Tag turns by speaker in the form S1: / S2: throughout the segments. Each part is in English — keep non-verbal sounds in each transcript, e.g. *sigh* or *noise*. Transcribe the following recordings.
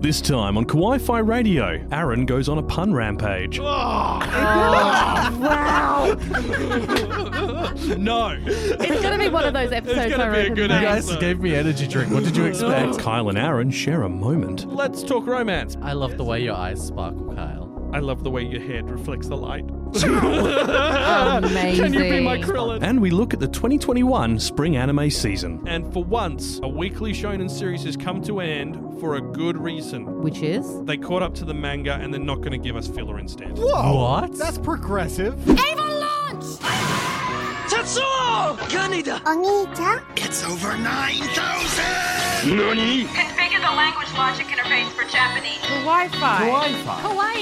S1: This time on Kawaii Fi Radio, Aaron goes on a pun rampage.
S2: *laughs*
S3: Wow.
S1: No!
S3: It's going to be one of those episodes
S1: gonna
S3: I
S1: be a
S3: reckon,
S1: good
S3: mate.
S4: You guys gave me energy drink. What did you expect?
S1: Kyle and Aaron share a moment.
S2: Let's talk romance.
S4: I love the way your eyes sparkle, Kyle.
S2: I love the way your head reflects the light.
S3: Amazing.
S2: Can you be my Krillin?
S1: And we look at the 2021 spring anime season.
S2: And for once, a weekly shonen series has come to an end for a good reason.
S3: Which is?
S2: They caught up to the manga and they're not going to give us filler instead.
S5: Whoa.
S4: What?
S5: That's progressive.
S6: It's over 9,000!
S7: Configure the language logic interface for Japanese.
S3: Hawaii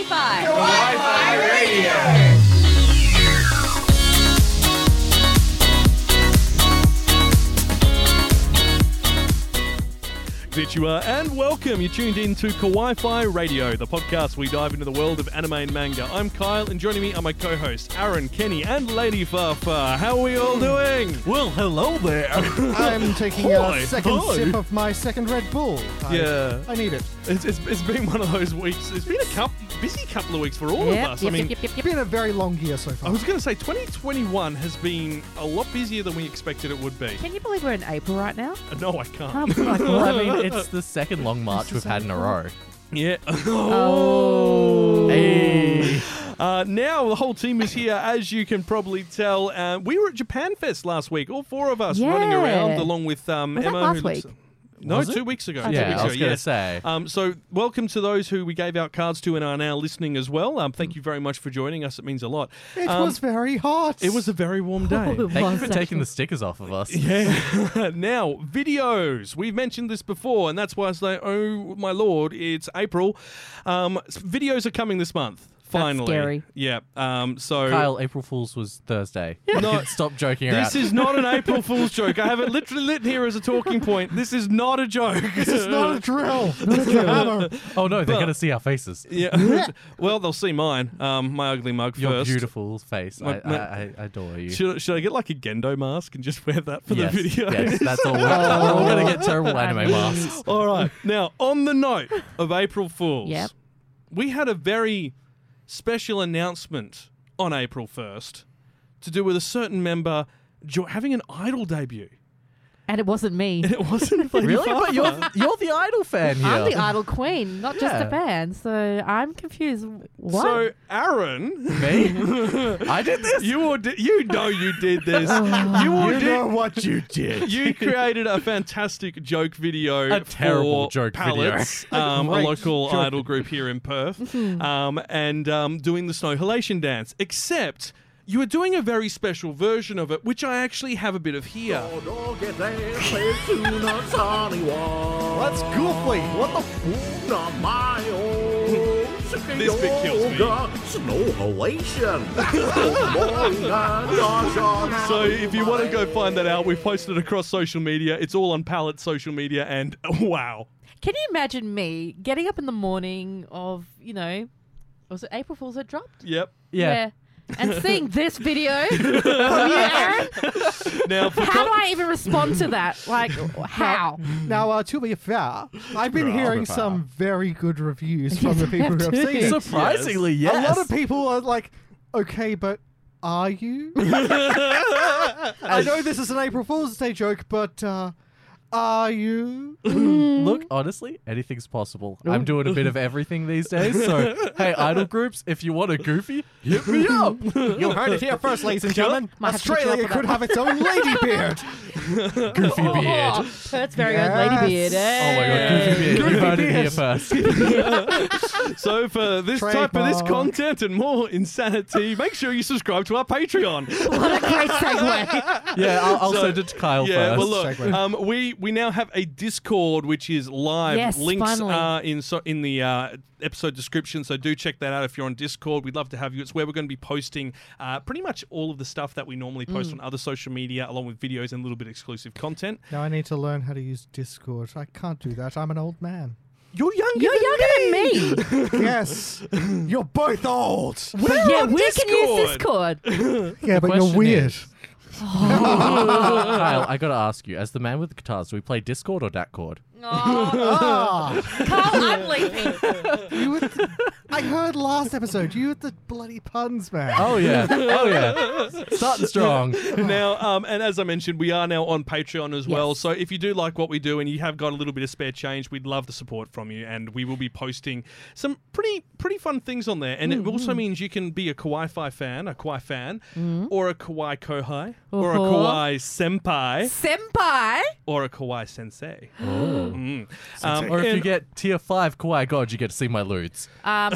S3: Five.
S2: Konnichiwa and welcome. You're tuned in to Kawaii Fi Radio, the podcast where we dive into the world of anime and manga. I'm Kyle, and joining me are my co hosts, Aaron, Kenny, and Lady Farfar. How are we all doing?
S4: Well, hello there.
S5: I'm taking
S2: Hi.
S5: a second
S2: Hi.
S5: sip of my second Red Bull.
S2: *laughs*
S5: I,
S2: Yeah.
S5: I need it.
S2: It's, it's, it's been one of those weeks. It's been a couple, busy couple of weeks for all
S3: Yep,
S2: of us. I
S3: yep,
S2: mean,
S3: yep, yep, yep, yep.
S5: Been a very long year so
S2: I
S5: far.
S2: was going to say 2021 has been a lot busier than we expected it would be. Uh,
S3: Can you believe we're in April right
S2: *laughs*
S3: now?
S2: No, I can't.
S4: well,
S2: *laughs*
S4: I mean, it's the second long march we've had in a row.
S2: yeah. *laughs*
S3: Oh.
S4: Hey.
S2: Uh, now the whole team is here, as you can probably tell. Uh, we were at Japan Fest last week, all four of us running
S3: Yeah.
S2: around, along with um,
S3: Was that
S2: Emma.
S3: last
S2: who lives-
S3: week?
S2: No,
S4: Was it?
S2: two weeks ago.
S3: Oh,
S2: two
S3: Yeah,
S4: Yeah,
S2: weeks
S4: I was
S2: ago,
S4: going to
S2: yes.
S4: say.
S2: Um, so, welcome to those who we gave out cards to and are now listening as well. Um,
S3: Mm.
S2: thank you very much for joining us. It means a lot.
S5: it
S2: Um,
S5: was very hot.
S2: It was a very
S4: *laughs*
S2: warm day.
S4: Thank you for taking the stickers off of us. Oh.
S2: Yeah. *laughs* now, videos. We've mentioned this before, and that's why I say, oh my lord, it's April. Um, s- videos are coming this month. Finally.
S3: scary.
S2: Yeah. Um, so.
S4: Kyle, April Fool's was Thursday. No, stop joking around.
S2: This is not
S4: *laughs*
S2: an April Fool's joke. I have it literally lit here as a talking point. This is not a
S4: *laughs*
S2: joke. This
S5: *laughs* It's not a drill. uh, It's *laughs* a hammer.
S4: oh no, they're going to see our faces.
S2: *laughs* yeah. *laughs* well, they'll see mine. Um, my ugly mug
S4: Your
S2: first.
S4: beautiful face.
S2: My-
S4: I,
S2: my-
S4: I, I adore you.
S2: Should, should I get like a Gendo mask and just wear that for
S4: yes,
S2: the video? *laughs* Oh.
S4: yes, that's all. We're, all going to get terrible anime
S3: mean-
S4: masks.
S2: All right. Now, on the note of April Fools,
S3: Yep.
S2: we had a very special announcement on April 1st to do with a certain member jo- having an idol debut. *laughs*
S3: And it wasn't me.
S2: And it wasn't Lady
S4: Really? But you're
S2: Farfar.
S4: you're the idol fan here.
S3: I'm the idol queen, not just a
S4: Yeah.
S3: fan. So I'm confused. What?
S2: So, Aaron,
S4: Me? I did this.
S2: you audi- you know you did this. you
S5: You
S2: audi-
S5: know what you did.
S2: You created a fantastic joke video.
S4: A terrible
S2: for
S4: joke video.
S2: Pallets, um, a
S5: great
S2: local
S5: joke.
S2: idol group here in Perth, um, and um, doing the snow halation dance. Except you were doing a very special version of it, which I actually have a bit of here.
S5: Oh, That's goofy. What the f-
S2: This bit kills me. So if you want to go find that out, we've posted it across social media. It's all on Pallet's social media, and *laughs* wow.
S3: Can you imagine me getting up in the morning of, you know, was it April Fool's that dropped?
S2: Yep.
S4: Yeah.
S3: And
S2: *laughs*
S3: seeing this video from you, Aaron,
S2: Now, for
S3: how
S2: con-
S3: do I even respond to that? Like, how?
S5: Now, uh, to be fair, I've been hearing
S4: fair.
S5: some very good reviews from the people who have
S3: too.
S5: seen it.
S4: Surprisingly, yes.
S5: A lot of people are like, okay, but are you? *laughs* I know this is an April Fool's Day joke, but uh, are you?
S4: Look, honestly, anything's possible. I'm doing a bit of everything these days. So, hey, idol groups, if you want a goofy, hit me up.
S5: You heard it here first, ladies and gentlemen.
S3: Might have to look you
S5: Australia
S3: up for
S5: could
S3: that.
S5: have its own lady *laughs* beard.
S4: Goofy beard.
S3: Oh, that's very
S5: Yes.
S3: own lady beard.
S4: Oh my
S3: eh?
S4: god, goofy beard. You heard it here first.
S2: So for this type of this
S5: Trademark.
S2: content and more insanity, make sure you subscribe to our Patreon.
S3: What a great *laughs* segue.
S4: Yeah, I'll, I'll
S2: So-
S4: send it to Kyle
S2: yeah,
S4: first.
S2: well, look,
S5: Segue.
S2: um, we we now have a Discord which is live.
S3: Yes,
S2: Links
S3: finally.
S2: are in so, in the uh, episode description, so do check that out if you're on Discord. We'd love to have you. It's where we're going to be posting uh, pretty much all of the stuff that we normally
S3: Mm.
S2: post on other social media, along with videos and a little bit of exclusive content.
S5: Now I need to learn how to use Discord. I can't do that. I'm an old man.
S2: You're younger.
S3: You're younger than me.
S5: *laughs* yes, you're both old.
S3: But yeah,
S2: on
S3: where can you use
S2: Discord.
S3: Discord?
S5: *laughs* Yeah, but you're
S4: question
S5: weird.
S4: is- Kyle, I gotta ask you, as the man with the guitars, do we play Discord or Datcord?
S3: *laughs* Oh,
S5: Ah,
S3: *laughs* Carl, I'm leaving.
S5: you *laughs* with I heard last episode. You with the bloody puns, man.
S2: *laughs*
S4: Oh yeah. Oh yeah. Starting strong.
S2: now, um, and as I mentioned, we are now on Patreon as well.
S3: Yes.
S2: So if you do like what we do and you have got a little bit of spare change, we'd love the support from you, and we will be posting some pretty pretty fun things on there. And it also means you can be a Kawaii Fi fan, a Kawaii fan, or a Kawaii Kohai, or a
S3: Uh-huh.
S2: Kawaii Senpai,
S3: Senpai.
S2: or a Kawaii Sensei. Mm. Um,
S4: Or if you
S2: and-
S4: get tier five Kawaii God, you get to see my loots.
S3: *laughs* Um,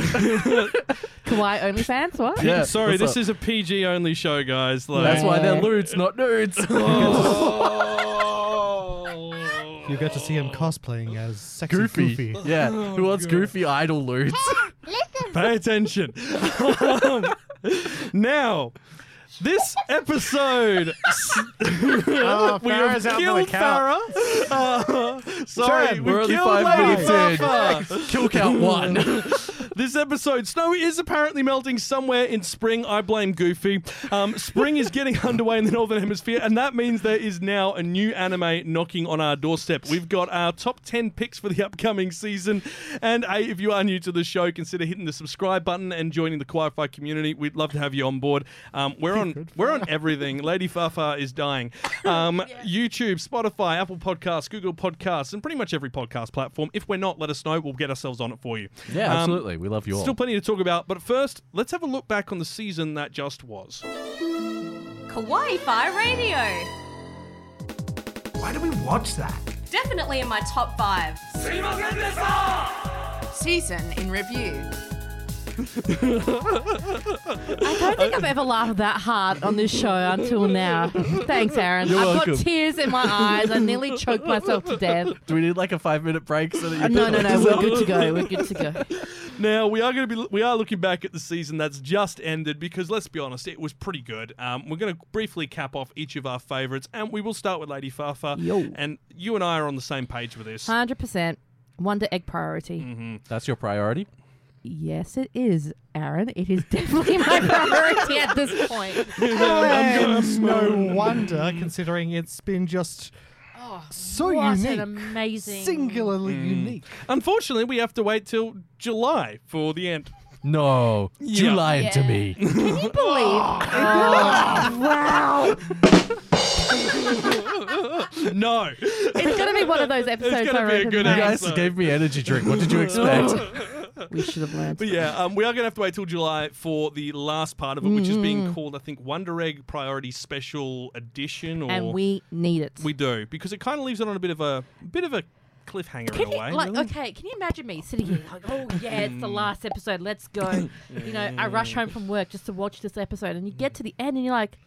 S3: Kawaii OnlyFans, what?
S4: Yeah,
S2: Sorry,
S4: what's
S2: this
S4: up?
S2: is a PG only show, guys. Like,
S4: That's why they're lewds, not
S2: *laughs*
S4: nudes.
S2: Oh,
S5: You get to see him cosplaying as sexy
S4: Goofy.
S5: Goofy. *laughs*
S4: Yeah.
S2: Oh,
S4: Who wants goofy idol
S2: *laughs*
S4: lewds? *laughs*
S2: Pay attention. *laughs* Um, now, this episode,
S8: Oh,
S2: we
S8: Farrah's
S2: have
S8: out for the
S2: killed
S8: count.
S2: Farah. Uh, sorry,
S4: Damn,
S2: we
S4: we're
S2: have
S4: only
S2: killed
S4: five
S2: Lady
S4: minutes
S2: *laughs*
S4: in.
S2: Farfa.
S4: Kill count one. *laughs*
S2: This episode, snow is apparently melting somewhere in spring. I blame Goofy. Um, spring is getting *laughs* underway in the Northern Hemisphere, and that means there is now a new anime knocking on our doorstep. We've got our top 10 picks for the upcoming season. And hey, if you are new to the show, consider hitting the subscribe button and joining the Wi-Fi community. We'd love to have you on board. Um, we're on we're on everything. Lady Fafa is dying. Um, YouTube, Spotify, Apple Podcasts, Google Podcasts, and pretty much every podcast platform. If we're not, let us know. We'll get ourselves on it for you.
S4: Yeah,
S2: Um,
S4: absolutely. We love you all.
S2: Still plenty to talk about, but first, let's have a look back on the season that just was.
S9: Kawaii Fi Radio.
S8: Why do we watch that?
S9: Definitely in my top five.
S10: Season in review.
S3: I don't think I've ever laughed that hard on this show until now. Thanks, Aaron. I've
S4: welcome.
S3: got tears in my eyes. I nearly choked myself to death.
S4: Do we need like a five minute break so that you
S3: Uh, no, no,
S4: can-
S3: no. We're good to go. We're good to go.
S2: Now we are going to be we are looking back at the season that's just ended because let's be honest, it was pretty good. Um, we're going to briefly cap off each of our favourites, and we will start with Lady Fafa.
S3: Yo.
S2: And you and I are on the same page with this.
S3: Hundred percent. Wonder egg priority.
S2: Mm-hmm.
S4: That's your priority.
S3: Yes, it is, Aaron. It is
S2: *laughs*
S3: definitely my priority at this point.
S5: And no wonder, *laughs* Oh, considering it's been just so
S3: what
S5: unique,
S3: an amazing
S5: singularly unique.
S2: Unfortunately, we have to wait till July for the end.
S4: No. You lying to
S3: Yeah.
S4: me.
S3: believe. Oh, wow.
S2: no.
S3: It's going to be one of those episodes.
S2: gonna
S3: I
S2: be a
S3: reckon,
S2: good
S3: that-
S4: You guys
S2: Sorry.
S4: gave me energy drink. What did
S2: *laughs*
S4: you expect?
S3: We should have learned.
S2: But yeah, um, we are going to have to wait till July for the last part of it, which is being called, I think, Wonder Egg Priority Special Edition. Or
S3: And we need it.
S2: We do because it kind of leaves it on a bit of a bit of a cliffhanger
S3: Can
S2: in a way.
S3: you, like, okay, can you imagine me sitting here like, oh yeah, it's the last episode, let's go. you know, I rush home from work just to watch this episode, and you get to the end, and you're like,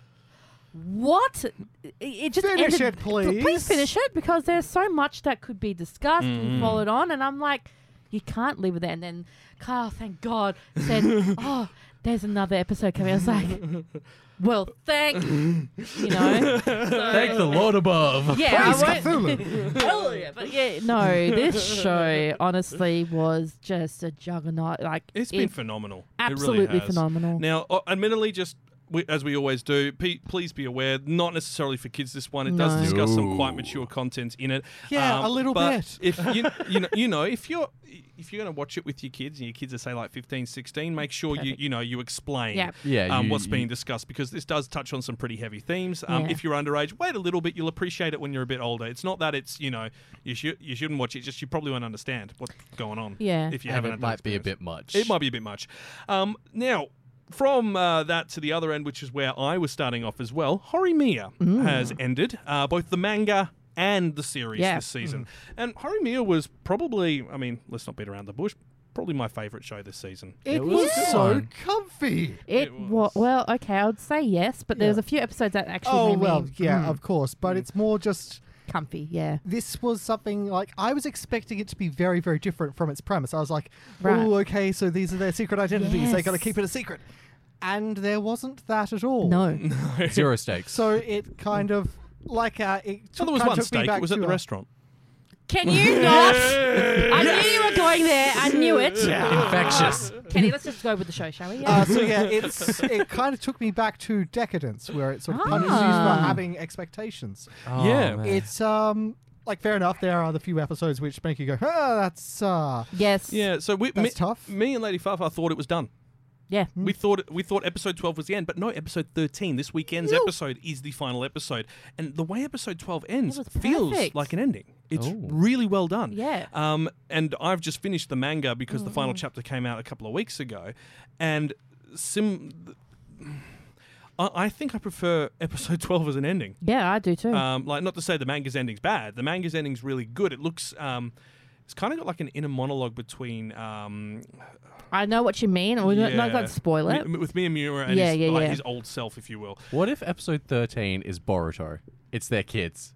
S3: what? It- It just
S5: Finish
S3: ended-
S5: it,
S3: P-
S5: please.
S3: Please finish it because there's so much that could be discussed and followed on, and I'm like, you can't leave it there. And then Carl, thank God, said, oh, there's another episode coming. I was like, well, thank you know.
S4: Thank the Lord above.
S3: Yeah, I
S5: *laughs*
S3: won't. Oh, yeah, but yeah, no, this show honestly was just a juggernaut. Like
S2: It's been phenomenal. It really
S3: absolutely
S2: has.
S3: phenomenal.
S2: Now, uh, admittedly, just we, as we always do, pe- please be aware. Not necessarily for kids. This one it does
S3: No.
S2: discuss some
S4: No.
S2: quite mature content in it. Um,
S5: Yeah, a little
S2: but
S5: bit.
S2: If you you know, you know if you're if you're going to watch it with your kids and your kids are say like 15, 16, make sure you
S3: Perfect.
S2: you know you explain.
S3: Yep.
S4: Yeah,
S2: um,
S4: you-
S2: what's
S4: you-
S2: being discussed because this does touch on some pretty heavy themes. Um,
S3: Yeah.
S2: If you're underage, wait a little bit. You'll appreciate it when you're a bit older. It's not that it's you know you should you shouldn't watch it. Just you probably won't understand what's going on.
S3: Yeah.
S2: if you
S4: And
S2: haven't.
S4: it
S2: had that
S4: might be a
S2: experience.
S4: bit much.
S2: It might be a bit much. Um, now, from uh, that to the other end, which is where I was starting off as well, Horimiya
S5: Mm.
S2: has ended uh, both the manga and the series
S3: Yeah.
S5: Mm.
S2: this season. And Horimiya was probably, I mean, let's not beat around the bush, probably my favourite show this season.
S5: It,
S4: was
S5: was
S4: good.
S5: so
S4: Fun.
S5: comfy.
S3: It was well, okay, I would say yes, but there's a few episodes that actually
S5: Oh
S3: made me
S5: well, yeah,
S3: Mm.
S5: of course, but it's more just
S3: comfy,
S5: *laughs*
S3: yeah.
S5: this was something like I was expecting it to be very, very different from its premise. I was like,
S3: Right.
S5: oh, okay, so these are their secret identities. They got to
S3: Yes.
S5: keep it a secret, and there wasn't that at all.
S3: No,
S4: Zero stakes.
S5: So it kind of like uh, it.
S2: So
S5: Took,
S2: there was
S5: kinda
S2: one
S5: took me
S2: steak.
S5: back
S2: It was at
S5: to uh,
S2: the
S5: a-
S2: restaurant.
S3: can you not? I knew you were going there. I knew it.
S4: Infectious.
S3: Kenny, let's just go with the show, shall we? Yeah.
S5: *laughs* Uh, so yeah, it's it kind of took me back to decadence, where it sort of punishes you for
S3: Ah.
S5: having expectations.
S2: yeah.
S4: man.
S5: It's um, like fair enough. There are the few episodes which make you go, ah, that's uh,
S3: Yes.
S2: Yeah, so we,
S5: That's
S2: me,
S5: tough.
S2: me and Lady Fafa thought it was done.
S3: Yeah. Mm,
S2: We thought we thought episode twelve was the end, but no, episode thirteen, this weekend's episode, is the final episode. And the way episode twelve ends
S3: It was
S2: feels
S3: perfect.
S2: like an ending. It's
S4: Oh.
S2: really well done.
S3: Yeah. Mm-hmm.
S2: Um, and I've just finished the manga because the final chapter came out a couple of weeks ago, and sim. I I think I prefer episode *laughs* 12 as an ending.
S3: Yeah, I do too.
S2: Um, like, not to say the manga's ending's bad. The manga's ending's really good. It looks, um, it's kind of got like an inner monologue between um,
S3: I know what you mean. Oh, We're not, not going to spoil
S2: Mi-
S3: it.
S2: mi- with Miyamura and
S3: Yeah,
S2: his,
S3: yeah,
S2: like,
S3: yeah.
S2: his old self, if you will.
S4: What if episode 13 is Boruto? It's their kids.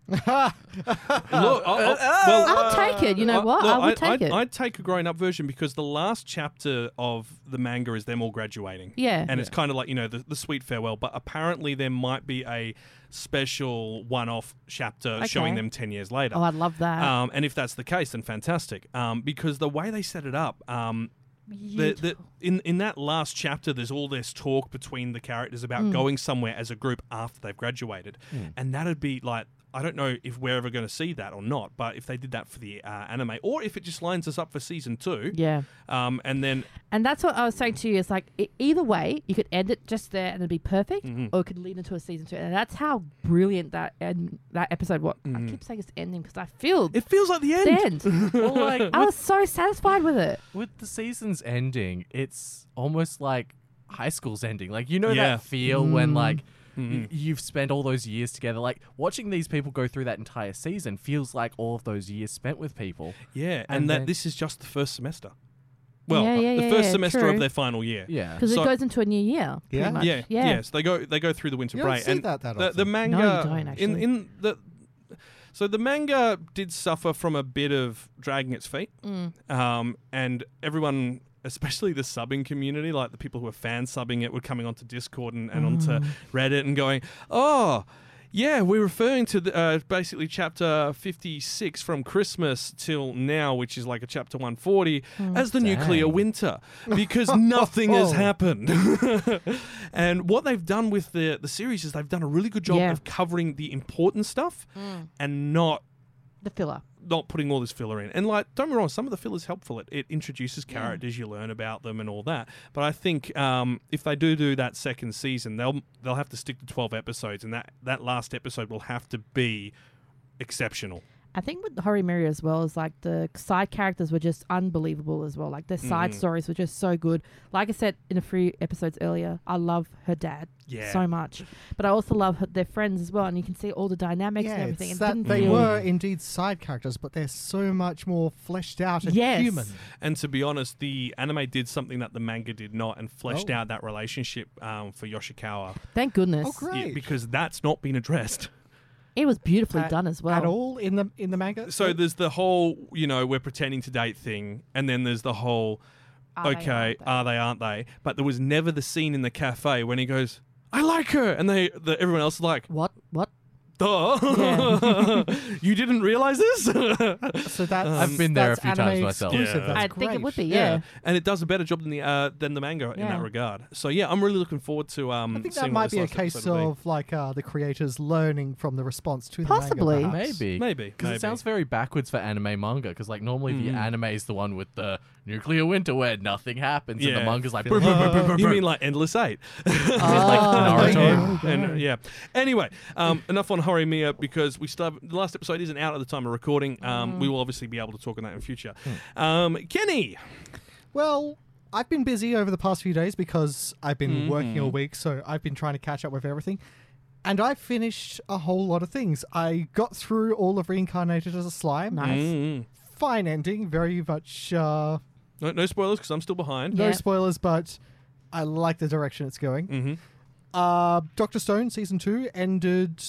S2: Look, I- I- well,
S3: I'll take it. You know
S2: I-
S3: what?
S2: look,
S3: I would take
S2: I'd,
S3: it.
S2: I'd take a grown up version because the last chapter of the manga is them all graduating.
S3: Yeah.
S2: And it's kind of like, you know, the, the sweet farewell. But apparently there might be a special one off chapter showing
S3: Okay.
S2: them 10 years later.
S3: oh, I'd love that.
S2: um, and if that's the case, then fantastic. Um, because the way they set it up, um, the, the, in in that last chapter, there's all this talk between the characters about
S3: Mm.
S2: going somewhere as a group after they've graduated, and that'd be like I don't know if we're ever going to see that or not, but if they did that for the uh, anime, or if it just lines us up for season two,
S3: yeah.
S2: um, and then
S3: And that's what I was saying to you. It's like e- either way, you could end it just there and it'd be perfect,
S2: Mm-hmm.
S3: or it could lead into a season two. And that's how brilliant that end, that episode. What I keep saying it's ending because I feel
S2: it feels like the Mm-hmm. end. *laughs*
S3: the end.
S4: Well, like,
S3: I was so satisfied with it.
S4: with the season's ending, it's almost like high school's ending. Like you know
S2: Yeah.
S4: that feel when like y- you've spent all those years together. Like watching these people go through that entire season feels like all of those years spent with people.
S2: Yeah, and,
S4: And
S2: that
S4: then-
S2: this is just the first semester. Well, uh,
S3: Yeah, yeah,
S2: the
S3: yeah,
S2: first
S3: yeah,
S2: semester of
S3: true.
S2: their final year.
S4: Yeah.
S3: Because
S2: So-
S3: it goes into a new year. pretty
S5: Yeah.
S3: much.
S2: Yeah,
S3: yeah.
S2: yes, they go they go through the winter
S5: You don't
S2: break.
S5: see
S2: and
S5: that that
S2: the, the
S5: often.
S2: manga
S3: don't,
S2: in
S3: actually.
S2: in the so the manga did suffer from a bit of dragging its feet,
S3: Mm.
S2: um, and everyone. Especially the subbing community, like the people who are fan subbing it, were coming onto Discord and, and onto Reddit and going, "Oh, yeah, we're referring to the, uh, basically chapter fifty-six from Christmas till now, which is like a chapter one forty, as the nuclear winter, because nothing has happened." *laughs* And what they've done with the the series is they've done a really good job
S3: Yeah.
S2: of covering the important stuff and not
S3: The filler.
S2: not putting all this filler in. And like, don't get me wrong, some of the filler's helpful. It, it introduces characters, you learn about them and all that. But I think um, if they do do that second season, they'll they'll have to stick to twelve episodes, and that that last episode will have to be exceptional.
S3: I think with Horimiri as well is like the side characters were just unbelievable as well. Like their
S2: Mm-hmm.
S3: side stories were just so good. Like I said in a few episodes earlier, I love her dad
S2: Yeah.
S3: so much, but I also love her, their friends as well, and you can see all the dynamics
S5: yeah,
S3: and everything.
S5: it's
S3: It
S5: that
S3: didn't
S5: they
S3: feel-
S5: were
S2: Mm.
S5: indeed side characters, but they're so much more fleshed out and
S3: Yes.
S5: human.
S2: And to be honest, the anime did something that the manga did not, and fleshed
S5: Oh.
S2: out that relationship um, for Yoshikawa
S3: Thank goodness.
S5: Oh,
S2: Yeah,
S5: great!
S2: because that's not been addressed.
S3: It was beautifully
S5: At-
S3: done as well.
S5: At all in the in the manga.
S2: so there's the whole you know we're pretending to date thing and then there's the whole
S3: Are they,
S2: okay uh,
S3: aren't they?
S2: are they aren't they but there was never the scene in the cafe when he goes i like her and they the, everyone else is like
S3: What?
S2: *laughs*
S3: What? *laughs*
S2: duh *laughs* you didn't realize this *laughs*
S5: so that's
S4: I've been there a
S5: that's
S4: few times
S5: anime
S4: myself.
S5: exclusive,
S2: um, Yeah.
S5: that's
S3: I think it
S5: great.
S3: would be. Yeah.
S2: and it does a better job than the uh, than the manga in
S3: Yeah.
S2: that regard so yeah i'm really looking forward to um
S5: I think
S2: seeing
S5: that
S2: what
S5: might
S2: this
S5: be a
S2: last
S5: case
S2: episode will
S5: of like uh, the creators learning from the response to the
S3: Possibly.
S5: manga, perhaps.
S2: be.
S4: Maybe. Mm-hmm.
S2: maybe
S4: Because
S2: maybe.
S4: it sounds very backwards for anime manga. Because like normally the anime is the one with the nuclear winter where nothing happens, and the manga's like, "Brr, brr, brr, brr, brr,
S2: you
S4: brr."
S2: mean like endless eight *laughs*
S4: like
S5: Oh.
S4: Naruto.
S5: *laughs*
S2: And- and- yeah. Anyway, um, enough on Hori Mia because we still have, the last episode isn't out at the time of recording. Um,
S5: Mm.
S2: We will obviously be able to talk on that in future.
S5: Hmm.
S2: Um, Kenny,
S5: Well, I've been busy over the past few days because I've been
S2: Mm-hmm.
S5: working all week, so I've been trying to catch up with everything. And I finished a whole lot of things. I got through all of Reincarnated as a
S2: Mm.
S5: Slime.
S3: Nice.
S2: Mm-hmm.
S5: Fine ending, very much uh,
S2: no, no spoilers because I'm still behind.
S5: no
S3: Yeah.
S5: spoilers, but I like the direction it's going.
S2: Mhm.
S5: Uh, Doctor Stone season two ended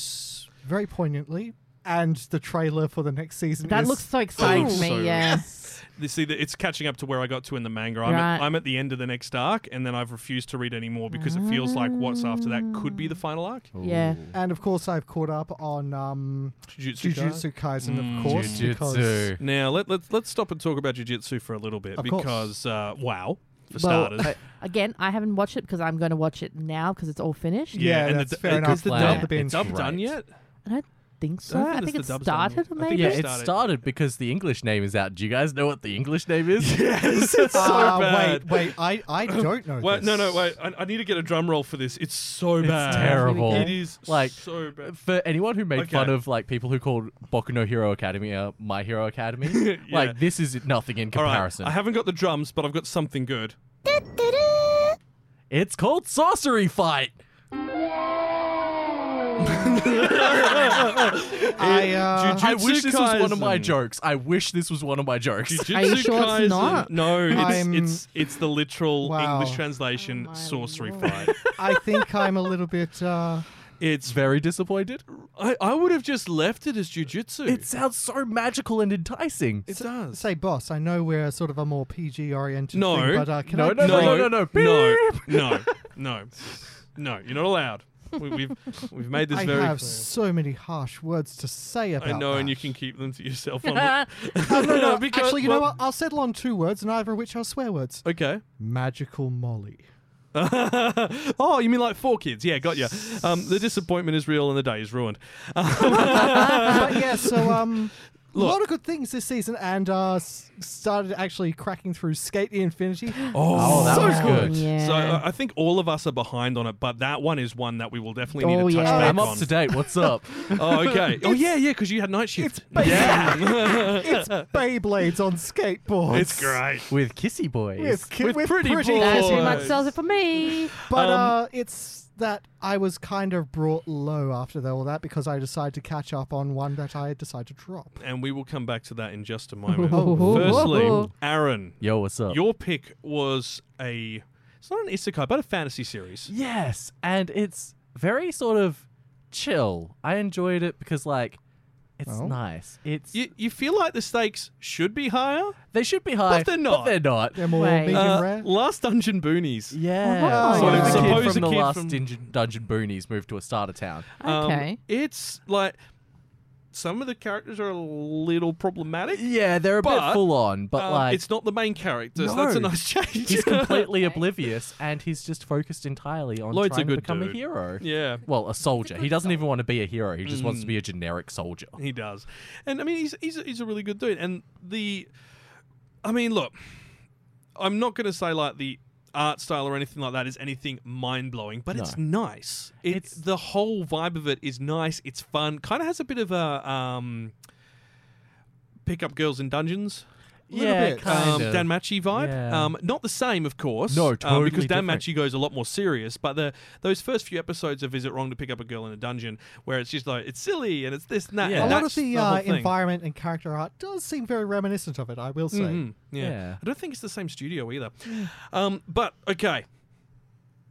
S5: very poignantly, and the trailer for the next season
S3: That
S5: is
S3: looks so exciting
S2: Oh,
S3: to me.
S2: so-
S3: yeah.
S2: You see, that it's catching up to where I got to in the manga. I'm,
S3: Right.
S2: at, I'm at the end of the next arc, and then I've refused to read any more because it feels like what's after that could
S3: Ah.
S2: be the final arc.
S3: Yeah.
S5: And of course, I've caught up on um,
S2: Jujutsu Mm, Kaisen.
S5: Jujutsu Kaisen, of course, because
S4: Jujutsu.
S2: Now let, let's let's stop and talk about jujitsu for a little bit
S5: Of course.
S2: because uh, wow, for
S3: Well, *laughs*
S2: starters,
S3: uh, again, I haven't watched it because I'm going to watch it now because it's all finished.
S5: Yeah,
S2: and
S5: that's
S2: the,
S5: fair
S2: because
S5: enough.
S2: the
S5: Wow.
S2: dub,
S5: The binge.
S2: dub done
S4: Right.
S2: yet?
S3: I don't think so.
S2: don't
S3: I
S2: think
S3: think,
S2: it's the
S3: it
S2: dubs done
S3: started,
S2: yet. I think
S3: maybe.
S4: Yeah,
S2: It
S4: it
S2: started.
S4: started because the English name is out. Do you guys know what the English name
S2: *laughs*
S4: is?
S2: Yes, it's so
S5: Ah,
S2: bad.
S5: Wait, wait, I, I
S2: *laughs*
S5: don't know.
S2: Wait, no, no,
S5: this.
S2: wait. I, I need to get a drum roll for this. It's so bad.
S4: *laughs* terrible.
S2: It is
S4: Like,
S2: so bad.
S4: For anyone who made
S2: Okay.
S4: fun of like people who called Boku no Hero Academy uh, My
S2: *laughs*
S4: Hero Academy,
S2: Yeah.
S4: like this is nothing in
S2: All right,
S4: comparison.
S2: I haven't got the drums, but I've got something good.
S4: it's called Sorcery Fight.
S5: I, uh,
S2: Jujutsu
S4: I wish this was one of my
S2: Kaisen.
S4: jokes. I wish this was one of my jokes.
S2: Jujutsu
S3: Are you sure it's
S2: Kaisen.
S3: not?
S2: No, it's,
S5: I'm-
S2: it's it's the literal
S5: Wow.
S2: English translation
S3: Oh my
S2: sorcery
S3: lord.
S2: fight.
S5: I think I'm a little bit. Uh,
S2: It's
S4: *laughs* Very disappointed.
S2: I, I would have just left it as jujitsu.
S4: It sounds so magical and enticing.
S2: it does.
S5: say, boss, I know we're sort of a more PG oriented.
S2: No.
S5: thing, but uh, can
S4: No,
S5: I
S4: no,
S5: play-
S4: no, no,
S2: no,
S4: beep.
S2: no, no, no. You're not allowed. We, we've we've made this
S5: I
S2: very
S5: have
S2: clear.
S5: so many harsh words to say about.
S2: I know,
S5: that.
S2: and you
S5: *laughs*
S2: can keep them to yourself.
S3: *laughs*
S2: On the-
S5: No, no, no.
S2: because-
S5: Actually, you know
S2: well-
S5: what? I'll settle on two words, neither of which are swear words.
S2: okay. *laughs*
S5: Magical Molly. *laughs*
S2: oh, you mean like four kids? Yeah, got you. Um, the disappointment is real, and the day is ruined.
S5: but yeah, so um, a lot of good things this season, and uh, s- started actually cracking through Skate the Infinity.
S4: Oh, that
S5: so
S4: was
S5: good.
S4: good.
S3: Yeah.
S2: So uh, I I think all of us are behind on it, but that one is one that we will definitely need
S3: Oh,
S2: to touch
S3: yeah.
S2: back
S4: I'm up
S2: on.
S4: to date.
S2: *laughs*
S4: What's up?
S2: Oh, okay.
S4: *laughs*
S2: oh, yeah, yeah, because you had night shift. yeah,
S5: It's Beyblades on skateboards.
S2: it's great.
S4: With Kissy Boys.
S5: With, ki-
S2: with
S5: with
S2: pretty
S5: pretty,
S2: boys.
S3: That pretty
S5: boys.
S3: much sells it for me.
S5: But
S2: Um,
S5: uh, it's that I was kind of brought low after all that because I decided to catch up on one that I had decided to drop.
S2: And we will come back to that in just a
S4: *laughs*
S2: moment.
S3: Oh.
S2: Firstly, Aaron,
S4: Yo, what's up?
S2: your pick was a. It's not an isekai, but a fantasy series.
S4: Yes, and it's very sort of chill. I enjoyed it because like it's
S5: Well.
S4: nice. It's
S2: You, you feel like the stakes should be higher?
S4: they should be high,
S2: they're not.
S4: they're not.
S5: They're more
S3: Wait.
S5: medium
S2: Uh,
S5: rare.
S2: Last Dungeon Boonies.
S4: Yeah.
S5: Oh,
S4: so
S5: yeah.
S4: it's a
S2: Suppose
S4: kid
S2: a
S4: from the
S2: kid
S4: last
S2: from-
S4: dungeon, dungeon boonies moved to a starter town.
S2: Um,
S3: Okay.
S2: it's like some of the characters are a little problematic.
S4: Yeah, they're a
S2: But,
S4: bit full on, but
S2: Uh,
S4: like
S2: it's not the main character. so that's a
S4: No.
S2: nice *laughs* change.
S4: *laughs* he's *laughs* completely oblivious and he's just focused entirely on
S2: Lloyd's a
S4: trying to
S2: good
S4: become
S2: dude.
S4: a hero.
S2: *laughs* yeah.
S4: Well, a soldier. Mm. He doesn't even want to be a hero. He just wants to be a generic soldier.
S2: He does, and I mean he's he's a, he's a really good dude. And the, I mean, look, I'm not going to say like the art style or anything like that is anything mind blowing, but it's nice. It, it's
S4: It's-
S2: the whole vibe of it is nice. It's fun. Kind of has a bit of a um, pick up girls in dungeons.
S5: Little
S4: yeah,
S5: bit.
S4: kind
S2: um,
S4: of.
S2: Dan Machi vibe.
S4: Yeah.
S2: Um, not the same, of course.
S4: No,
S2: um,
S4: totally
S2: because Dan
S4: different.
S2: Machi goes a lot more serious. But the those first few episodes of Is It Wrong to Pick Up a Girl in a Dungeon, where it's just like it's silly and it's this and that.
S4: Yeah.
S2: and
S5: a lot
S2: that's
S5: of the,
S2: whole
S5: uh,
S2: thing.
S5: environment and character art does seem very reminiscent of it, I will say.
S2: Mhm, Yeah.
S4: Yeah.
S2: I don't think it's the same studio either. Um, but okay.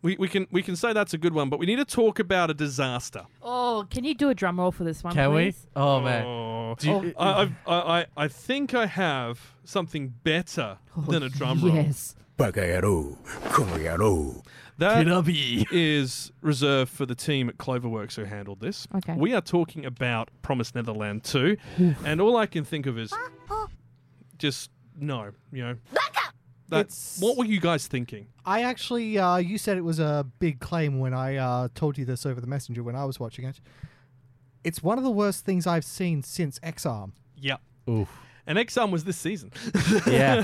S2: We, we can we can say that's a good one, but we need to talk about a disaster.
S3: Oh, can you do a drum roll for this one?
S4: Can we?
S3: please?
S4: Oh man.
S2: Oh.
S4: Do you-
S2: I, I've- I, I I think I have something better
S4: Oh,
S2: than a
S4: *laughs*
S2: drum roll.
S3: Yes.
S2: That
S4: Kinabi.
S2: is reserved for the team at Cloverworks who handled this.
S3: Okay.
S2: We are talking about Promise Netherland 2, and all I can think of is just no, you know. That's,
S5: It's-
S2: what were you guys thinking?
S5: I actually, uh, you said it was a big claim when I uh, told you this over the messenger when I was watching it. It's one of the worst things I've seen since X Arm.
S2: Yeah.
S4: Oof.
S2: And Exxon was this
S3: *laughs*
S2: season.
S4: *laughs* Yeah.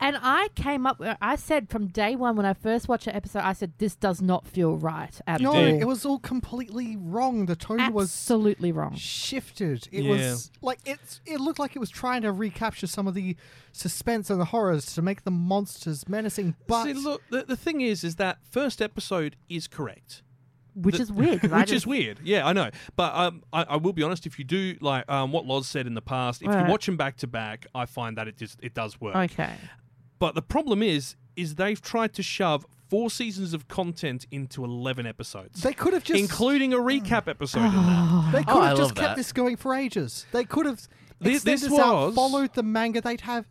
S3: And I came up. I said from day one when I first watched the episode, I said this does not feel right at
S5: No,
S3: all.
S5: it was all completely wrong. The tone was
S3: absolutely wrong.
S5: shifted. It
S2: Yeah.
S5: was like it's. It looked like it was trying to recapture some of the suspense and the horrors to make the monsters menacing. But
S2: See, look, the, the thing is, is that first episode is correct.
S3: Which
S2: The-
S3: is weird. 'cause I
S2: Which is
S3: just-
S2: weird. Yeah, I know. But um, I, I will be honest. If you do like um, what Loz said in the past, if you
S3: Right.
S2: watch them back to back, I find that it just it does work.
S3: Okay.
S2: But the problem is, is they've tried to shove four seasons of content into eleven episodes,
S5: they could have just Mm. Ah.
S2: including a recap episode. in there.
S5: They could
S4: Oh, I love
S5: have just kept
S4: that.
S5: this going for ages. They could have
S2: Thi-
S5: extended
S2: this
S5: this out,
S2: was-
S5: followed the manga. They'd have.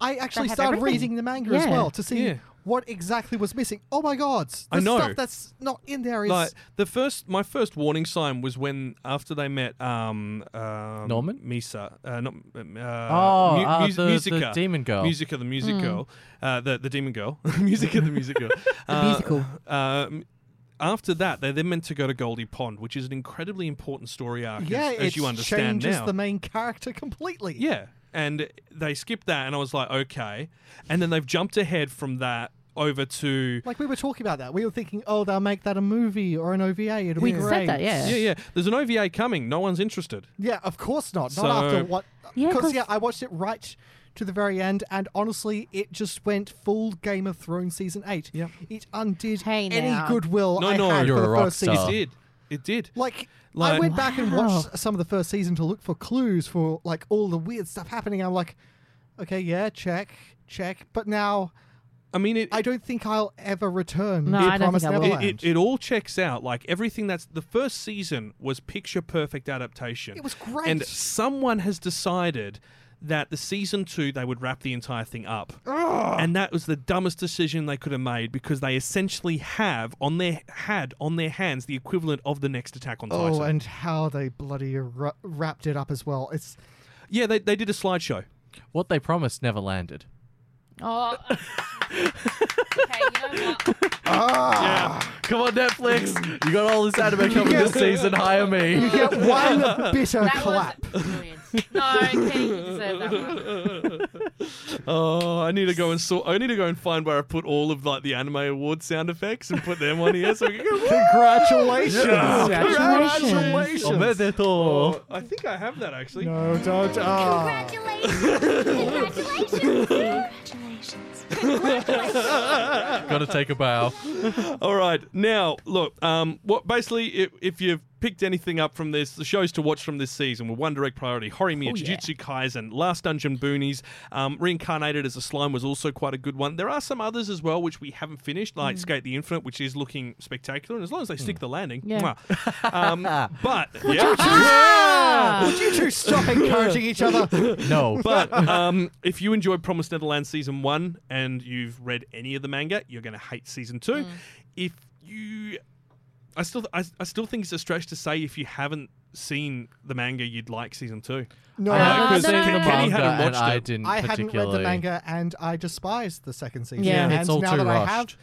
S5: I actually
S3: had
S5: started
S3: everything.
S5: reading the manga as
S3: Yeah.
S5: well to see
S2: Yeah.
S5: what exactly was missing. Oh my god! The
S2: I know.
S5: stuff that's not in there is
S2: Like the first, my first warning sign was when after they met um, um
S4: Norman?
S2: Misa, uh, not uh,
S4: Oh,
S2: mu-
S4: uh,
S2: mus-
S4: the- the
S2: Musica.
S4: demon girl.
S2: Musica, the *laughs*
S5: Mm. *laughs*
S2: music girl, uh, the the demon girl, Musica, the music girl, the
S3: musical.
S2: Um, after that, they're then meant to go to Goldie Pond, which is an incredibly important story arc,
S5: yeah,
S2: as, as
S5: it
S2: you understand
S5: changes
S2: now.
S5: the main character completely.
S2: Yeah. And they skipped that, and I was like, okay. And then they've jumped ahead from that over to.
S5: Like we were talking about that. We were thinking, oh, they'll make that a movie or an OVA. It'll
S3: We
S5: be
S3: said
S5: great.
S3: that, yeah.
S2: Yeah, yeah. There's an OVA coming. No one's interested.
S5: Yeah, of course not.
S2: So-
S5: Not after what?
S3: Yeah,
S5: because
S3: 'cause-
S5: yeah, I watched it right to the very end, and honestly, it just went full Game of Thrones season eight. Yeah, it undid
S3: Hey,
S5: any
S3: now.
S5: goodwill
S2: No,
S5: I
S2: no,
S5: had
S4: you're
S5: for
S4: a
S5: the
S4: rock
S5: first
S4: star.
S5: season.
S2: It did. It did.
S5: Like, I
S2: Like-
S5: went back and
S3: Wow.
S5: watched some of the first season to look for clues for like all the weird stuff happening. I'm like, okay, yeah, check, check, but now
S2: I mean, it,
S5: I don't think I'll ever return.
S3: No,
S5: to
S3: I don't
S5: Promised
S3: think I will.
S5: Neverland.
S2: it, it, it all checks out. Like everything that's the first season was picture perfect adaptation.
S5: It was great.
S2: And someone has decided that the season two they would wrap the entire thing up. And that was the dumbest decision they could have made because they essentially have on their had on their hands the equivalent of the next Attack on Titan.
S5: Oh, and how they bloody ra- wrapped it up as well.
S3: *laughs*
S5: It's
S2: yeah, they, they did a slideshow.
S4: What they promised never landed.
S3: Oh. okay, you know what?
S4: Come on, Netflix. You got all this anime coming *laughs* this season. Hire me. *laughs*
S5: you get one bitter
S3: That
S5: clap.
S3: was brilliant. No, Kenny, you deserve that one.
S2: *laughs* Oh, I need to go and sort. I need to go and find where I put all of like the anime award sound effects and put them on here so we can
S4: *laughs*
S2: go.
S5: Congratulations!
S3: Congratulations.
S2: Oh, I think I have that actually.
S5: No, don't. ah.
S10: Congratulations! Congratulations! Congratulations!
S4: Gotta take a bow.
S2: *laughs* All right, now look. Um, what basically, if, if you've picked anything up from this, the shows to watch from this season were One Direct Priority, Horimiya,
S3: Oh, yeah.
S2: Jujutsu Kaisen, Last Dungeon Boonies, um, Reincarnated as a Slime was also quite a good one. There are some others as well which we haven't finished,
S3: Mm.
S2: like Skate the Infinite, which is looking spectacular, and as long as they stick the landing,
S3: Yeah.
S2: mwah.
S3: *laughs*
S2: um, but
S3: Ah!
S5: Would you two stop encouraging each other?
S4: No.
S2: but um, if you enjoyed Promised Neverland season one and you've read any of the manga, you're going to hate season two.
S3: Mm.
S2: If you, I still, I, I still think it's a stretch to say if you haven't seen the manga, you'd like season two.
S5: No,
S4: I
S3: Uh,
S4: haven't
S3: no, no,
S4: seen the
S3: no, no.
S2: Kenny
S4: manga
S2: hadn't
S4: and
S2: watched
S4: I
S2: it.
S4: didn't
S5: I hadn't read
S4: particularly.
S5: the manga, and I despised the second season.
S3: Yeah.
S5: and
S4: It's all
S5: now
S4: too
S5: that
S4: rushed.
S5: I have,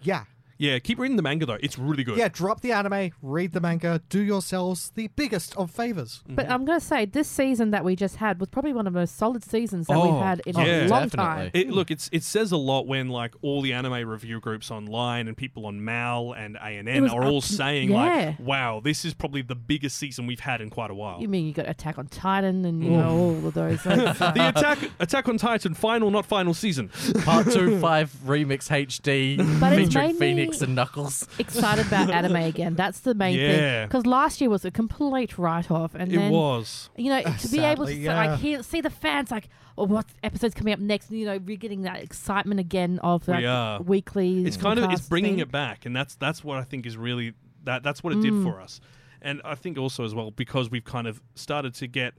S5: yeah,
S2: Yeah, keep reading the manga though; it's really good.
S5: yeah. Drop the anime, read the manga, do yourselves the biggest of favors.
S3: But
S2: Mm-hmm.
S3: I'm going to say this season that we just had was probably one of the most solid seasons that
S2: Oh,
S3: we've had in
S2: yeah.
S3: a long
S4: Definitely.
S3: time.
S2: It, look, it's it says a lot when like all the anime review groups online and people on Mal and A and
S3: It
S2: N
S3: was
S2: are all
S3: up-
S2: saying
S3: yeah.
S2: like, "Wow, this is probably the biggest season we've had in quite a while."
S3: You mean you got Attack on Titan and you know all of those?
S2: *laughs*
S3: That's, uh, *laughs*
S2: the attack, Attack on Titan, final not final season.
S4: Part *laughs* 2 5 Remix HD
S3: But it's
S4: featuring
S3: made
S4: Phoenix
S3: me-
S4: and Knuckles.
S3: excited about anime again. That's the main
S2: Yeah.
S3: thing. Because last year was a complete write-off, and
S2: It
S3: then
S2: was.
S3: you know to be able to
S5: Sadly,
S3: s-
S5: yeah.
S3: like hear, see the fans like, oh, what episode's coming up next? And, you know, we're getting that excitement again of
S2: We
S3: like,
S2: are.
S3: weekly.
S2: It's kind of it's
S3: broadcast
S2: bringing
S3: thing.
S2: it back, and that's that's what I think is really that that's what it did for us. And I think also as well because we've kind of started to get.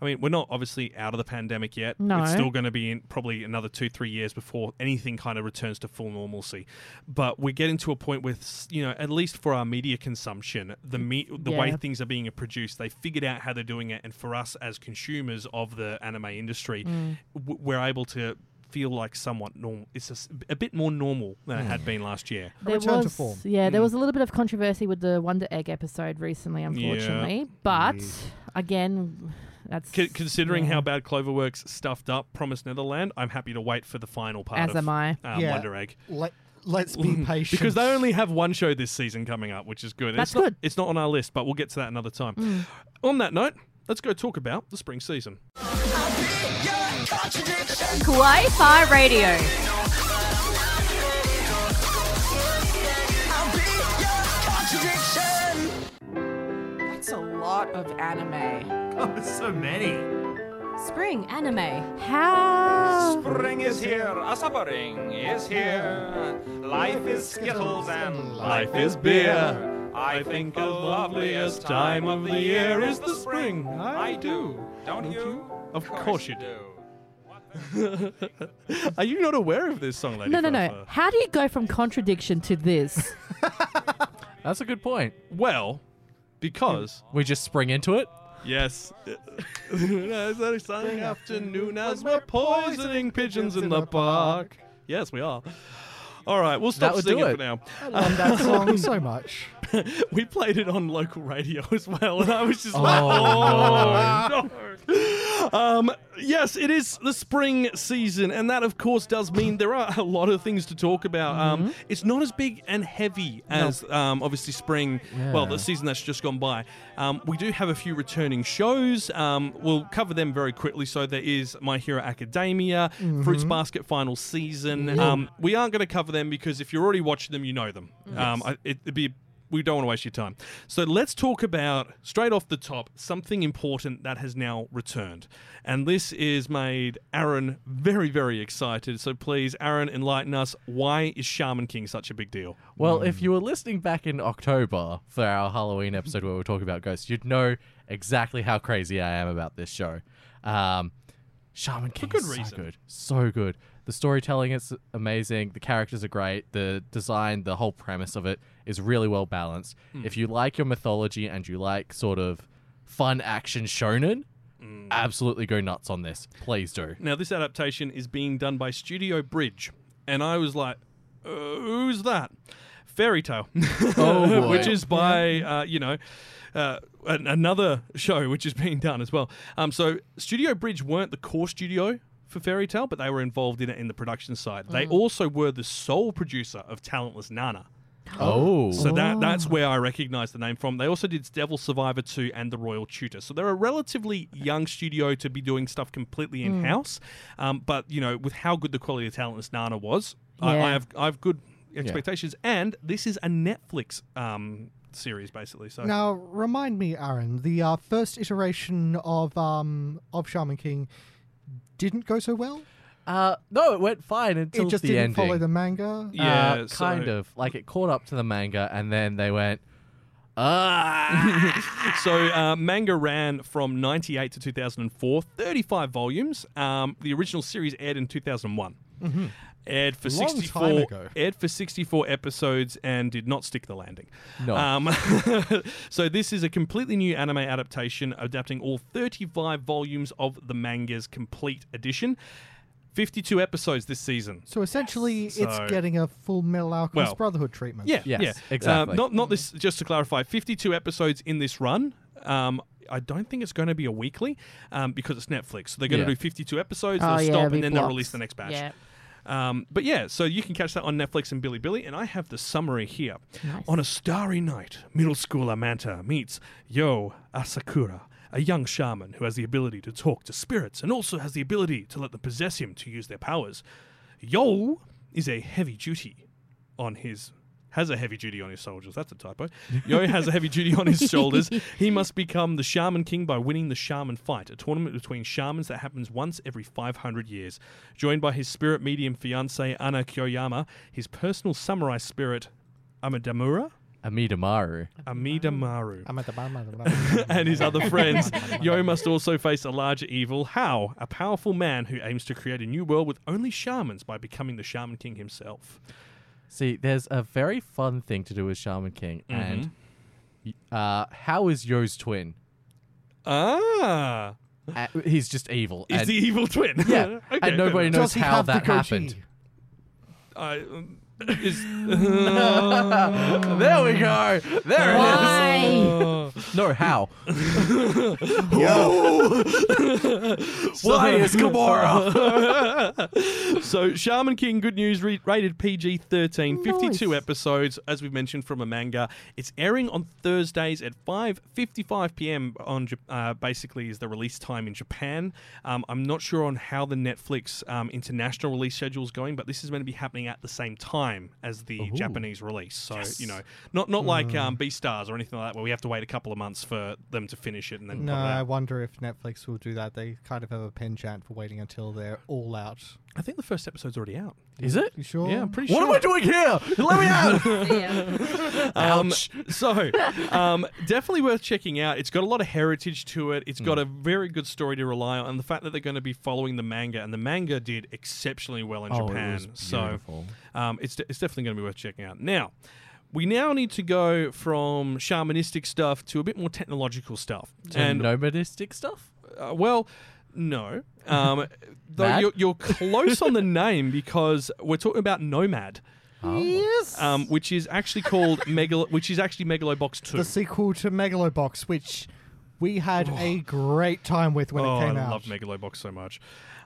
S2: I mean, we're not obviously out of the pandemic yet.
S3: No.
S2: It's still going to be in probably another two, three years before anything kind of returns to full normalcy. But we're getting to a point with, s- you know, at least for our media consumption, the me- the way
S3: Yeah.
S2: things are being produced, they figured out how they're doing it, and for us as consumers of the anime industry,
S3: Mm.
S2: w- we're able to feel like somewhat normal. It's a, s- a bit more normal than it
S3: Mm.
S2: had been last year.
S5: A return to
S3: was,
S5: form. Hmm.
S3: Yeah, there was a little bit of controversy with the Wonder Egg episode recently, unfortunately.
S2: Hmm.
S3: But again, that's
S2: C- considering
S3: yeah,
S2: how bad Cloverworks stuffed up Promised Netherland, I'm happy to wait for the final part
S3: as
S2: of
S3: am I.
S2: Um,
S5: Yeah.
S2: Wonder Egg
S5: Let Let's be
S2: *laughs*
S5: patient
S2: Mm. because they
S5: *laughs*
S2: only have one show this season coming up, which is good. it's
S3: That's
S2: not,
S3: good.
S2: It's not on our list, but we'll get to that another time. On that note, let's go talk about the spring season.
S9: Kawaii Fi Radio.
S10: That's a lot of anime.
S8: Oh, so many.
S9: Spring anime.
S3: How
S11: Spring is here, a summering is here. Life is skittles and life is beer. I think the loveliest time of the year is the spring. I do. Don't you?
S2: Of course you do. Are you not aware of this song, lady?
S3: no no no.
S2: Farfar?
S3: How do you go from contradiction
S2: *laughs*
S3: to this?
S4: That's a good point.
S2: Well, because
S4: We just spring into it.
S11: *laughs*
S2: yes, it's a sunny afternoon as we're poisoning pigeons in the park. Yes, we are. All right, we'll
S4: That
S2: stop
S4: would do
S2: singing
S4: it.
S2: for now.
S5: I love that song so much.
S2: *laughs* we played it on local radio *laughs* as well, and I was just
S4: Oh,
S2: like, oh, no. Um, yes, it is the spring season, and that, of course, does mean there are a lot of things to talk about.
S4: Mm-hmm.
S2: Um, it's not as big and heavy as, um, obviously, spring, well,
S4: Yeah.
S2: the season that's just gone by. Um, we do have a few returning shows. Um, we'll cover them very quickly. So there is My Hero Academia,
S4: Mm-hmm.
S2: Fruits Basket Final Season. Um, we aren't going to cover them because if you're already watching them, you know them.
S4: Mm-hmm.
S2: Um, I, it, it'd be we don't want to waste your time. So let's talk about straight off the top something important that has now returned. And this is made Aaron very, very excited. So please, Aaron, enlighten us. Why is Shaman King such a big deal?
S4: Well,
S2: Hmm.
S4: if you were listening back in October for our Halloween episode where we were talking about ghosts, you'd know exactly how crazy I am about this show. Um, Shaman King
S2: good
S4: is so
S2: reason.
S4: good, so good. The storytelling is amazing. The characters are great. The design, the whole premise of it is really well balanced.
S2: Hmm.
S4: If you like your mythology and you like sort of fun action shonen,
S2: Hmm.
S4: absolutely go nuts on this. Please do.
S2: Now, this adaptation is being done by Studio Bridge. And I was like, uh, who's that? Fairy Tale. *laughs*
S4: Oh, boy.
S2: Which is by, uh, you know, uh, an- another show which is being done as well. Um, so, Studio Bridge weren't the core studio for Fairy Tale, but they were involved in it in the production side.
S4: Mm.
S2: They also were the sole producer of Talentless Nana.
S4: Oh,
S2: So that that's where I recognize the name from. They also did Devil Survivor 2 and The Royal Tutor. So they're a relatively young studio to be doing stuff completely
S4: Hmm.
S2: in house. Um, but you know, with how good the quality of Talentless Nana was, I,
S3: Yeah.
S2: I have I have good expectations. And this is a Netflix um, series basically. So
S5: Now, remind me, Aaron, the uh, first iteration of um of Shaman King didn't go so well.
S4: uh, no, it went fine until
S5: it just
S4: the
S5: didn't
S4: ending.
S5: follow the manga.
S2: yeah,
S4: uh, kind of like it caught up to the manga, and then they went, ah,
S2: So, uh, manga ran from 98 to 2004, 35 volumes. Um, the original series aired in 2001. Aired for
S5: Mm-hmm. Long time
S2: 64
S5: ago.
S2: aired for 64 episodes and did not stick the landing.
S4: No.
S2: Um, *laughs* so this is a completely new anime adaptation adapting all 35 volumes of the manga's complete edition. 52 episodes this season.
S5: So essentially, it's
S2: So-
S5: getting a Full Metal Alchemist
S2: Well,
S5: Brotherhood
S2: *laughs*
S5: treatment.
S2: Yeah,
S4: Yes,
S2: yeah, Uh,
S4: exactly.
S2: not not this. Just to clarify, fifty-two episodes in this run. Um, I don't think it's going to be a weekly um, because it's Netflix. So they're going to
S4: Yeah.
S2: do fifty-two episodes.
S3: Oh,
S2: they'll
S3: yeah,
S2: stop
S3: it'll
S2: and
S3: be
S2: then they'll
S3: blocks.
S2: release the next batch. *laughs*
S3: Yeah.
S2: Um, but yeah, so you can catch that on Netflix and Billy Billy, and I have the summary here.
S3: Nice.
S2: On a starry night, middle schooler Manta meets Yo Asakura, a young shaman who has the ability to talk to spirits and also has the ability to let them possess him to use their powers. Yo is a heavy duty on his has a heavy duty on his soldiers. That's a typo. Yo has a heavy duty on his shoulders. He must become the Shaman King by winning the Shaman Fight, a tournament between shamans that happens once every 500 years. Joined by his spirit medium fiance Anna Kyoyama, his personal samurai spirit Amadamura,
S4: Amidamaru.
S2: Amidamaru,
S5: I'm at the bottom of the
S2: *laughs* and his other friends, Yo must also face a larger evil, How, a powerful man who aims to create a new world with only shamans by becoming the Shaman King himself.
S4: See, there's a very fun thing to do with Shaman King, and uh, how is Yo's twin?
S2: Ah.
S4: Uh, he's just evil.
S2: Is
S4: and,
S2: the evil twin?
S4: *laughs* yeah,
S2: *laughs* okay.
S4: and nobody
S5: Does
S4: knows
S5: he
S4: how
S5: have the
S4: that
S5: goatee?
S4: happened.
S2: I, um,
S4: *laughs*
S2: *laughs* is
S4: Uh, there we go. There
S3: Why?
S2: Uh,
S4: it is. No, *laughs* how? *laughs*
S2: Why is
S4: uh,
S2: Gamora? *laughs* so, Shaman King, good news, re- rated PG 13, 52
S3: Nice.
S2: episodes, as we've mentioned, from a manga. It's airing on Thursdays at 5.55 p.m. on Ja- uh, basically is the release time in Japan. Um, I'm not sure on how the Netflix um, international release schedule is going, but this is going to be happening at the same time as the Japanese release. So, you know, not not like um, Beastars or anything like that, where we have to wait a couple of months for them to finish it and then
S5: No,
S2: put it out.
S5: I wonder if Netflix will do that. They kind of have a penchant for waiting until they're all out.
S2: I think the first episode's already out.
S4: Is it?
S5: You sure?
S2: Yeah, I'm pretty
S4: What
S2: sure.
S4: am I doing here? Let me out.
S2: Um, *laughs* so, um, definitely worth checking out. It's got a lot of heritage to it. It's got
S4: Hmm.
S2: a very good story to rely on, and the fact that they're going to be following the manga, and the manga did exceptionally well in
S4: *laughs* Oh, it
S2: Japan.
S4: was
S2: so,
S4: beautiful.
S2: um, it's de- it's definitely going to be worth checking out. Now, we now need to go from shamanistic stuff to a bit more technological stuff,
S4: and nomadistic stuff.
S2: uh, well,
S4: *laughs*
S2: no. Um, though
S4: Mad?
S2: you're, you're close on the name because we're talking about Nomad.
S4: Oh,
S5: Yes.
S2: Um, which is actually called Megalo, which is actually Megalobox Two.
S5: The sequel to Megalobox, which we had a great time with when
S2: oh,
S5: it came
S2: I
S5: out.
S2: love Megalobox so much.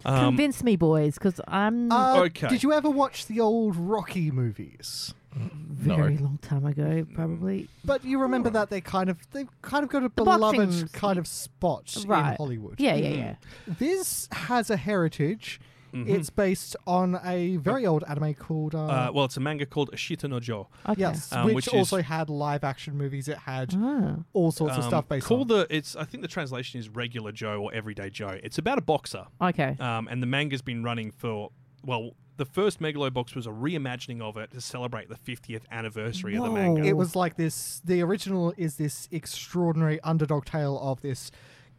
S2: Um,
S3: Convince me, boys, because I'm
S5: Uh,
S2: Okay.
S5: Did you ever watch the old Rocky movies?
S3: very long time ago,
S2: Mm.
S3: probably.
S5: But you remember that they kind of they kind of got a
S3: The
S5: beloved
S3: boxing's-
S5: kind of spot in
S3: Right.
S5: Hollywood. Mm.
S3: Yeah,
S2: Mm-hmm.
S3: yeah, yeah.
S5: This has a heritage. It's based on a very old anime called uh,
S2: uh, well, it's a manga called Ashita no Jo.
S3: Okay.
S5: Yes,
S2: Um,
S5: which,
S2: which is-
S5: also had live action movies. It had
S3: Oh.
S5: all sorts of
S2: Um,
S5: stuff based
S2: call
S5: on.
S2: the it's I think the translation is regular Joe or everyday Joe. It's about a boxer.
S3: Okay.
S2: Um, and the manga's been running for well, the first Megalobox was a reimagining of it to celebrate the 50th anniversary of the
S3: Whoa.
S2: manga.
S5: It was like this. The original is this extraordinary underdog tale of this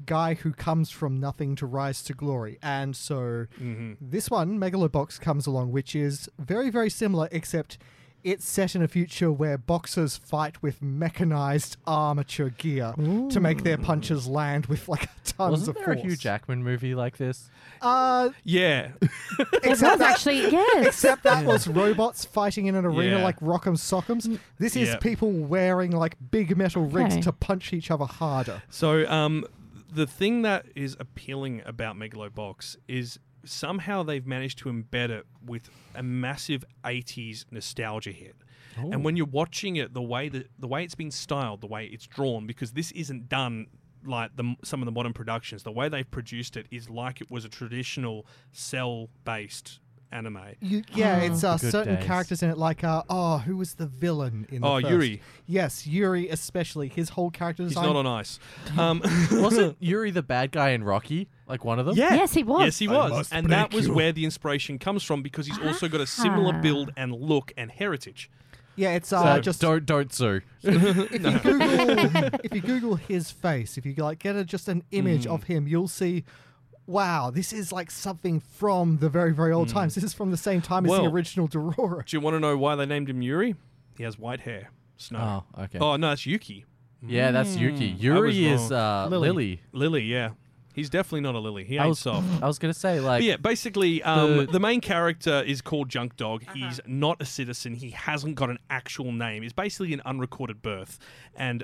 S5: guy who comes from nothing to rise to glory, and so
S4: Mm-hmm.
S5: this one, Megalobox, comes along, which is very, very similar, except. It's set in a future where boxers fight with mechanized armature gear to make their punches land with like *laughs* tons
S4: Wasn't
S5: of
S4: there a
S5: force.
S4: Hugh Jackman movie like this?
S5: Uh,
S2: Yeah.
S3: It was
S5: except that-
S3: actually yes.
S5: Except that was robots fighting in an arena
S2: Yeah.
S5: like Rock'em Sock'ems. This is
S2: Yeah.
S5: people wearing like big metal rigs
S3: Okay.
S5: to punch each other harder.
S2: So um, the thing that is appealing about Megalobox is somehow they've managed to embed it with a massive 80s nostalgia hit. And when you're watching it, the way that the way it's been styled, the way it's drawn, because this isn't done like the, some of the modern productions. The way they've produced it is like it was a traditional cell-based anime.
S5: You, yeah, it's uh,
S4: good
S5: certain
S4: days.
S5: characters in it, like uh, oh, who was the villain in? The
S2: Oh,
S5: first?
S2: Yuri.
S5: Yes, Yuri, especially his whole character
S2: He's
S5: design.
S2: not on ice. Um, *laughs*
S4: Wasn't Yuri the bad guy in Rocky? Like one of them?
S2: Yeah.
S3: Yes, he was.
S2: Yes, he
S5: I
S2: was.
S5: must
S2: And that
S5: break
S2: was
S5: you.
S2: where the inspiration comes from because he's also got a similar
S3: Ah.
S2: build and look and heritage.
S5: Yeah, it's
S4: So
S5: uh, just
S4: don't don't sue.
S5: if you Google
S2: *laughs*
S5: if you Google his face, if you like get a, just an image
S2: Hmm.
S5: of him, you'll see. Wow, this is like something from the very, very old times. This is from the same time as
S2: Hmm. Well,
S5: the original Dorora.
S2: Do you want to know why they named him Yuri? He has white hair. Snow.
S4: Oh, okay.
S2: Oh, no, that's Yuki.
S4: Yeah, that's Yuki. Yuri
S2: was
S4: is uh, Lily.
S2: Lily, yeah. He's definitely not a Lily. He
S4: I
S2: ain't
S4: was
S2: soft.
S4: I was gonna say like
S2: But yeah, basically, um,
S4: The- Uh-huh.
S2: the main character is called Junk Dog. He's not a citizen. He hasn't got an actual name. He's basically an unrecorded birth, and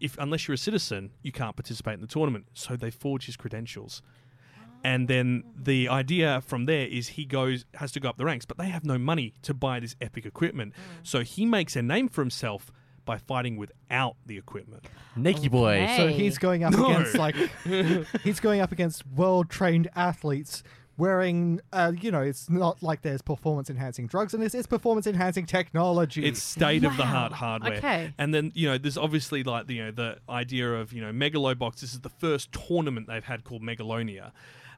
S2: if unless you're a citizen, you can't participate in the tournament. So they forge his credentials, and then the idea from there is he goes has to go up the ranks, but they have no money to buy this epic
S4: Mm.
S2: equipment. So he makes a name for himself by fighting without the equipment.
S4: Nikki boy.
S5: So
S3: Hey.
S5: he's going up against
S2: *laughs*
S5: like he's going up against well trained athletes wearing uh, you know it's not like there's performance enhancing drugs in this it's performance enhancing technology
S2: It's state of the heart hardware.
S3: Okay.
S2: And then you know, there's obviously like the, you know the idea of you know Megalobox. This is the first tournament they've had called Megalonia,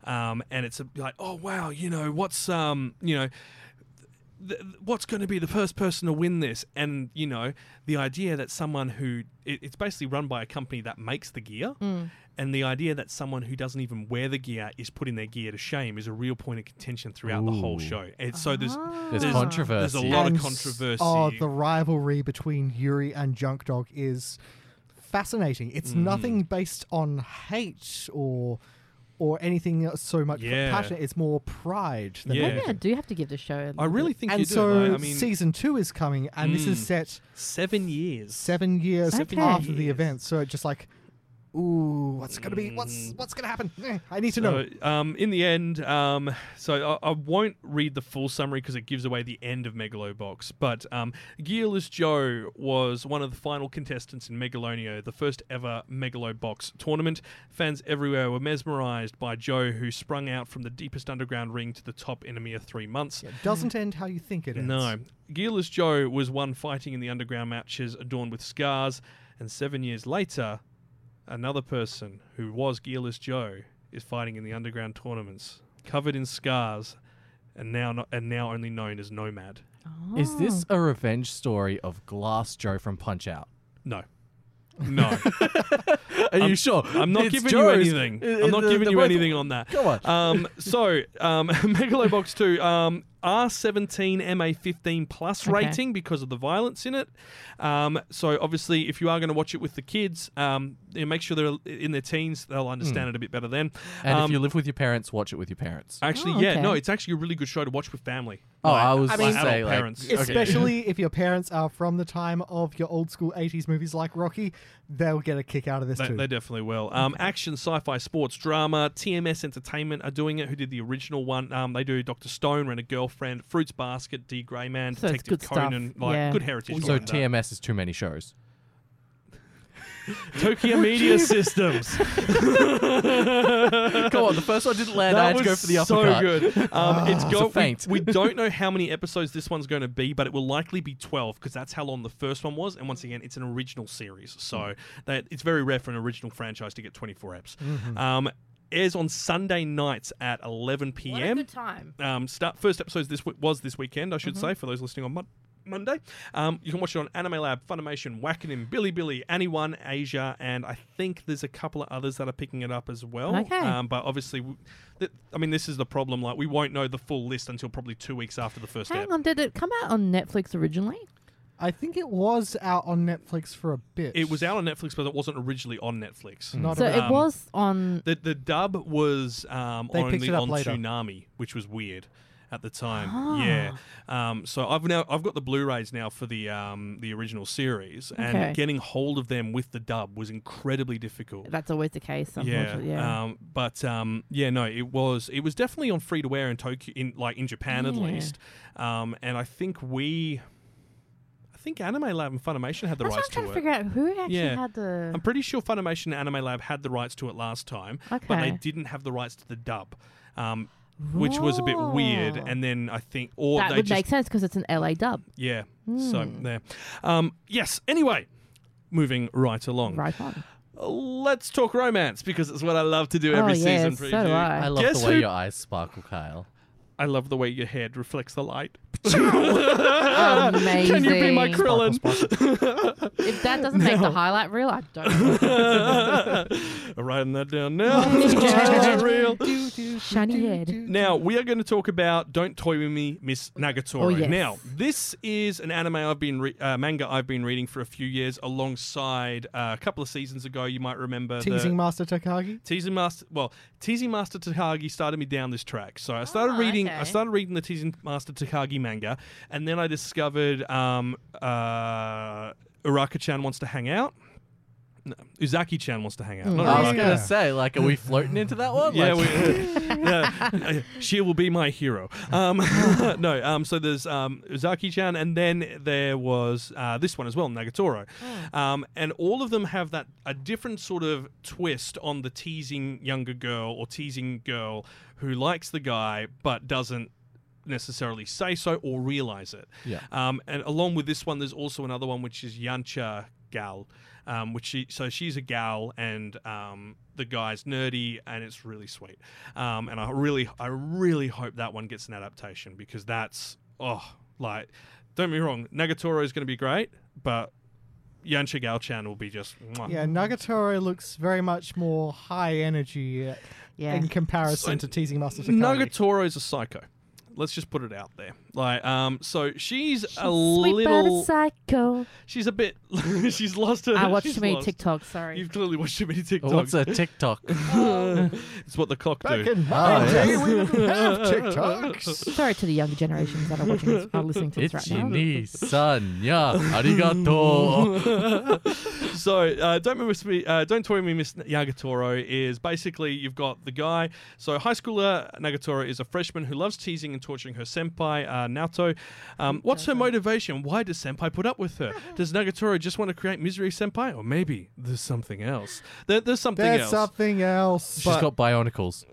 S2: um, and it's a, like oh wow, you know what's um you know. th- th- What's going to be the first person to win this? And you know, the idea that someone who it, it's basically run by a company that makes the gear, and the idea that someone who doesn't even wear the gear is putting their gear to shame is a real point of contention throughout the whole
S4: Ooh.
S2: show. And so there's
S4: There's
S2: there's There's
S4: controversy.
S2: a lot
S5: Ah. And
S2: of
S5: s-
S2: controversy.
S5: oh the rivalry between Yuri and Junk Dog is fascinating it's
S2: Hmm.
S5: nothing based on hate or or anything so much
S2: Yeah.
S5: passion it's more pride than
S2: Yeah.
S3: Maybe
S5: anything.
S3: Oh, I do have to give the show. A
S2: I really think you
S5: and
S2: do.
S5: so
S2: right? I mean,
S5: season 2 is coming and this is
S2: Mm.
S5: set
S2: seven years.
S5: seven years
S3: Seven
S5: after the
S2: years.
S5: event. So it just like, ooh, what's gonna be? What's
S2: Mm.
S5: what's gonna happen? *laughs* Eh, I need to know.
S2: So, um, in the end, um, so I, I won't read the full summary because it gives away the end of Megalobox. But um, Gearless Joe was one of the final contestants in Megalonia, the first ever Megalobox tournament. Fans everywhere were mesmerized by Joe, who sprung out from the deepest underground ring to the top in a mere three months.
S5: It doesn't end how you think it ends.
S2: No. Gearless Joe was one fighting in the underground matches adorned with scars, and seven years later, another person who was Gearless Joe is fighting in the underground tournaments, covered in scars, and now not, and now only known as Nomad.
S4: Is this a revenge story of Glass Joe from Punch Out?
S2: No. No.
S4: Are you sure?
S2: Uh, I'm not
S4: It's
S2: giving
S4: Joe's-
S2: you anything.
S4: Uh,
S2: I'm not
S4: the-
S2: giving
S4: the
S2: you
S4: both-
S2: anything on that.
S4: Go on.
S2: Um, so, um, *laughs* Megalobox 2, um, R17 MA15 plus
S3: Okay.
S2: rating because of the violence in it. Um, so, obviously, if you are going to watch it with the kids, um, you know, make sure they're in their teens. They'll understand it a bit better then.
S4: Hmm. And
S2: Um,
S4: if you live with your parents, watch it with your parents.
S2: Actually,
S3: Oh,
S2: yeah,
S3: okay.
S2: no, it's actually a really good show to watch with family.
S4: Oh,
S2: My-
S4: I was
S2: my
S4: gonna
S2: adult
S4: say, like-
S2: parents.
S4: Okay.
S2: *laughs*
S5: Especially if your parents are from the time of your old school 80s movies like Rocky, they'll get a kick out of this
S2: They,
S5: too.
S2: they definitely will. Um, action, sci-fi, sports, drama, TMS Entertainment are doing it. Who did the original one? Um, they do Doctor Stone, Rent a Girlfriend, Fruits Basket, D. Grey Man,
S3: So it's
S2: Detective
S3: good stuff.
S2: Conan. Like
S3: Yeah.
S2: good heritage.
S4: So
S2: behind that.
S4: TMS is too many shows.
S2: *laughs* Tokyo Media Systems.
S4: Come on, the first one didn't land. I
S2: That
S4: had
S2: was
S4: to go for the
S2: so
S4: uppercut.
S2: good. Um, it's
S4: It's a
S2: go-
S4: feint.
S2: We, we don't know how many episodes this one's going to be, but it will likely be twelve because that's how long the first one was. And once again, it's an original series, so that it's very rare for an original franchise to get twenty-four eps. Um, airs on Sunday nights at eleven p.m.
S3: What a good time.
S2: Um, start first episode this w- was this weekend, I
S3: Mm-hmm.
S2: should say, for those listening on Mon- Monday. Um, you can watch it on Anime Lab, Funimation, Wackanim, Billy Billy, Anyone, Asia, and I think there's a couple of others that are picking it up as well.
S3: Okay.
S2: Um, but obviously, w- th- I mean, this is the problem. Like, we won't know the full list until probably two weeks after the first
S3: Hang
S2: ep.
S3: on, did it come out on Netflix originally?
S5: I think it was out on Netflix for a bit.
S2: It was
S5: *laughs*
S2: out on Netflix, but it wasn't originally on Netflix.
S5: Not
S3: So
S5: a-
S3: it
S2: Um,
S3: was on.
S2: The the dub was um,
S5: They picked
S2: only
S5: it up
S2: on
S5: later.
S2: Tsunami, which was weird at the time.
S3: Ah.
S2: Yeah. Um, so I've now I've got the Blu-rays now for the um, the original series,
S3: Okay.
S2: and getting hold of them with the dub was incredibly difficult.
S3: That's always the case.
S2: Yeah.
S3: Unfortunately. Yeah.
S2: Um, but um, yeah, no, it was it was definitely on free to wear in Tokyo, in like in Japan at
S3: Yeah.
S2: least. Um, and I think we, I think Anime Lab and Funimation had the
S3: That's what
S2: rights
S3: I'm
S2: to
S3: trying to
S2: it.
S3: figure out who actually
S2: Yeah. Um,
S3: had the.
S2: I'm pretty sure Funimation and Anime Lab had the rights to it last time, but they
S3: Okay.
S2: didn't have the rights to the dub, um, which was a bit weird.
S3: Right.
S2: And then I think, or
S3: that
S2: they
S3: would
S2: just,
S3: make Hmm. sense because it's an LA dub.
S2: yeah. So there, um, yes. Anyway, moving right along.
S3: Right on.
S2: *laughs* Let's talk romance because it's what I love to do
S3: Oh,
S2: every
S3: yes,
S2: season.
S3: so do
S2: preview.
S3: I.
S4: I love
S2: Guess
S4: the way
S2: who-
S4: your eyes sparkle, Kyle.
S2: I love the way your head reflects the light. *laughs*
S3: Amazing.
S2: Can you be my Krillin?
S3: If that doesn't make the highlight reel, I
S2: *laughs*
S3: don't. know.
S2: Writing that down now.
S3: *laughs*
S2: Highlight reel.
S3: Shiny head.
S2: Now we are going to talk about "Don't Toy with Me, Miss Nagatoro."
S3: Oh, yes.
S2: Now this is an anime I've been re- uh, manga I've been reading for a few years, alongside uh, a couple of seasons ago. You might remember the-
S5: Teasing Master Takagi.
S2: Teasing Master, well, Teasing Master Takagi started me down this track. So I started reading, I
S3: okay.
S2: started reading the Teasing Master Takagi manga, and then I discovered um, uh, Uraka-chan wants to hang out. No, Uzaki-chan wants to hang out. not
S4: I was
S2: Uraka.
S4: gonna say, like, are we floating into that one?
S2: Yeah,
S4: Like- *laughs*
S2: we, *laughs* yeah, uh, she will be my hero. Um, *laughs* no, um, so there's um, Uzaki-chan, and then there was uh, this one as well, Nagatoro, um, and all of them have that a different sort of twist on the teasing younger girl or teasing girl who likes the guy but doesn't necessarily say so or realize it.
S4: Yeah.
S2: Um, and along with this one, there's also another one which is Yancha Gal, um, which she so she's a gal and um, the guy's nerdy and it's really sweet. Um, and I really I really hope that one gets an adaptation because that's oh like don't be wrong Nagatoro is going to be great, but Yancha Gal Chan will be just mwah.
S5: Yeah, Nagatoro looks very much more high energy uh,
S3: Yeah.
S5: in comparison to Teasing Master Takagi.
S2: Nagatoro's a psycho. Let's just put it out there. Like, um, so she's, a
S3: Sweet but a
S2: little. *laughs*
S3: psycho.
S2: She's a bit. she's lost her.
S3: I watched
S2: she's
S3: too many
S2: lost.
S3: TikToks. Sorry.
S2: You've clearly watched too many TikToks.
S4: What's a TikTok?
S2: Oh, *laughs* it's what the clock
S5: Back
S2: do.
S5: in my
S4: Oh,
S5: day, we
S4: *laughs*
S5: didn't have TikToks.
S3: Sorry to the younger generations that are watching this, are listening to this
S4: It's
S3: right now.
S4: ni san ya arigato.
S2: *laughs* so uh, don't miss me. Uh, don't toy with me, Miss Nagatoro. Is basically you've got the guy. So high schooler Nagatoro is a freshman who loves teasing and torturing her senpai uh, Naoto. Um, what's her motivation? Why does senpai put up with her? *laughs* Does Nagatoro just want to create misery, senpai, or maybe there's something else? There, there's something
S5: There's
S2: else.
S5: something else.
S4: She's got bionicles.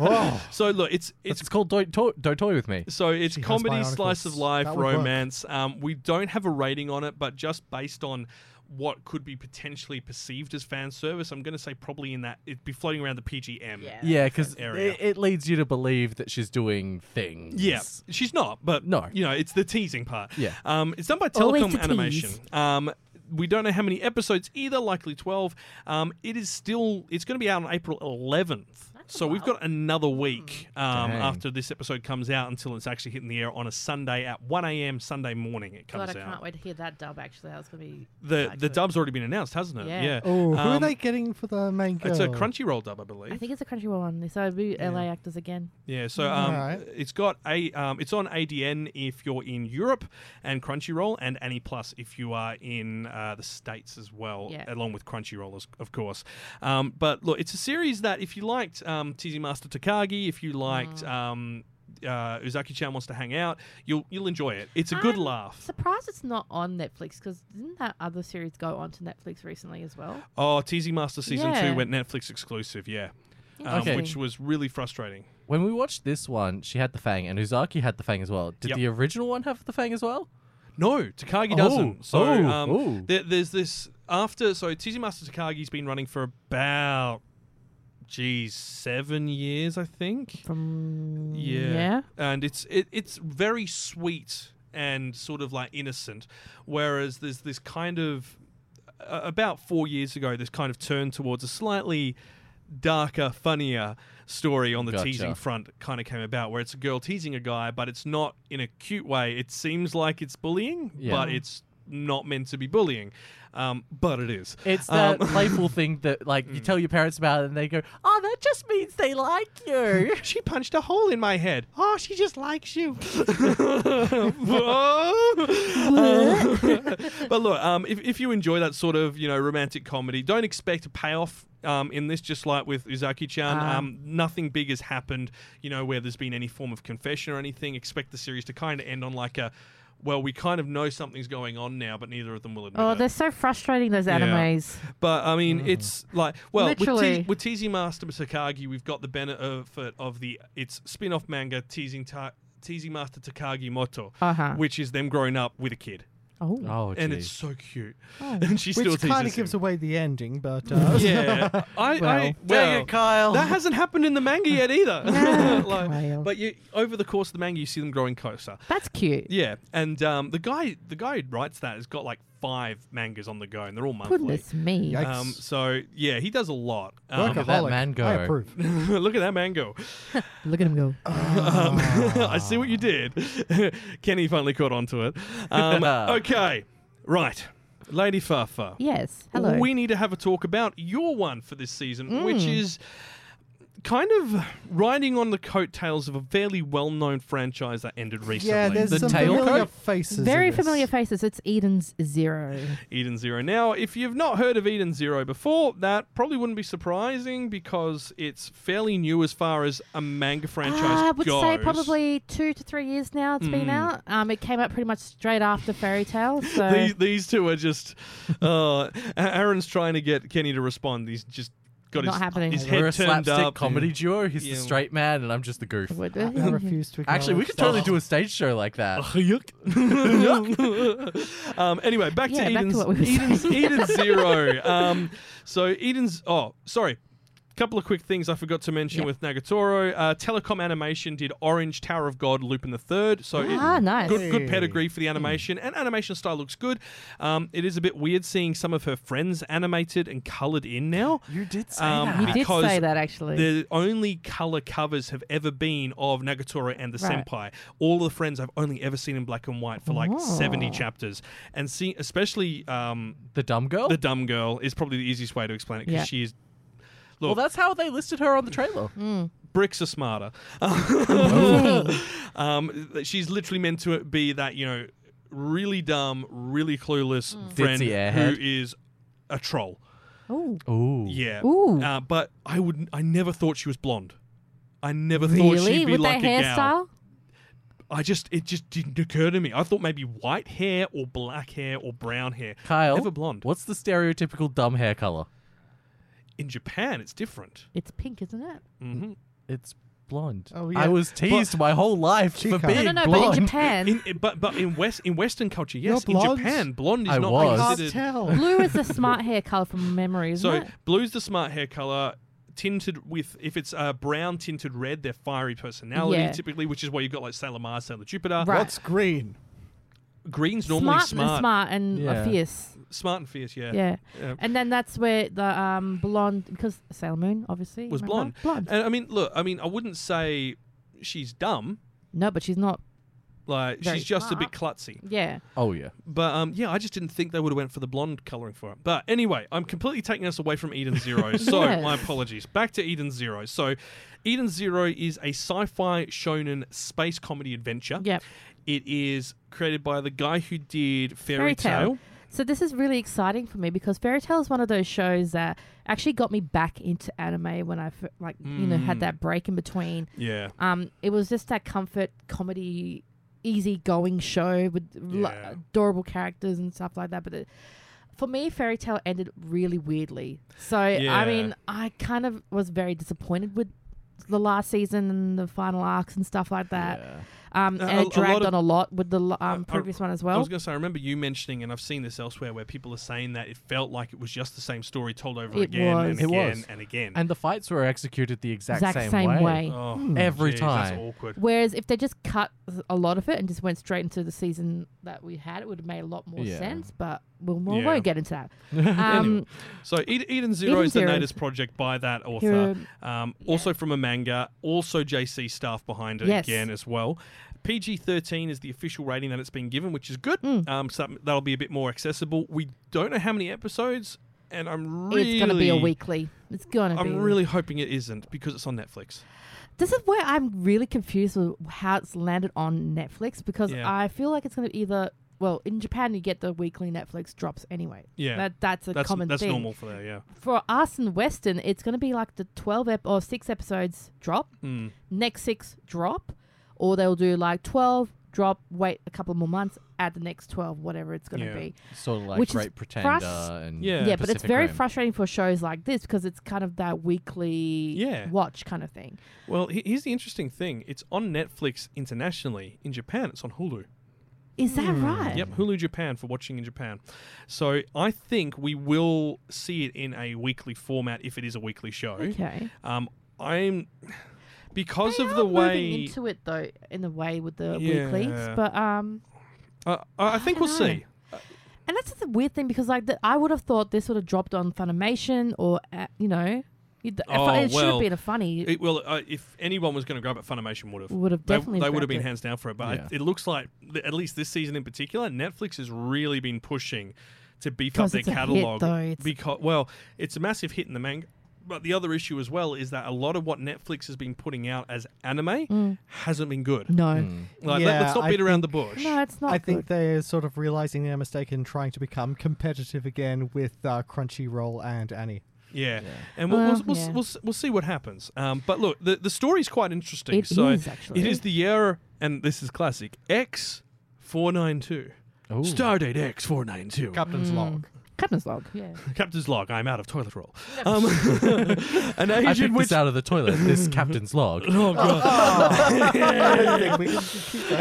S5: oh,
S2: so look, it's
S4: It's,
S2: it's
S4: called don't toy, don't toy with me.
S2: So it's
S5: has
S2: comedy,
S5: bionicles.
S2: slice of life,
S5: That would work.
S2: romance. Um, we don't have a rating on it, but just based on what could be potentially perceived as fan service, I'm going to say probably in that it'd be floating around the PGM.
S3: Yeah.
S4: Yeah, because
S2: Area.
S4: it, it leads you to believe that she's doing things.
S2: Yeah, she's not, but
S4: No.
S2: you know, it's the teasing part.
S4: Yeah.
S2: um, it's done by
S3: Always
S2: Telecom
S3: the
S2: Animation.
S3: tease.
S2: Um, we don't know how many episodes either, likely twelve. Um, it is still, it's going to be out on April 11th. So we've got another week um,
S4: Dang.
S2: after this episode comes out until it's actually hitting the air on a Sunday at 1 a.m. Sunday morning. It
S3: God,
S2: comes
S3: I
S2: out.
S3: can't wait to hear that dub. Actually, that was gonna be
S2: The the dub's already been announced, hasn't it?
S3: Yeah.
S2: Yeah.
S5: Oh, who are
S2: Um,
S5: they getting for the main girl?
S2: It's a Crunchyroll dub, I believe.
S3: I think it's a Crunchyroll one, so it'd be LA actors again.
S2: Yeah, so um,
S5: Alright.
S2: it's got a um, it's on ADN if you're in Europe and Crunchyroll and Annie Plus if you are in uh, the states as well,
S3: Yeah.
S2: along with Crunchyroll as, of course. Um, but look, it's a series that if you liked um, Tizzy Master Takagi, if you
S3: Mm.
S2: liked um, uh, Uzaki-chan wants to hang out, you'll you'll enjoy it. It's a good
S3: I'm
S2: laugh.
S3: Surprised it's not on Netflix because didn't that other series go onto Netflix recently as well?
S2: Oh, Tizzy Master season
S3: Yeah.
S2: two went Netflix exclusive, yeah, um,
S3: Interesting.
S2: which was really frustrating.
S4: When we watched this one, she had the fang, and Uzaki had the fang as well. Did
S2: Yep.
S4: the original one have the fang as well?
S2: No, Takagi
S4: Oh,
S2: doesn't. So
S4: oh,
S2: um,
S4: oh.
S2: there- there's this after. So Tizzy Master Takagi's been running for about, geez, seven years, I think.
S3: From
S2: yeah,
S3: yeah.
S2: and it's it, it's very sweet and sort of like innocent, whereas there's this kind of uh, about four years ago, this kind of turn towards a slightly darker, funnier story on the
S4: Gotcha.
S2: teasing front kind of came about where it's a girl teasing a guy, but it's not in a cute way. It seems like it's bullying,
S4: Yeah.
S2: but it's not meant to be bullying. Um, but it is.
S4: It's
S2: Um,
S4: that playful thing that, like, *laughs* you tell your parents about, it and they go, "Oh, that just means they like you."
S2: she punched a hole in my head. Oh, she just likes *laughs* you. Um, but look, um, if, if you enjoy that sort of you know romantic comedy, don't expect a payoff. Um, in this, just like with Uzaki-chan,
S3: Ah.
S2: um, nothing big has happened. You know where there's been any form of confession or anything. Expect the series to kind of end on like a, well, we kind of know something's going on now, but neither of them will admit
S3: Oh,
S2: it.
S3: they're so frustrating those animes.
S2: But I mean, it's like well, with,
S3: Literally.
S2: te- with Teasing Master Takagi, we've got the benefit of the its spin-off manga Teasing Ta- Teasing Master Takagi Moto,
S3: Uh-huh.
S2: which is them growing up with a kid,
S3: Oh,
S4: *laughs* Oh,
S2: and it's so cute, and she still
S5: Which kind
S2: teases
S5: of gives
S2: him.
S5: away the ending, but uh,
S2: *laughs* yeah, I, I well,
S4: Kyle.
S2: that hasn't happened in the manga yet either. *laughs* Like,
S3: Kyle.
S2: but you, over the course of the manga, you see them growing closer.
S3: that's cute.
S2: Yeah, and um, the guy the guy who writes that has got like five mangas on the go, and they're all monthly.
S3: Goodness me.
S5: Yikes.
S2: Um, so yeah, he does a lot.
S5: workaholic.
S2: Um,
S4: at that man go.
S5: I
S2: *laughs*
S5: approve.
S2: look at that man go.
S3: Look at him go.
S2: Um, I see what you did. *laughs* Kenny finally caught on to it. Um, okay, right, Lady Fafa.
S3: Yes. Hello. Mm.
S2: We need to have a talk about your one for this season, which is kind of riding on the coattails of a fairly well-known franchise that ended recently.
S5: Yeah, there's
S4: The
S5: some
S4: tail
S5: familiar
S4: coat?
S5: faces. in
S3: Very
S5: this.
S3: familiar faces. It's Eden's Zero.
S2: Eden Zero. Now, if you've not heard of Eden Zero before, that probably wouldn't be surprising because it's fairly new as far as a manga franchise
S3: Ah, I would
S2: goes. Hmm.
S3: say probably two to three years now It's been out. Um, it came out pretty much straight after
S2: *laughs*
S3: Fairy Tale. So
S2: These, these two are just. Uh, Aaron's trying to get Kenny to respond. He's just got
S3: Not
S2: his,
S3: happening.
S2: his
S4: *laughs* We're
S2: head
S4: a
S2: turned
S4: slapstick
S2: up.
S4: comedy duo. He's
S2: Yeah.
S4: the straight man, and I'm just the goof.
S3: Would-
S5: I I
S3: *laughs*
S5: refuse to.
S4: Actually, we
S5: acknowledge
S4: could
S5: that.
S4: totally do a stage show like that. *laughs*
S2: um, anyway, back
S3: Yeah,
S2: to
S3: back to
S2: Eden's
S3: what we were
S2: Eden's,
S3: saying.
S2: Eden Zero. Um, so Eden's. Oh, sorry. Couple of quick things I forgot to mention
S3: Yeah.
S2: with Nagatoro. Uh, Telecom Animation did Orange Tower of God, Lupin the Third. So it-
S3: ah, nice.
S2: good, good pedigree for the animation, and animation style looks good. Um, it is a bit weird seeing some of her friends animated and coloured in now.
S4: You did say
S2: Um,
S3: You did
S2: because
S3: say that actually.
S2: The only color covers have ever been of Nagatoro and the
S3: Right.
S2: Senpai. All the friends I've only ever seen in black and white for like 70 chapters. And see, especially um,
S4: The dumb girl.
S2: the dumb girl is probably the easiest way to explain it because
S3: Yeah.
S2: she is.
S4: well, that's how they listed her on the trailer.
S2: Bricks are smarter. *laughs* um, she's literally meant to be that, you know, really dumb, really clueless
S3: Mm.
S2: friend
S4: Ditzy
S2: who
S4: airhead.
S2: is a troll.
S3: Ooh.
S4: Ooh.
S2: Yeah.
S3: Ooh.
S2: Uh, but I would. I never thought she was blonde. I never thought
S3: really?
S2: she'd be
S3: With
S2: like
S3: that
S2: a gal.
S3: hairstyle?
S2: I just it just didn't occur to me. I thought maybe white hair or black hair or brown hair.
S4: Kyle,
S2: never blonde.
S4: What's the stereotypical dumb hair color?
S2: In Japan, it's different.
S3: It's pink, isn't it?
S2: hmm
S4: It's blonde.
S5: Oh, yeah.
S4: I was teased my whole life
S5: Chica.
S4: for
S5: No,
S4: being
S3: no, no, no.
S4: blonde.
S3: But in Japan,
S2: In, in- but but in West in Western culture, yes. In
S5: blonde?
S2: Japan, blonde is
S4: I
S2: not
S4: was.
S5: Can't
S2: considered.
S5: tell.
S3: blue is the smart hair color from memory, isn't
S2: So
S3: it?
S2: blue's the smart hair color. Tinted with if it's uh, brown tinted red, they're fiery personality
S3: Yeah.
S2: typically, which is why you've got like Sailor Mars, Sailor Jupiter.
S3: Right.
S5: What's green?
S2: Green's normally
S3: smart,
S2: smart.
S3: and smart and uh, fierce.
S2: Smart and fierce, yeah.
S3: Yeah. and then that's where the um, blonde because Sailor Moon obviously
S2: was
S3: am I right?
S2: blonde. Uh,
S3: Blonde.
S2: And I mean, look, I mean, I wouldn't say she's dumb.
S3: No, but she's not.
S2: Like
S3: Very
S2: she's just a bit
S3: smart.
S2: klutzy.
S3: Yeah.
S4: Oh yeah.
S2: But um, yeah, I just didn't think they would have went for the blonde coloring for it. But anyway, I'm completely taking us away from Eden
S3: *laughs*
S2: Zero. so
S3: Yes.
S2: my apologies. Back to Eden Zero. So Eden Zero is a sci-fi shonen space comedy adventure.
S3: Yep.
S2: It is created by the guy who did Fairy,
S3: Fairy
S2: Tale.
S3: Tale. So this is really exciting for me because Fairy Tale is one of those shows that actually got me back into anime when I f- like you know
S2: Mm.
S3: had that break in between.
S2: Yeah.
S3: Um, it was just that comfort comedy, easy going show with l-
S2: Yeah.
S3: adorable characters and stuff like that. But it, for me, Fairy Tale ended really weirdly. So
S10: Yeah.
S3: I mean, I kind of was very disappointed with the last season and the final arcs and stuff like that. Um,
S2: Uh,
S3: and
S2: a- a
S3: it dragged
S2: lot of-
S3: on a lot with the l- um,
S2: I-
S3: previous one as
S2: I
S3: well.
S2: was going to say, I remember you mentioning, and I've seen this elsewhere, where people are saying that it felt like it was just the same story told over
S3: It
S2: again
S3: was.
S2: and
S3: It
S2: again
S4: was.
S2: and again.
S4: And the fights were executed the exact,
S3: Exact
S4: same,
S3: same way.
S2: Oh,
S3: Hmm.
S4: Every
S2: jeez,
S4: time.
S2: That's awkward.
S3: Whereas if they just cut a lot of it and just went straight into the season that we had, it would have made a lot more
S2: Yeah.
S3: sense. But we'll, we'll
S2: Yeah.
S3: won't get
S2: *laughs*
S3: into that.
S2: Anyway,
S3: Um,
S2: so Ed- Eden Zero
S3: Eden
S2: is
S3: Zero.
S2: the latest project by that author,
S3: Hero-
S2: um, also from a manga, also JC staff behind it
S3: Yes.
S2: again as well. PG thirteen is the official rating that it's been given, which is good.
S3: Mm.
S2: Um, so that- that'll be a bit more accessible. We don't know how many episodes, and I'm really
S3: it's gonna be a weekly. It's gonna be.
S2: I'm really hoping it isn't because it's on Netflix.
S3: This is where I'm really confused with how it's landed on Netflix because
S2: Yeah.
S3: I feel like it's gonna either. Well, in Japan, you get the weekly Netflix drops anyway.
S2: Yeah,
S3: that that's a
S2: that's,
S3: common
S2: That's
S3: thing.
S2: normal for there. Yeah.
S3: For us in Western, it's going to be like the 12 ep- or 6 episodes drop,
S2: Mm.
S3: next 6 drop, or they'll do like 12, drop, wait a couple more months, add the next 12, whatever it's going to
S4: Yeah.
S3: be.
S4: Sort of like
S3: Which is
S4: Great Pretender and
S3: yeah, but it's
S4: Pacific
S3: very
S4: Rim.
S3: frustrating for shows like this because it's kind of that weekly
S2: Yeah.
S3: watch kind of thing.
S2: Well, he- here's the interesting thing: it's on Netflix internationally. In Japan, it's on Hulu.
S3: Is that right?
S2: Hmm. Yep, Hulu Japan for watching in Japan. So I think we will see it in a weekly format if it is a weekly show.
S3: Okay.
S2: Um, I'm because of the
S3: Moving
S2: way
S3: into it though, in a way with the
S2: Yeah.
S3: weeklies, but um,
S2: I, I I think
S3: don't
S2: we'll
S3: know.
S2: see.
S3: And that's the weird thing because like the, I would have thought this would have dropped on Funimation or uh, you know, you'd- a fu-
S2: Oh,
S3: it should
S2: well,
S3: have been a funny.
S2: It, well, uh, if anyone was going to grab it, Funimation would have.
S3: Would have
S2: They-
S3: definitely
S2: They, would have
S3: grabbed
S2: been
S3: it.
S2: hands down for it. But it, it looks like, th- at least this season in particular, Netflix has really been pushing to beef up
S3: 'Cause
S2: their
S3: it's a hit,
S2: catalog.
S3: though. It's-
S2: because well, it's a massive hit in the manga. But the other issue as well is that a lot of what Netflix has been putting out as anime
S3: Mm.
S2: hasn't been good.
S3: No.
S2: Like,
S5: Yeah,
S2: let, us not
S5: I
S2: beat around the
S5: think-
S2: bush.
S3: no, it's not.
S5: I
S3: good.
S5: think they're sort of realizing their mistake and trying to become competitive again with uh, Crunchyroll and Annie.
S2: Yeah. and we'll,
S5: Well,
S2: we'll, we'll, s-
S5: yeah.
S2: we'll, s- we'll see what happens. Um, but look, the the story's quite interesting.
S5: It
S2: so
S5: is, actually.
S2: it is the year, and this is classic X four nine two. Stardate X four nine two.
S5: Captain's
S3: Hmm. *laughs*
S5: Mm. log.
S3: Captain's log. Yeah.
S2: Captain's log. I'm out of toilet roll. Um, *laughs* an
S4: I picked
S2: Asian
S4: this
S2: witch
S4: out of the toilet.
S2: *laughs*
S4: This captain's log.
S2: Oh god. *laughs*
S5: I think we can keep that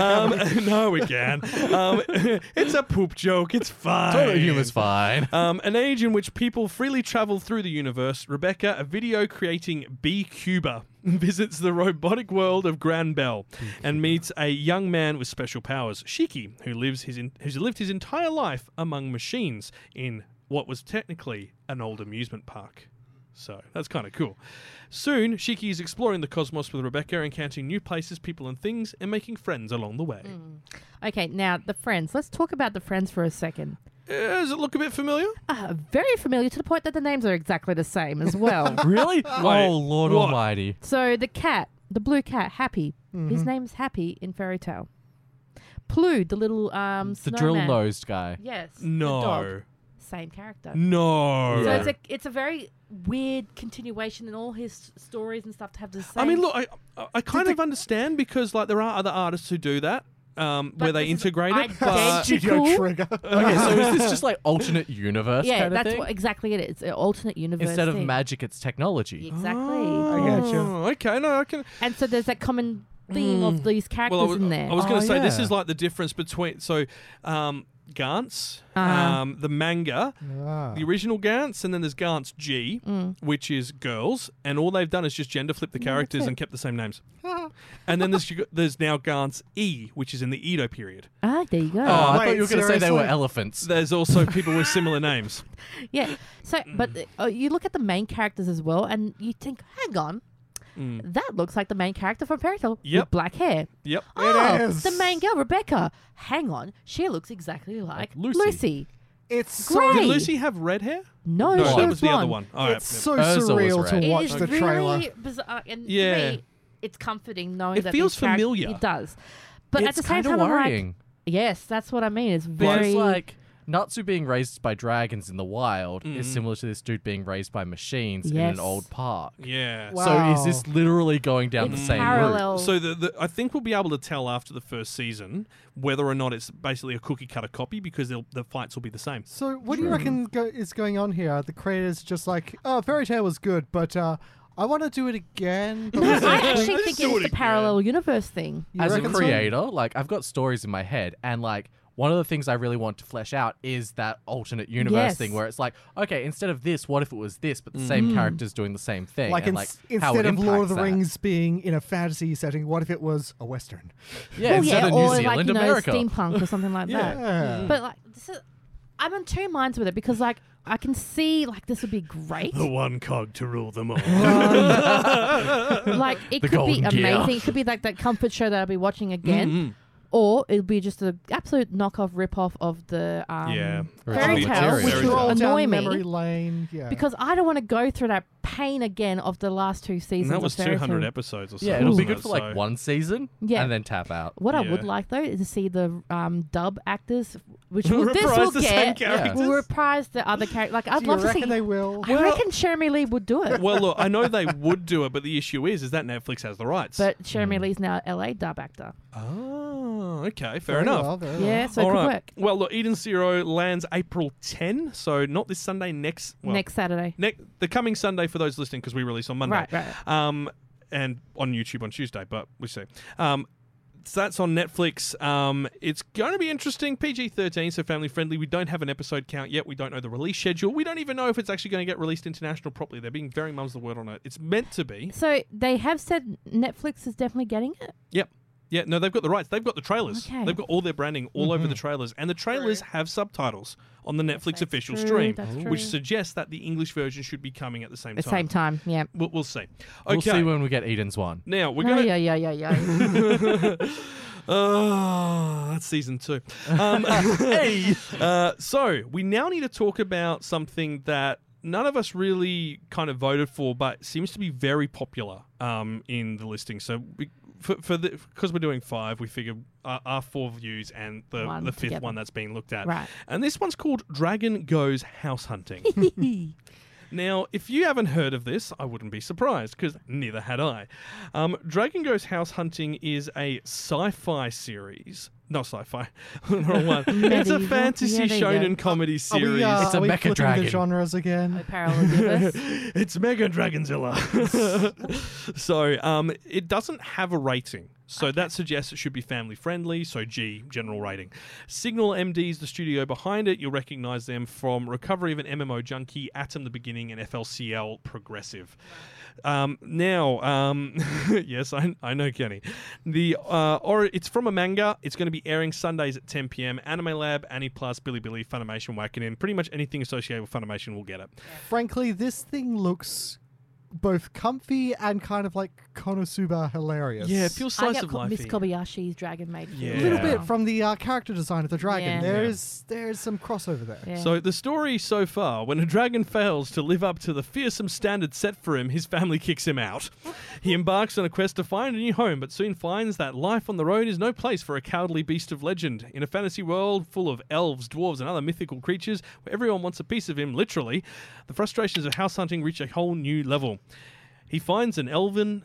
S2: um, *laughs* no, we can. Um, *laughs* it's a poop joke. It's fine.
S4: Oh, Toilet
S2: *laughs*
S4: humor's fine.
S2: Um, an age in which people freely travel through the universe. Rebecca, a video creating bee Cuba, *laughs* visits the robotic world of Gran Bell and meets a young man with special powers, Shiki, who lives his in- who's lived his entire life among machines in what was technically an old amusement park. So that's kind of cool. Soon, Shiki is exploring the cosmos with Rebecca, encountering new places, people, and things, and making friends along the way.
S3: *laughs* Hmm. Okay, now the friends. Let's talk about the friends for a second.
S2: Uh, does it look a bit familiar?
S3: Uh, very familiar to the point that the names are exactly the same
S2: *laughs*
S3: as well. *laughs*
S4: really?
S2: Wait,
S4: oh Lord
S2: what?
S4: Almighty!
S3: So the cat, the blue cat, Happy. His
S4: Mhm.
S3: name's Happy in Fairy Tale. Plu, the little um,
S4: The drill
S3: snowman.
S2: *laughs*
S4: nosed guy.
S3: Yes. the
S2: No.
S3: dog. Same character.
S2: No.
S3: So it's a it's a very weird continuation in all his s- stories and stuff to have the same.
S2: I mean, look, I, I, I kind of understand because like there are other artists who do that, um, where they integrate it. But
S3: identical.
S5: Trigger.
S4: Okay, so is this just like alternate universe
S3: yeah,
S4: kind of
S3: that's
S4: thing?
S3: what exactly it is. An alternate universe.
S4: Instead of
S3: thing.
S4: magic, it's technology.
S3: Exactly.
S2: Oh, okay, no, I can.
S3: And so there's that common theme of these
S2: Hmm.
S3: characters
S2: Well, I was,
S3: in there.
S2: I was going to say this is like the difference between so. Um, Gantz,
S3: Uh-huh.
S2: um, the manga,
S5: Ah.
S2: the original Gantz, and then there's Gantz G,
S3: Mm.
S2: which is girls, and all they've done is just gender flip the characters
S3: it.
S2: and kept the same
S3: *laughs*
S2: names. and then there's there's now Gantz E, which is in the Edo period.
S3: Ah, there you go.
S4: Oh, I thought
S5: wait,
S4: you were going to say they were
S5: seriously?
S4: elephants.
S2: There's also people with similar names.
S3: Yeah. So,
S2: Mm.
S3: but uh, you look at the main characters as well, and you think, hang on, that looks like the main character from Fairy Tale
S2: Mm. Yep.
S3: with black hair.
S2: Yep.
S3: oh,
S5: is.
S3: the
S5: *laughs*
S3: main girl, Rebecca. Hang on, she looks exactly like
S2: Lucy.
S3: Lucy.
S5: It's
S3: Great.
S2: Did Lucy have red hair?
S3: No,
S2: no,
S3: she
S2: that
S3: was
S2: was the other one.
S3: blonde.
S2: All right.
S5: it's so
S4: Urza was
S5: surreal
S4: right.
S5: to
S3: It
S5: watch
S3: is
S5: the trailer.
S3: really bizarre, and
S2: Yeah.
S3: to me, it's comforting knowing
S2: It
S3: that
S2: feels
S3: these charac-
S2: familiar.
S3: It does, but at
S4: it's
S3: the same
S4: kind
S3: time,
S4: of
S3: I'm
S4: worrying.
S3: like, yes, that's what I mean. It's
S4: Because
S3: very
S4: like Natsu being raised by dragons in the wild is
S2: Mm-hmm.
S4: similar to this dude being raised by machines in an
S3: Yes.
S4: old park.
S2: yeah.
S4: So is this literally going down
S3: It's
S4: the same route?
S3: parallel.
S2: So the, the I think we'll be able to tell after the first season whether or not it's basically a cookie cutter copy because they'll- the fights will be the same.
S5: So, what do you reckon go- is going on here? Are the creators just like, oh, Fairy Tale was good, but uh, I want to do it again?
S3: *laughs*
S5: but
S3: No,
S5: let's
S3: I
S2: *laughs*
S5: not do
S3: actually
S5: it."
S3: think it's the parallel universe thing.
S5: You
S4: As a
S5: reckon so?
S4: creator, like I've got stories in my head and like one of the things I really want to flesh out is that alternate universe
S3: Yes.
S4: thing where it's like, okay, instead of this, what if it was this, but the same characters doing the same thing?
S5: Mm. Like,
S4: and,
S5: in-
S4: like how
S5: instead
S4: it
S5: of Lord of
S4: impacts
S5: the
S4: that.
S5: Rings being in a fantasy setting, what if it was a Western?
S4: yeah,
S3: Well,
S4: instead
S3: Oh, yeah,
S4: of
S3: or
S4: New
S3: like
S4: Zealand,
S3: you know,
S4: America.
S3: steampunk or something like
S5: Yeah.
S3: that. But like, this is, I'm in two minds with it because like I can see like this would be
S4: *laughs*
S3: great.
S2: one cog to rule *laughs* them all.
S3: like it
S4: The
S3: could be
S4: golden gear. Mm-hmm.
S3: amazing. It could be like that comfort show that I'll be watching again. Or it'll be just an absolute knockoff, rip-off of the um,
S2: Yeah.
S3: fairy
S4: Original
S3: tale,
S4: series.
S3: which
S2: Fairy tale.
S3: will
S5: Roll
S3: annoy
S5: down
S3: me
S5: memory lane. Yeah.
S3: because I don't want to go through that pain again of the last two seasons.
S2: that
S3: of
S2: was
S3: fairy
S2: 200
S3: Tale.
S2: episodes or something.
S4: yeah, it'll be
S2: wasn't
S4: good
S2: it?
S4: for like
S2: So-
S4: one season
S3: Yeah.
S4: and then tap out.
S3: What I
S2: Yeah.
S3: would like though is to see the um, dub actors,
S2: *laughs*
S3: which will, this
S2: Reprise
S3: will
S2: the same
S3: get,
S2: characters?
S3: will reprise the other character. Like I'd
S5: do you
S3: love to
S5: reckon
S3: see.
S5: they will?
S3: I reckon Jeremy Lee would do it,
S2: Well, look, I know they would do it, but the issue is, is that Netflix has the rights.
S3: but Jeremy
S2: Hmm.
S3: Lee's now LA dub actor.
S2: oh, okay, fair
S5: Very
S2: enough.
S5: well, very well.
S3: Yeah, so it
S2: All
S3: could
S2: right.
S3: work
S2: Well, look, Eden Zero lands April 10, so not this Sunday, next well,
S3: next Saturday.
S2: ne- the coming Sunday for those listening because we release on Monday.
S3: Right, right.
S2: Um, and on YouTube on Tuesday, but we see. Um, so that's on Netflix. Um, it's going to be interesting. PG 13, so family friendly. We don't have an episode count yet. We don't know the release schedule. We don't even know if it's actually going to get released international properly. They're being very mum's the word on it. It's meant to be.
S3: So they have said Netflix is definitely getting it.
S2: Yep. Yeah, no, they've got the rights. They've got the trailers.
S3: Okay. Mm-hmm.
S2: They've got all their branding all over the trailers. And the trailers have subtitles on the Netflix
S3: That's
S2: official
S3: true,
S2: stream,
S3: that's
S2: which
S3: true.
S2: suggests that the English version should be coming at the same
S3: At the
S2: time.
S3: same time, yeah.
S2: We'll, we'll see. Okay.
S4: We'll see when we get Eden's
S5: *laughs*
S4: one.
S2: now we're
S3: No,
S2: going.
S3: Oh, yeah, yeah, yeah, yeah.
S2: *laughs* Oh, that's season two.
S3: *laughs*
S2: Um, uh, so we now need to talk about something that none of us really kind of voted for, but seems to be very popular um, in the listing. So we, for, for the because we're doing five, we figured uh, our four views and the
S3: One
S2: the fifth
S3: together.
S2: one that's being looked at.
S3: Right.
S2: And this one's called Dragon Goes House Hunting. *laughs* Now, if you haven't heard of this, I wouldn't be surprised because neither had I. Um, Dragon Goes House Hunting is a sci-fi series. Not sci-fi, *laughs* wrong
S3: *laughs*
S2: one. it's a
S3: Medieval.
S2: fantasy
S3: Yeah, there you go. Oh,
S2: shonen comedy
S5: Are
S2: series.
S5: we, uh,
S4: It's a
S5: are we
S4: mecha
S5: flipping
S4: dragon.
S5: the genres again?
S3: Parallel universe.
S2: it's Mega Dragonzilla. *laughs* so um, it doesn't have a rating. So that suggests it should be family friendly. So G, general rating. Signal MD is the studio behind it. You'll recognize them from Recovery of an MMO Junkie, Atom the Beginning, and FLCL Progressive. Um, now, um, *laughs* yes, I, I know Kenny. The uh, or it's from a manga. It's going to be airing Sundays at 10 p.m. Anime Lab, Aniplus, Bilibili, Funimation, Wakanin. Pretty much anything associated with Funimation will get it.
S5: Frankly, this thing looks both comfy and kind of like Konosuba hilarious.
S2: Yeah, it feels
S3: I
S2: slice
S3: get
S2: of
S3: co-
S2: life.
S3: Miss Kobayashi's Dragon Maid.
S2: Yeah.
S5: a little bit from the uh, character design of the dragon.
S3: Yeah.
S5: There's there's some crossover there.
S3: Yeah.
S2: So the story so far, when a dragon fails to live up to the fearsome standard set for him, his family kicks him out.
S3: *laughs*
S2: He embarks on a quest to find a new home, but soon finds that life on the road is no place for a cowardly beast of legend. In a fantasy world full of elves, dwarves, and other mythical creatures, where everyone wants a piece of him, literally, the frustrations of house hunting reach a whole new level. He finds an elven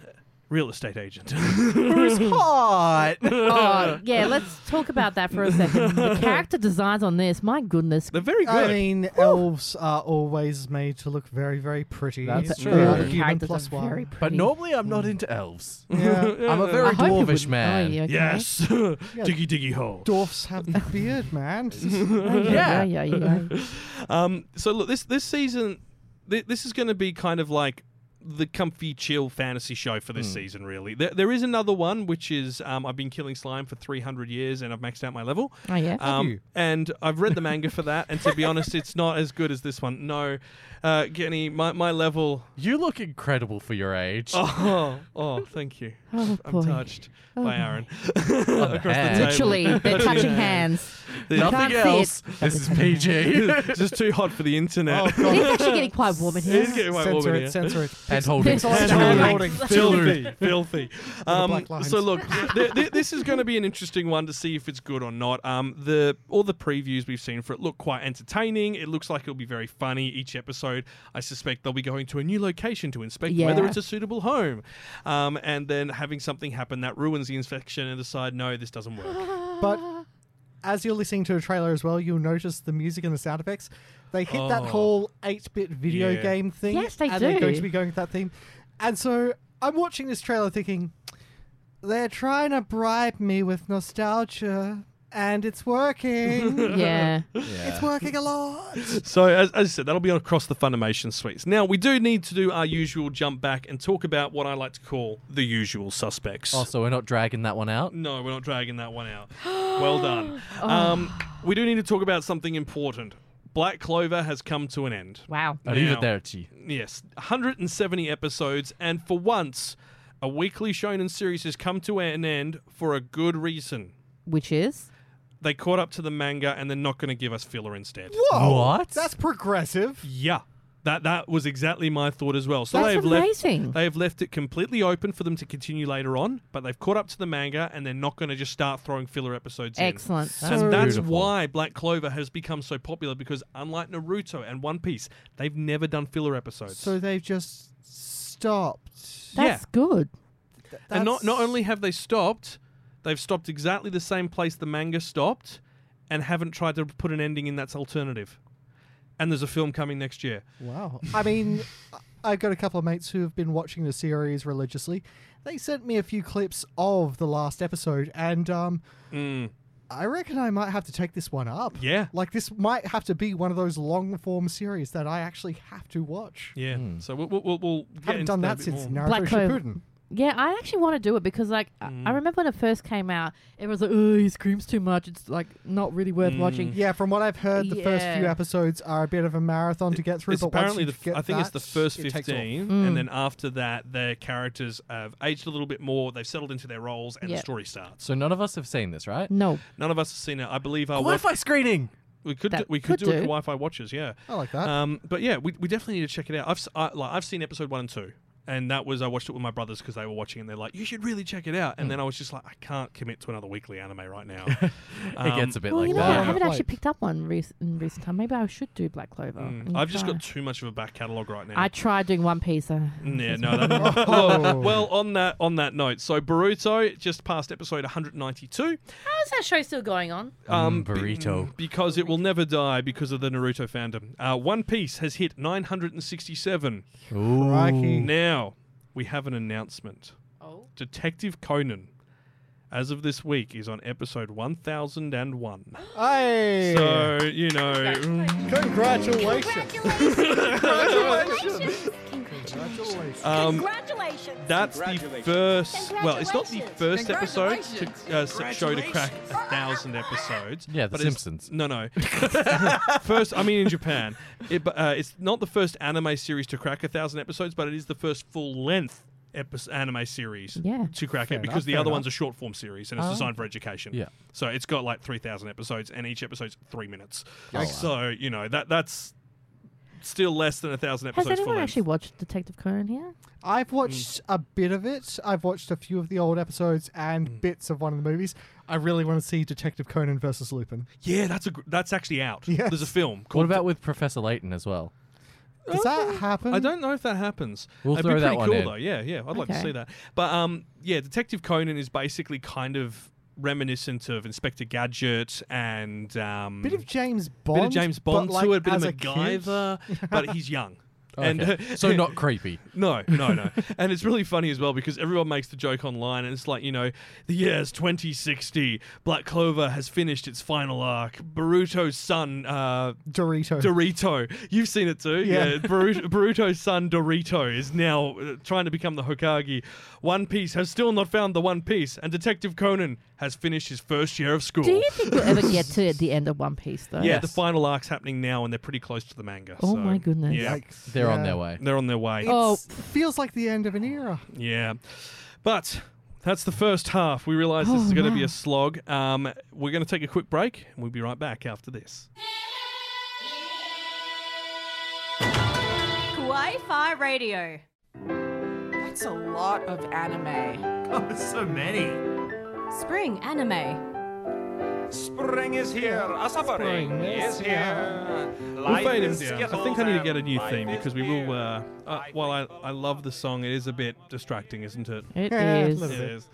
S2: real estate agent. *laughs*
S4: Who's hot? *laughs*
S3: oh, *laughs* yeah, let's talk about that for a second. The character designs on this, my goodness.
S2: They're very
S5: I mean, elves are always made to look very, very pretty.
S4: That's
S5: It's
S4: true.
S5: all
S4: Yeah.
S5: the human
S3: Characters
S5: plus
S3: are very
S5: one.
S3: pretty.
S4: But normally I'm not into elves.
S5: Yeah.
S4: I'm a very
S3: I hope you
S4: dwarvish
S3: wouldn't-
S4: man.
S3: Oh, yeah, okay.
S2: yes. *laughs* diggy diggy hole.
S5: Dwarfs have the
S2: *laughs*
S5: beard, man. *laughs*
S3: Oh,
S4: Yeah.
S3: yeah, yeah, yeah. yeah.
S2: Um, so look, this this season, th- this is going to be kind of like the comfy, chill fantasy show for this season. Really, there, there is another one which is um, I've been killing slime for three hundred years and I've maxed out my level.
S3: Oh, yeah.
S2: Um,
S5: you?
S2: And I've *laughs* read the manga for that, and to be honest, it's not as good as this one. No, uh, Genny, my, my level.
S4: You look incredible for your
S5: *laughs*
S4: age.
S2: *laughs* Oh, oh, thank you.
S3: Oh,
S2: I'm
S3: boy.
S2: touched by Aaron. *laughs*
S4: the hand.
S2: table.
S3: Literally, they're touching
S2: Yeah.
S3: hands. You can't
S4: Nothing
S3: see it.
S4: else. This is PG.
S5: *laughs*
S2: It's just too hot for the internet.
S3: It is actually getting quite warm in
S2: It
S5: *laughs*
S3: here.
S2: is getting white
S5: censor
S2: warm in
S5: it,
S2: here.
S5: censor it.
S4: and holding.
S5: Hand
S2: Hand
S5: holding.
S2: filthy,
S5: *laughs*
S2: filthy. Um,
S5: black lines.
S2: so look, th- th- this is going to be an interesting one to see if it's good or not. Um, the all the previews we've seen for it look quite entertaining. It looks like it'll be very funny each episode. I suspect they'll be going to a new location to inspect
S3: Yeah.
S2: whether it's a suitable home, um, and then having something happen that ruins the inspection and decide no, this doesn't work.
S3: *laughs*
S5: But as you're listening to the trailer as well, you'll notice the music and the sound effects. They hit that
S2: Oh.
S5: whole 8 bit video
S2: Yeah.
S5: game thing.
S3: Yes, they
S5: and They're
S3: do.
S5: going to be going with that theme. And so I'm watching this trailer thinking, they're trying to bribe me with nostalgia, and it's
S2: *laughs*
S5: working.
S3: Yeah.
S5: It's working a lot.
S2: so as, as I said, that'll be across the Funimation suites. Now we do need to do our usual jump back and talk about what I like to call the usual suspects.
S5: Oh,
S4: Also, we're not dragging that one out.
S2: No, we're not dragging that one
S3: *gasps*
S2: out. well done.
S3: Oh.
S2: Um, we do need to talk about something important. Black Clover has come to an end.
S3: Wow.
S4: Arrivederci.
S2: Yes, 170 episodes, and for once, a weekly shonen series has come to an end for a good reason.
S3: Which is?
S2: They caught up to the manga, and they're not going to give us filler instead.
S4: What?
S5: That's progressive.
S2: Yeah, that that was exactly my thought as well. So
S3: That's
S2: they've
S3: amazing.
S2: left they have left it completely open for them to continue later on, but they've caught up to the manga, and they're not going to just start throwing filler episodes in.
S3: Excellent.
S5: So-
S2: and that's
S4: Beautiful.
S2: why Black Clover has become so popular because unlike Naruto and One Piece, they've never done filler episodes.
S5: So they've just stopped.
S3: That's good.
S2: and not not
S5: that's-
S2: only have they stopped, they've stopped exactly the same place the manga stopped and haven't tried to put an ending in that's alternative. And there's a film coming next year.
S5: Wow. *laughs* I mean, I- I've got a couple of mates who have been watching the series religiously. They sent me a few clips of the last episode, and um, I reckon I might have to take this one up.
S2: Mm. Yeah.
S5: Like, this might have to be one of those long form series that I actually have to watch.
S2: Yeah. So we'll, we'll, we'll, we'll get
S5: Hmm. haven't
S2: into
S5: done
S2: that, a
S5: that
S2: bit
S5: since
S2: more.
S5: Naruto
S3: Black Clover.
S5: Shippuden.
S3: Yeah, I actually want to do it because, like, I- I remember when it first came out, everyone's like, oh, he screams too much. It's, like, not really worth
S2: Mm.
S3: watching.
S5: Yeah, from what I've heard, the first few
S3: Yeah.
S5: episodes are a bit of a marathon to get through.
S2: It's
S5: but once
S2: apparently the
S5: you
S2: f-
S5: get
S2: I think it's the
S5: that,
S2: first
S5: it takes off.
S2: fifteen,
S3: Hmm.
S2: and then after that, their characters have aged a little bit more. They've settled into their roles, and the
S3: Yeah.
S2: story starts.
S4: So none of us have seen this, right?
S3: No.
S2: None of us have seen it. I believe our
S4: Wi-Fi screening.
S2: We could do,
S3: That
S2: we could, do,
S3: could
S2: it for
S3: do.
S2: Wi-Fi watches, yeah.
S5: I
S4: Oh,
S5: like
S2: *laughs*
S5: that.
S2: Um, but yeah, we, we definitely need to check it out. I've s- I, like I've seen episode one and two, and that was I watched it with my brothers because they were watching, and they're like, "You should really check it out." And then I was just like, "I can't commit to another weekly anime right now."
S4: Hmm. *laughs* it gets a bit
S3: Well,
S4: like
S3: you know,
S4: that.
S3: I haven't
S5: Like-
S3: actually picked up one rec- in recent time. Maybe I should do Black Clover. and
S2: Mm. Um, I've just
S3: try.
S2: got too much of a back catalogue right now. Mm,
S3: I tried doing One Piece. Uh,
S2: Yeah, no. That,
S4: Oh.
S2: well, oh, *laughs* well, on that on that note, so Boruto just past episode 192
S3: How is that show still going on?
S2: um,
S4: Mm, burrito.
S2: be- because it will never die because of the Naruto fandom. Uh, One Piece has hit 967.
S5: Crikey.
S2: Now we have an announcement.
S3: Oh.
S2: Detective Conan, as of this week, is on episode 1001.
S5: Hey!
S2: So you know,
S5: Congratulations!
S9: Congratulations.
S5: Congratulations.
S2: um,
S9: Congratulations.
S2: That's the first. Well, it's not the first episode to uh, s- show to crack
S11: Congratulations.
S2: a thousand episodes.
S4: Yeah, The
S2: but it's-
S4: Simpsons.
S2: No, no. *laughs* first, I mean in Japan, it, but, uh, it's not the first anime series to crack a thousand episodes, but it is the first full length. Epi- anime series
S3: Yeah.
S2: to crack
S5: Fair
S2: it
S5: enough,
S2: because the
S5: fair
S2: other
S5: enough.
S2: one's a short form series and it's
S3: Oh.
S2: designed for education.
S4: Yeah.
S2: So it's got like 3,000 episodes and each episode's three minutes.
S4: Oh, wow.
S2: So, you know, that that's still less than a thousand
S3: Has
S2: episodes full
S3: anyone
S2: length.
S3: actually watched Detective Conan here?
S5: I've watched a bit of it. I've watched a few of the old episodes and
S2: Mm.
S5: bits of one of the movies. I really want to see Detective Conan versus Lupin.
S2: Yeah, that's a gr- that's actually out.
S5: Yes.
S2: There's a film.
S4: What
S2: Called
S4: about with Professor Layton as well?
S5: Does that happen?
S2: I don't know if that happens.
S4: We'll
S2: It'd
S4: throw
S2: be
S4: that
S2: pretty
S4: one
S2: cool
S4: in.
S2: though. Yeah, yeah. I'd like to
S3: Okay.
S2: see that. But um, yeah, Detective Conan is basically kind of reminiscent of Inspector Gadget and um,
S5: Bit of James Bond.
S2: bit of James Bond
S5: but, like,
S2: to it, bit of
S5: as a kid. *laughs*
S2: MacGyver, but he's young. And
S4: Oh,
S2: *laughs*
S4: Okay. so not creepy.
S2: No, no,
S4: *laughs*
S2: no. and it's really funny as well because everyone makes the joke online and it's like, you know, the year's 2060. Black Clover has finished its final arc. Baruto's son, uh, *laughs*
S5: Dorito.
S2: Dorito. You've seen it too.
S5: Yeah.
S2: Yeah. Baru- Baruto's son, Dorito, is now uh, trying to become the Hokage. One Piece has still not found the One Piece. And Detective Conan has finished his first year of school.
S3: Do you think we'll ever get to the end of One Piece though?
S2: yeah, the final arc's happening now, and they're pretty close to the manga.
S3: Oh
S2: so,
S3: my goodness. Oh.
S2: Yeah, Oh.
S4: They're on
S5: Yeah.
S4: their way.
S2: they're on their way.
S5: It's, Feels like the end of an era.
S2: Yeah. But that's the first half. We realise this
S3: Oh,
S2: is going to be
S3: wow.
S2: a slog. Um, we're going to take a quick break and we'll be right back after this.
S9: Kawaii Fi Radio.
S10: That's a lot of anime.
S8: Oh, so many.
S9: Spring anime.
S11: Spring is here, a suffering is here.
S2: We'll
S11: Life
S2: fade him
S11: is
S2: down.
S11: skittles
S2: I think I need to
S11: and
S2: get a new
S11: life
S2: theme
S11: is
S2: because we will. Uh, uh, while I, I love the song, it is a bit distracting, isn't it?
S3: It
S5: Yeah,
S3: is.
S5: a little
S2: It
S5: bit.
S2: is.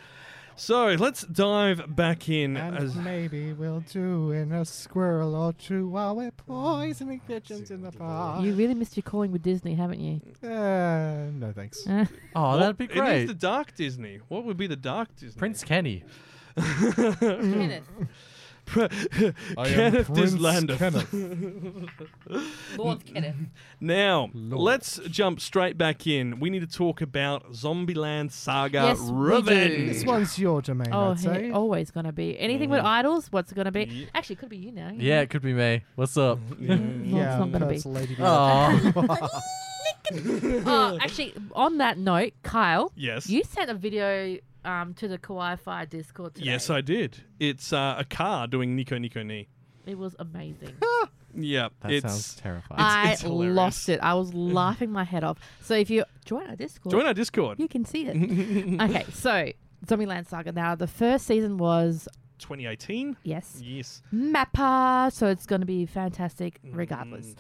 S2: So let's dive back in.
S5: And
S2: As,
S5: maybe we'll do in a squirrel or two while we're poisoning pigeons in the park.
S3: You really missed your calling with Disney, haven't you?
S5: Uh, no thanks.
S3: Uh,
S4: Oh, that'd be
S2: It is
S4: great.
S2: the dark Disney. What would be the dark Disney?
S4: Prince Kenny.
S3: Kenneth.
S2: Pre- *laughs* Kenneth Dislander.
S3: Lord Kenneth.
S2: *laughs* Mm. Now, let's jump straight back in. We need to talk about Zombieland Saga
S3: Yes, we do.
S2: Revenge.
S5: This one's your domain,
S3: Oh,
S5: I'd say.
S3: hey, always going to be. Anything
S2: Mm.
S3: with idols, what's it going to be? Actually, it could be you now. you
S4: Yeah, it could be me.
S2: *laughs*
S4: What's up?
S3: know. No,
S5: yeah,
S3: it's not going to be.
S5: that's Lady
S2: Uh,
S4: Oh,
S3: Oh, actually, on that note, Kyle,
S2: Yes.
S3: you sent a video um, to the Kawaii Fire Discord today.
S2: Yes, I did. It's uh, a car doing Nico Nico Ni.
S3: it was amazing.
S2: Yeah,
S4: that
S2: it's
S4: sounds terrifying.
S2: *laughs*
S3: I
S2: it's hilarious.
S3: lost it.
S2: *laughs*
S3: I was laughing my head off. So if you join our Discord,
S2: join our Discord.
S3: you can
S2: *laughs*
S3: see it. okay, so Zombieland Saga. Now, the first season was
S2: 2018.
S3: yes,
S2: Yes.
S3: Mappa, so it's going to be fantastic
S2: Mm.
S3: regardless.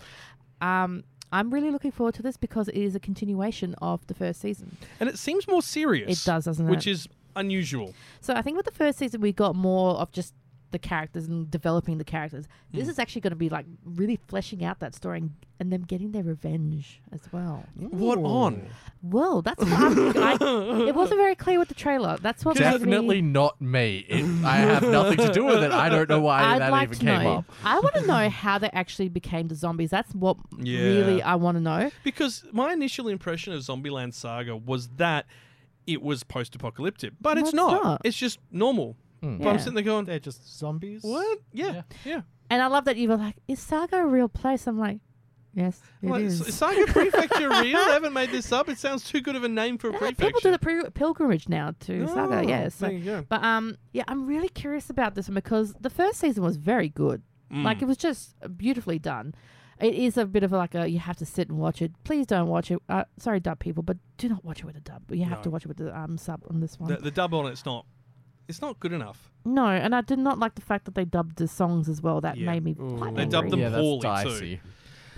S3: Um, I'm really looking forward to this because it is a continuation of the first season.
S2: And it seems more serious.
S3: It does, doesn't
S2: Which
S3: it?
S2: is unusual.
S3: So I think with the first season, we got more of just the characters and developing the characters.
S2: Mm.
S3: This is actually going to be like really fleshing out that story and, and them getting their revenge as well.
S2: What on?
S3: Whoa, that's what I'm- I, it wasn't very clear with the trailer. That's what made
S4: Definitely
S3: Me,
S4: not me. It, I have nothing to do with it. I don't know why
S3: *laughs* I'd
S4: that
S3: like
S4: even
S3: to
S4: came
S3: know.
S4: up.
S3: I want to know how they actually became the zombies. That's what
S2: Yeah.
S3: really I want to know.
S2: Because my initial impression of Zombieland Saga was that it was post apocalyptic, but it's,
S3: it's
S2: not.
S3: not.
S2: It's just normal. But
S3: Yeah.
S2: I'm sitting there going,
S5: They're just zombies.
S2: what? Yeah.
S4: Hmm. Yeah.
S2: yeah.
S3: And I love that you were like, "Is Saga a real place?" I'm like, "Yes, it is."
S2: Like, is Saga
S3: *laughs*
S2: Prefecture real? They haven't made this up. It sounds too good of a name for a
S3: Yeah,
S2: prefecture.
S3: people do the pre- pilgrimage now to Saga.
S2: Oh,
S3: Yeah, so-
S2: there you go.
S3: But um, yeah, I'm really curious about this one because the first season was very good.
S2: Mm. Hmm.
S3: Like it was just beautifully done. It is a bit of a, like a you have to sit and watch it. Please don't watch it. Uh, sorry, dub people, but do not watch it with a dub. You have
S2: No.
S3: to watch it with the um sub on this one.
S2: The, the dub on it's not. It's not good enough.
S3: no, and I did not like the fact that they dubbed the songs as well. That
S2: Yeah.
S3: made me quite
S2: They dubbed
S3: angry.
S2: them
S4: yeah,
S2: poorly, too.
S4: that's dicey.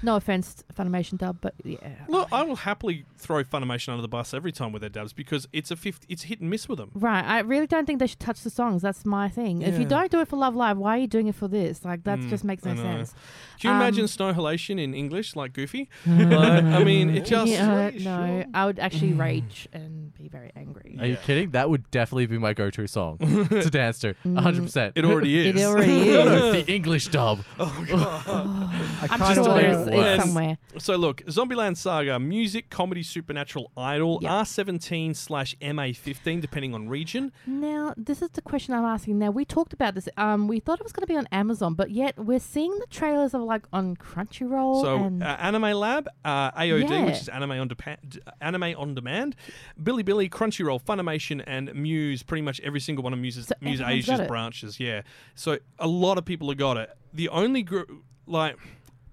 S3: No offense, Funimation dub, but yeah.
S2: Look, I will happily throw Funimation under the bus every time with their dubs because it's a fifth. It's hit and miss with them.
S3: Right, I really don't think they should touch the songs. That's my thing. If you
S2: Yeah. Hmm,
S3: don't do it for Love Live, why are you doing it for this? Like that just makes
S2: I know.
S3: no sense.
S2: Do you
S3: Um, Mm.
S2: imagine Snowhalation in English like Goofy? Like, I mean, it just.
S3: Yeah, uh, no, I would actually rage and be very angry.
S4: Are you kidding? That would definitely be my
S2: *laughs*
S4: go-to song to dance to. 100%.
S2: It already is.
S3: It
S2: *laughs*
S3: already
S4: *laughs* No,
S3: is.
S4: no, the English dub.
S3: I'm sure
S4: wondering
S3: it's,
S4: what-
S3: it's somewhere.
S2: So look, Zombieland Saga, music, comedy, supernatural, idol,
S3: Yep.
S2: R17 slash MA15, depending on region.
S3: Now, this is the question I'm asking. Now, we talked about this. Um, we thought it was going to be on Amazon, but yet we're seeing the trailers of like on Crunchyroll.
S2: So
S3: and
S2: uh, Anime Lab, uh, AOD,
S3: Yeah.
S2: which is anime on, Depa- d- anime on demand, Billy Billy, Crunchyroll, Funimation, and Muse. Pretty much every single one of Muse's
S3: So
S2: Muse
S3: everyone's got
S2: Asia's
S3: it.
S2: branches. Yeah. So a lot of people have got it. The only group, like.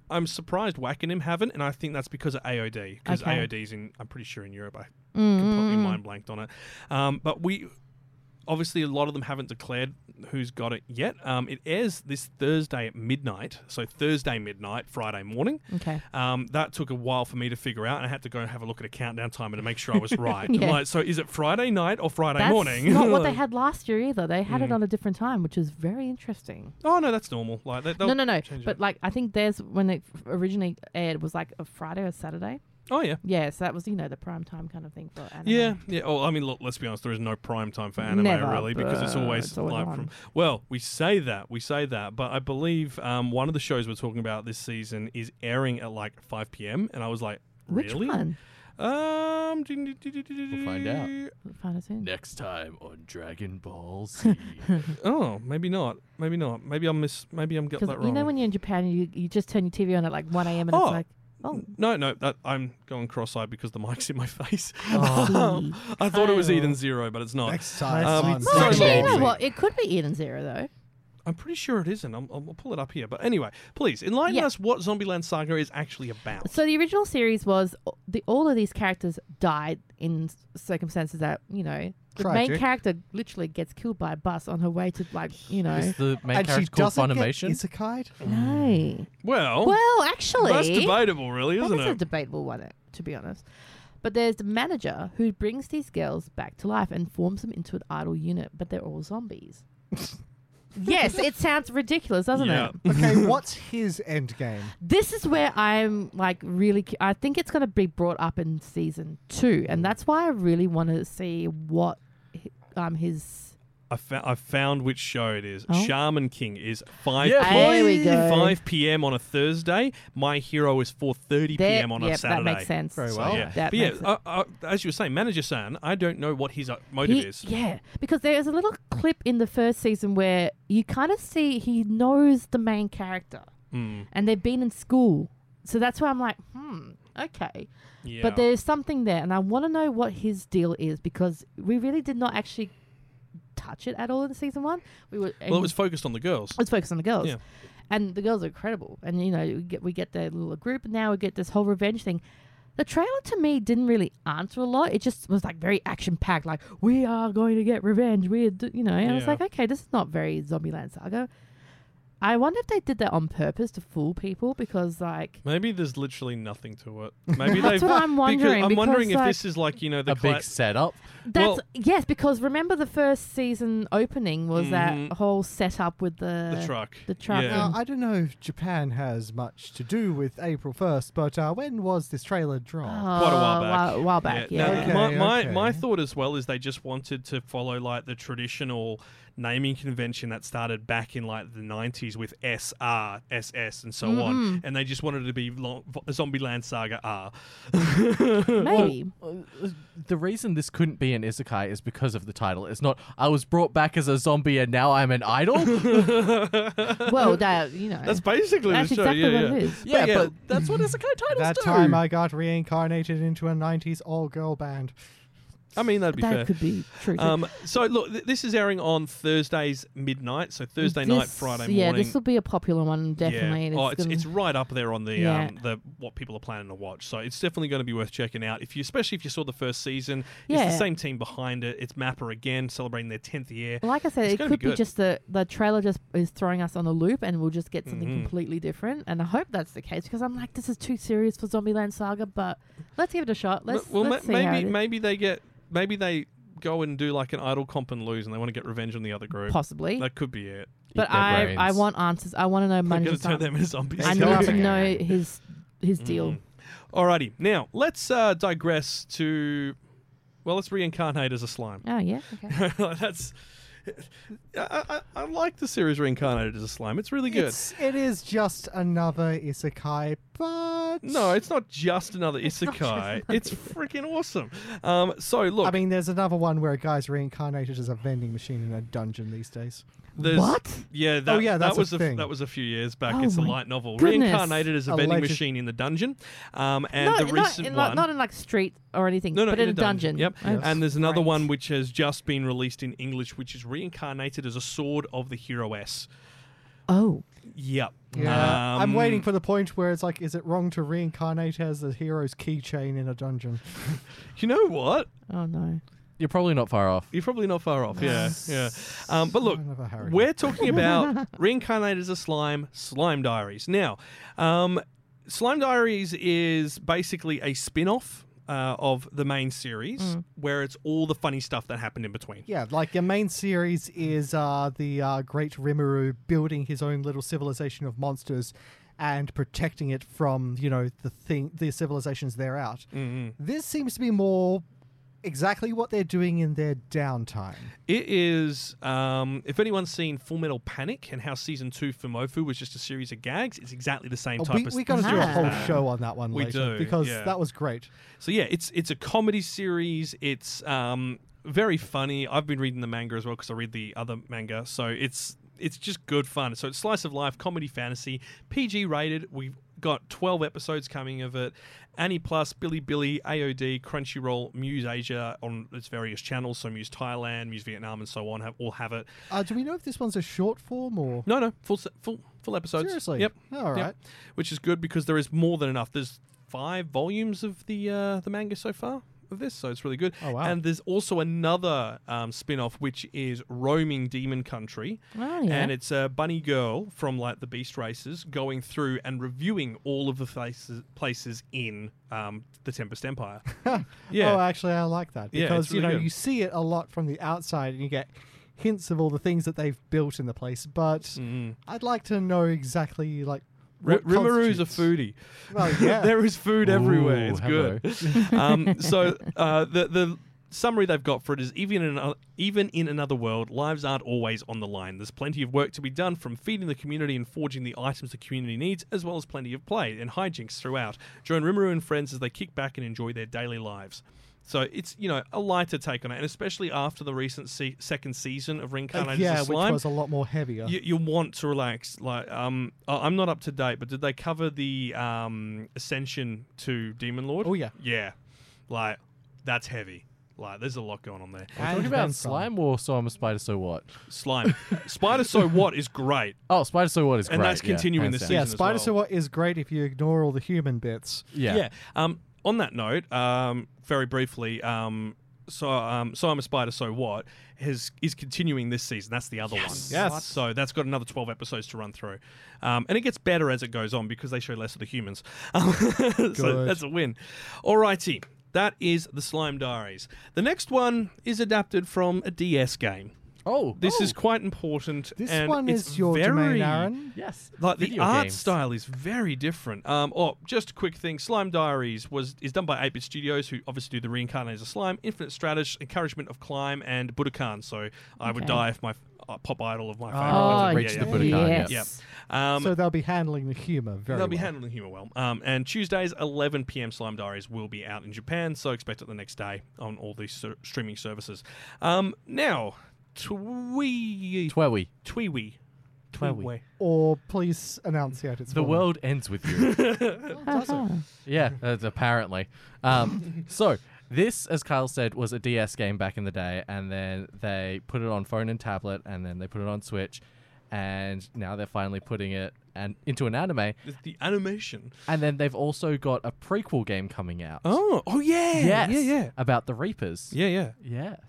S2: I'm surprised Whack and him haven't, and I think that's because of AOD. Because
S3: Okay.
S2: AOD's in, I'm pretty sure in Europe. I
S3: mm,
S2: completely mind blanked on it. Um, but we, obviously, a lot of them haven't declared who's got it yet. Um, it airs this Thursday at midnight, so Thursday midnight, Friday morning.
S3: Okay.
S2: Um, that took a while for me to figure out, and I had to go and have a look at a countdown timer to make sure I
S3: *laughs*
S2: was right. I'm
S3: Yeah.
S2: like, so is it Friday night or Friday
S3: That's
S2: morning? *laughs*
S3: not what they had last year either. They had it
S2: Mm.
S3: on a different time, which is very interesting.
S2: Oh no, that's normal. Like they,
S3: No,
S2: they'll
S3: no, no.
S2: change it.
S3: But like, I think theirs when it originally aired was like a Friday or Saturday.
S2: Oh yeah.
S3: Yeah, so that was you know the prime time kind of thing for anime.
S2: Yeah, yeah. Oh, I mean, look. Let's be honest. There is no prime time for anime,
S3: Never,
S2: really, because it's
S3: but
S2: always,
S3: it's always
S2: like
S3: on.
S2: from. Well, we say that, we say that, but I believe um, one of the shows we're talking about this season is airing at like five p.m. And I was like,
S3: Which
S2: really?
S3: one?
S2: Um,
S4: We'll find out
S3: We'll find out soon.
S4: next time on Dragon Ball Z.
S2: Oh, maybe not. Maybe not. Maybe I'm miss. Maybe I'm getting
S3: Because
S2: that wrong.
S3: you know when you're in Japan, you you just turn your TV on at like one a.m. and
S2: Oh.
S3: it's like, oh,
S2: No, no, that, I'm going cross-eyed because the mic's in my *laughs* face.
S3: see.
S2: Um, *laughs* I thought it was Eden Zero, but it's not.
S5: Next time
S2: Um,
S5: on
S2: so
S3: well, actually, *laughs* you
S5: Dragon
S3: know
S5: Ball
S3: what? It could be Eden Zero though.
S2: I'm pretty sure it isn't. I'm, I'll I'll pull it up here. But anyway, please enlighten
S3: Yeah.
S2: us what Zombieland Saga is actually about.
S3: So the original series was uh, the all of these characters died in s- circumstances that you know the main
S5: Tragic.
S3: character literally gets killed by a bus on her way to like you know.
S4: Is the main
S5: and she
S4: character called
S5: doesn't
S4: Funimation?
S5: get isekai.
S3: No.
S2: Well,
S3: Mm. Well, actually,
S2: that's debatable, really,
S3: That
S2: isn't
S3: was a
S2: it?
S3: debatable one, eh, to be honest. But there's the manager who brings these girls back to life and forms them into an idol unit, but they're
S2: *laughs*
S3: all zombies. yes, it sounds ridiculous, doesn't
S2: Yeah. *laughs*
S3: it?
S5: Okay, what's his end game?
S3: This is where I'm like really. Cu- I think it's going to be brought up in season two,
S2: Mm.
S3: and that's why I really want to see what hi- um his.
S2: I, fou- I found which show it is.
S3: Oh.
S2: Shaman King is five.
S4: Yeah,
S3: There we go.
S2: 5 p.m. on a Thursday. My Hero is 4:30
S3: There-
S2: p.m. on
S3: yep,
S2: a Saturday.
S3: That makes sense.
S5: Very
S2: So,
S5: well.
S2: yeah.
S3: That
S2: but yeah,
S3: makes sense.
S2: uh, uh, as you were saying, Manager San, I don't know what his uh, motive
S3: He-
S2: is.
S3: Yeah, because there's a little clip in the first season where you kind of see he knows the main character
S2: Mm,
S3: and they've been in school. So that's why I'm like, hmm, okay.
S2: yeah.
S3: But there's something there, and I want to know what his deal is because we really did not actually touch it at all in season one. We were
S2: well, it was focused on the girls.
S3: let's focus on the girls.
S2: Yeah.
S3: And the girls are incredible. And, you know, we get, we get their little group, and now we get this whole revenge thing. The trailer to me didn't really answer a lot. It just was like very action packed, like, we are going to get revenge. We're, d-, you know, and I was
S2: Yeah.
S3: like, okay, this is not very Zombieland saga. I wonder if they did that on purpose to fool people because, like,
S2: Maybe there's literally nothing to
S3: *laughs*
S2: it. Maybe
S3: That's
S2: they've-
S3: what I'm wondering,
S2: Because I'm wondering
S3: because,
S2: if
S3: like,
S2: this is like you know the
S4: a
S2: cla-
S4: big setup.
S3: that's
S2: Well-
S3: yes, because remember the first season opening was
S2: Mhm.
S3: that whole setup with the,
S2: the
S3: *laughs*
S2: truck.
S3: the truck
S2: Yeah.
S5: Now, I don't know if Japan has much to do with April 1st, but uh, when was this trailer dropped?
S2: Quite uh, a while
S3: Oh,
S2: back.
S3: While, while back, yeah.
S2: Now,
S5: Okay,
S2: my, my,
S5: okay.
S2: my thought as well is they just wanted to follow like the traditional naming convention that started back in like the 90s with SR, SS, and so on.
S3: Mm-hmm.
S2: And they just wanted it to be long, Zombie Land Saga R.
S3: Maybe.
S4: The reason this couldn't be an isekai is because of the title. It's not, I was brought back as a zombie and now I'm an
S2: *laughs*
S4: idol.
S3: well, that you know.
S2: That's basically
S3: That's
S2: the show.
S3: exactly
S2: yeah,
S3: what
S2: yeah.
S3: it is.
S4: yeah,
S2: But yeah.
S4: but that's what isekai titles
S5: That
S4: do.
S5: time I got reincarnated into a 90s all girl band.
S2: I mean, that'd be
S3: that
S2: fair.
S3: could be true. too.
S2: um, so look, th- this is airing on Thursdays midnight, so Thursday night,
S3: This-
S2: Friday
S3: Yeah,
S2: morning.
S3: this will be a popular one,
S2: Yeah.
S3: definitely. and
S2: Oh, it's,
S3: gonna-
S2: it's right up there on the
S3: Yeah.
S2: um, the what people are planning to watch. So it's definitely going to be worth checking out. If you, especially if you saw the first season, it's
S3: Yeah.
S2: the same team behind it. It's Mapper again, celebrating their tenth year.
S3: like I said,
S2: it's
S3: it
S2: gonna
S3: could
S2: be
S3: be,
S2: good.
S3: just the the trailer just is throwing us on a loop, and we'll just get something
S2: Mhm.
S3: completely different. And I hope that's the case because I'm like, this is too serious for Zombieland Saga, but let's give it a shot. Let's
S2: well,
S3: let's
S2: ma-
S3: see how it
S2: maybe
S3: is.
S2: maybe they get maybe they go and do like an idol comp and lose, and they want to get revenge on the other group.
S3: possibly.
S2: That could be it.
S3: but
S4: their
S3: I
S4: brains.
S3: I want answers. I want to know
S2: They're
S3: money.
S2: going to turn them into zombies.
S3: I
S2: *laughs*
S3: need to know his his deal.
S2: Mm-hmm. Alrighty, now let's uh, digress to. Well, let's reincarnate as a
S3: *laughs*
S2: slime. *laughs*
S3: Oh yeah. Okay.
S2: That's. I, I, I like the series reincarnated as a slime. It's really good.
S5: It's, it is just another isekai, but.
S2: No, it's not just another isekai. It's freaking awesome. Um, so look,
S5: I mean, there's another one where a guy's reincarnated as a vending machine in a dungeon these days.
S2: there's,
S3: What?
S2: Yeah, that,
S5: yeah,
S2: that
S5: that's a
S2: was a f-
S5: thing.
S2: that was a few years back.
S3: Oh
S2: it's a
S3: my
S2: light novel,
S3: goodness.
S2: reincarnated as a vending
S5: Alleged-
S2: machine in the dungeon. Um, and
S3: Not,
S2: the
S3: not
S2: recent
S3: in,
S2: one,
S3: like, not in like street or anything,
S2: no, no,
S3: but in, a dungeon.
S2: Yep.
S3: Oh,
S2: And there's another
S3: great.
S2: one which has just been released in English, which is reincarnated as a sword of the hero S.
S3: Oh.
S2: Yep.
S5: Yeah.
S2: Um,
S5: I'm waiting for the point where it's like, is it wrong to reincarnate as the hero's keychain in a dungeon?
S2: You know what?
S3: Oh no.
S4: You're probably not far off.
S2: You're probably not far off. Yeah, yeah. Um, but look, we're talking
S3: *laughs*
S2: about reincarnated as a slime, Slime Diaries. Now, um, Slime Diaries is basically a spin off. Uh, of the main series,
S5: Mm.
S2: where it's all the funny stuff that happened in between.
S5: Yeah, like your main series is uh, the uh, great Rimuru building his own little civilization of monsters and protecting it from, you know, the thing the civilizations they're out.
S2: Mhm.
S5: This seems to be more exactly what they're doing in their downtime.
S2: It is, um, if anyone's seen Full Metal Panic and how season two for Mofu was just a series of gags, it's exactly the same
S5: Oh,
S2: type
S5: we-
S2: of
S5: we gotta do a
S2: stuff.
S5: whole show on that one
S2: We
S5: later,
S2: do
S5: because
S2: yeah.
S5: that was great.
S2: So yeah, it's it's a comedy series. It's um, very funny. I've been reading the manga as well because I read the other manga. So it's it's just good fun. So it's slice of life, comedy, fantasy, PG rated. We've got 12 episodes coming of it. Annie Plus, Billy Billy, AOD, Crunchyroll, Muse Asia on its various channels. So Muse Thailand, Muse Vietnam, and so on have all have it.
S5: Uh, do we know if this one's a short form or
S2: No, no, full se- full full episodes.
S5: Seriously?
S2: Yep.
S5: All
S2: Yep.
S5: right.
S2: Which is good because there is more than enough. There's five volumes of the uh, the manga so far of this, so it's really good.
S5: Oh, wow.
S2: And there's also another um, spin-off which is Roaming Demon Country.
S3: Oh, yeah.
S2: And it's a bunny girl from like the Beast Races going through and reviewing all of the places places in um, the Tempest
S5: *laughs*
S2: Empire. yeah.
S5: Oh, actually, I like that
S2: Yeah, it's
S5: because you
S2: really
S5: know
S2: good.
S5: you see it a lot from the outside, and you get hints of all the things that they've built in the place. But I'd like to know exactly like
S2: Mm-hmm. R-
S5: what
S2: Rimaru's a foodie.
S5: constitutes- *laughs*
S2: *laughs*
S5: Well, yeah.
S2: there is food everywhere.
S4: Ooh,
S2: It's
S4: hello.
S2: good. um, so uh, the the summary they've got for it is even in ano- even in another world, lives aren't always on the line. There's plenty of work to be done, from feeding the community and forging the items the community needs, as well as plenty of play and hijinks throughout. Join Rimuru and friends as they kick back and enjoy their daily lives. So it's you know a lighter take on it, and especially after the recent se- second season of
S5: Like,
S2: Reincarnated as
S5: Uh, yeah,
S2: a
S5: which
S2: Slime,
S5: was a lot more heavier.
S2: you, you want to relax. Like, um, I- I'm not up to date, but did they cover the um ascension to Demon Lord?
S5: Oh, yeah.
S2: yeah. Like, that's heavy. Like, there's a lot going on there.
S4: We're talking
S5: And
S4: about
S5: then some.
S4: slime or so I'm a spider, so what?
S2: Slime, Spider. So what is great?
S4: Oh, spider, so what is
S2: And
S4: great.
S2: that's
S4: yeah,
S2: continuing
S4: hands
S2: this
S4: down.
S2: season
S5: yeah,
S2: as
S5: Spider
S2: well.
S5: Sewer is great if you ignore all the human bits.
S4: Yeah.
S2: Um, on that note, um, very briefly, um. So, um, so I'm a spider. So what? Has is continuing this season? That's the other one.
S5: Yes. What?
S2: So that's got another 12 episodes to run through, um, and it gets better as it goes on because they show less of the humans. *laughs* Um, so
S5: Good.
S2: that's a win. Alrighty, that is the Slime Diaries. The next one is adapted from a DS game.
S4: Oh,
S2: This is quite important.
S5: This
S2: and
S5: one
S2: it's
S5: is your
S2: very,
S5: domain, Aaron.
S4: yes.
S2: like the
S4: Video
S2: art
S4: games.
S2: style is very different. Um, oh, just a quick thing: Slime Diaries was is done by 8-Bit Studios, who obviously do the Reincarnators of Slime, Infinite Stratus, Encouragement of Climb, and Budokan. So I would
S3: Okay.
S2: die if my uh, pop idol of my favorite.
S3: Oh,
S2: was-
S4: Reach
S2: yeah,
S4: the
S2: yeah.
S4: Budokan, yeah.
S3: yes.
S2: Yeah. Um,
S5: so they'll be handling the humor very.
S2: they'll be
S5: well.
S2: handling humor well. Um, and Tuesdays, 11 p.m. Slime Diaries will be out in Japan, so expect it the next day on all these ser- streaming services. Um, now, Twee
S4: Twewy.
S2: Tweewee.
S4: Tweewee.
S5: Or please enunciate it.
S4: The world ends with you.
S3: Uh-huh.
S4: Yeah, that's apparently. Um, so this, as Kyle said, was a DS game back in the day, and then they put it on phone and tablet, and then they put it on Switch, and now they're finally putting it and into an anime,
S2: It's the animation.
S4: and then they've also got a prequel game coming out.
S2: Oh, oh yeah,
S4: yes,
S2: yeah, yeah,
S4: about the Reapers.
S2: yeah, yeah.
S4: Yes.